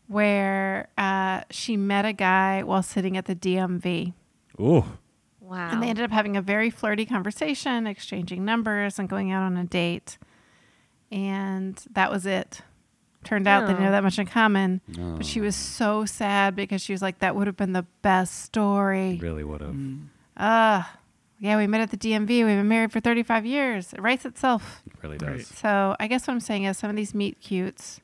S1: where uh, she met a guy while sitting at the DMV.
S4: Ooh.
S2: Wow.
S1: And they ended up having a very flirty conversation, exchanging numbers, and going out on a date. And that was it. Turned out they didn't
S2: Oh.
S1: have that much in common. But she was so sad because she was like, that would have been the best story.
S4: Really would have.
S1: Ugh. Yeah, we met at the DMV. We've been married for 35 years. It writes itself.
S4: Really does.
S3: Right.
S1: So I guess what I'm saying is some of these meet cutes,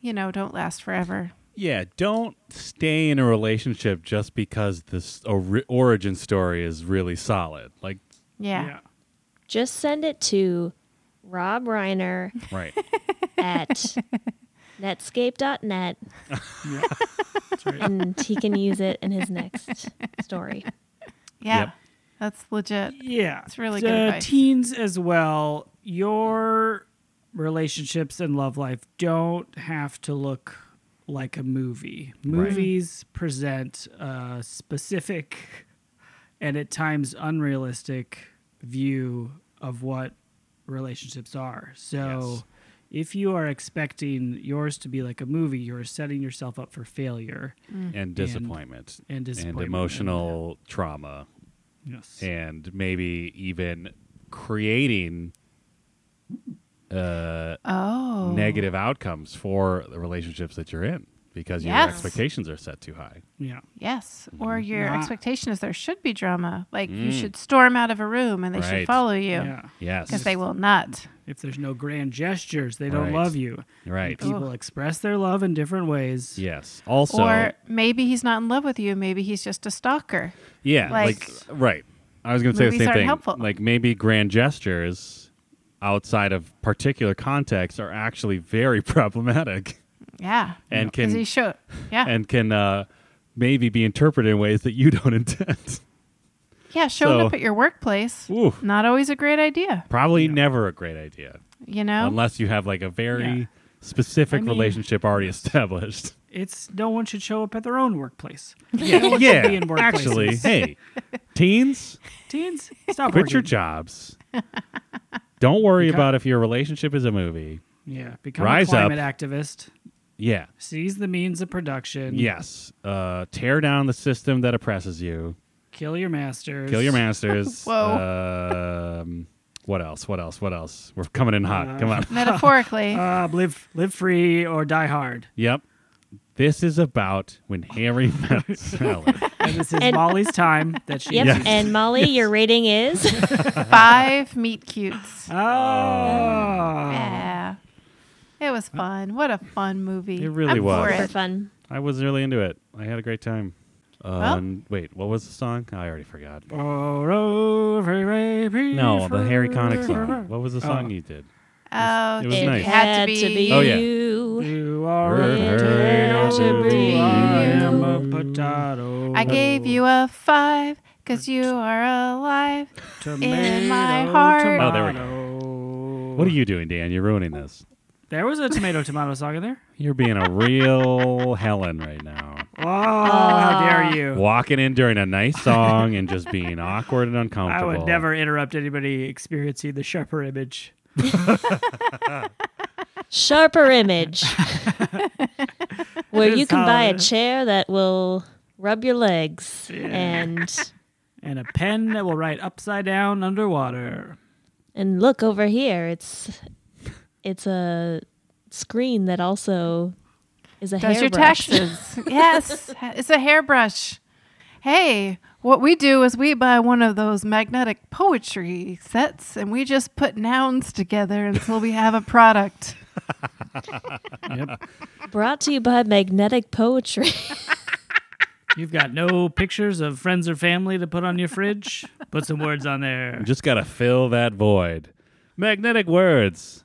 S1: you know, don't last forever.
S4: Yeah, don't stay in a relationship just because this ori- origin story is really solid. Like,
S1: Yeah.
S2: Just send it to Rob Reiner
S4: right.
S2: at netscape.net
S3: Yeah. That's right.
S2: and he can use it in his next story.
S1: Yeah.
S4: Yep.
S1: That's legit.
S3: Yeah.
S1: It's really
S3: The
S1: good advice.
S3: Teens as well, your relationships and love life don't have to look like a movie. Movies present a specific and at times unrealistic view of what relationships are. So if you are expecting yours to be like a movie, you're setting yourself up for failure.
S1: Mm.
S4: and disappointment
S3: and disappointment.
S4: emotional trauma
S3: Yes.
S4: and maybe even creating uh,
S1: Oh.
S4: negative outcomes for the relationships that you're in because your
S1: Yes.
S4: expectations are set too high.
S3: yeah.
S1: Yes, or
S4: Mm,
S1: your
S3: Nah.
S1: expectation is there should be drama. Like you should storm out of a room and they
S4: Right.
S1: should follow you
S3: Yeah.
S4: Yes.
S1: because they will not.
S3: If there's no grand gestures, they don't
S4: Right.
S3: love you.
S4: Right.
S3: People express their love in different ways.
S4: Yes. Also,
S1: or maybe he's not in love with you. Maybe he's just a stalker.
S4: Yeah, like,
S1: Like-
S4: right. I was going to say the
S1: Movies
S4: same
S1: aren't
S4: thing.
S1: helpful.
S4: Like maybe grand gestures outside of particular contexts are actually very problematic
S1: Yeah,
S4: And
S1: Because
S4: can-
S1: he should. Yeah,
S4: and can uh, maybe be interpreted in ways that you don't intend.
S1: yeah. Showing
S4: so-
S1: up at your workplace,
S4: Ooh.
S1: not always a great idea.
S4: Probably never a great idea
S1: You know.
S4: unless you have like a very
S3: Yeah.
S4: specific
S3: I mean-
S4: relationship already established.
S3: It's no one should show up at their own workplace.
S4: Yeah,
S3: be in workplaces.
S4: actually, hey, teens,
S3: Teens, stop
S4: quit your
S3: working.
S4: jobs. Don't worry
S3: Become-
S4: about if your relationship is a movie.
S3: Yeah, become
S4: Rise
S3: a climate
S4: up.
S3: activist.
S4: Yeah.
S3: Seize the means of production.
S4: Yes. Uh, tear down the system that oppresses you.
S3: kill your masters.
S4: Kill your masters.
S1: Whoa.
S4: Um, what else? What else? What else? We're coming in hot. Come on.
S1: Metaphorically,
S3: Uh, live, live free or die hard.
S4: Yep. This is about when Harry met Sally.
S3: And this is
S2: And-
S3: Molly's time that she.
S2: Yep.
S4: Yes.
S2: And Molly, your rating is
S1: five meet cutes.
S3: Oh, Ah.
S1: Yeah, it was fun. What a fun movie.
S4: It really
S1: I'm
S4: was.
S1: for
S2: for
S1: it.
S2: fun.
S4: I was really into it. I had a great time. Uh,
S1: Well-
S4: and- wait, what was the song? I already forgot.
S3: Borrow free baby
S4: No, the Harry Connick
S3: forever.
S4: song. What was the song you did?
S1: Oh,
S4: It was
S2: it
S4: nice.
S2: had to be
S4: Oh, yeah.
S2: you.
S3: You are a
S4: Her-
S3: potato to
S2: her-
S3: me. I am a
S4: you.
S3: potato.
S1: I gave you a five because you are alive. in my
S3: Tomato,
S1: heart.
S4: Oh, there we go.
S3: tomato.
S4: What are you doing, Dan? You're ruining this.
S3: There was a tomato tomato song in there.
S4: You're being a real Helen right now.
S3: Oh, how dare you!
S4: Walking in during a nice song and just being awkward and
S3: I
S4: uncomfortable.
S3: would never interrupt anybody experiencing the sharper image.
S2: Sharper image. Where
S3: It
S2: you
S3: is
S2: can buy a
S3: solid.
S2: chair that will rub your legs
S3: Yeah.
S2: and
S3: And a pen that will write upside down underwater.
S2: and look over here. It's it's a screen that also is a
S1: Does your
S2: hairbrush.
S1: taxes. yes, it's a hairbrush. Hey, what we do is we buy one of those magnetic poetry sets and we just put nouns together until we have a product.
S2: Brought to you by Magnetic Poetry.
S3: You've got no pictures of friends or family to put on your fridge. Put some words on there.
S4: Just got to fill that void. Magnetic words.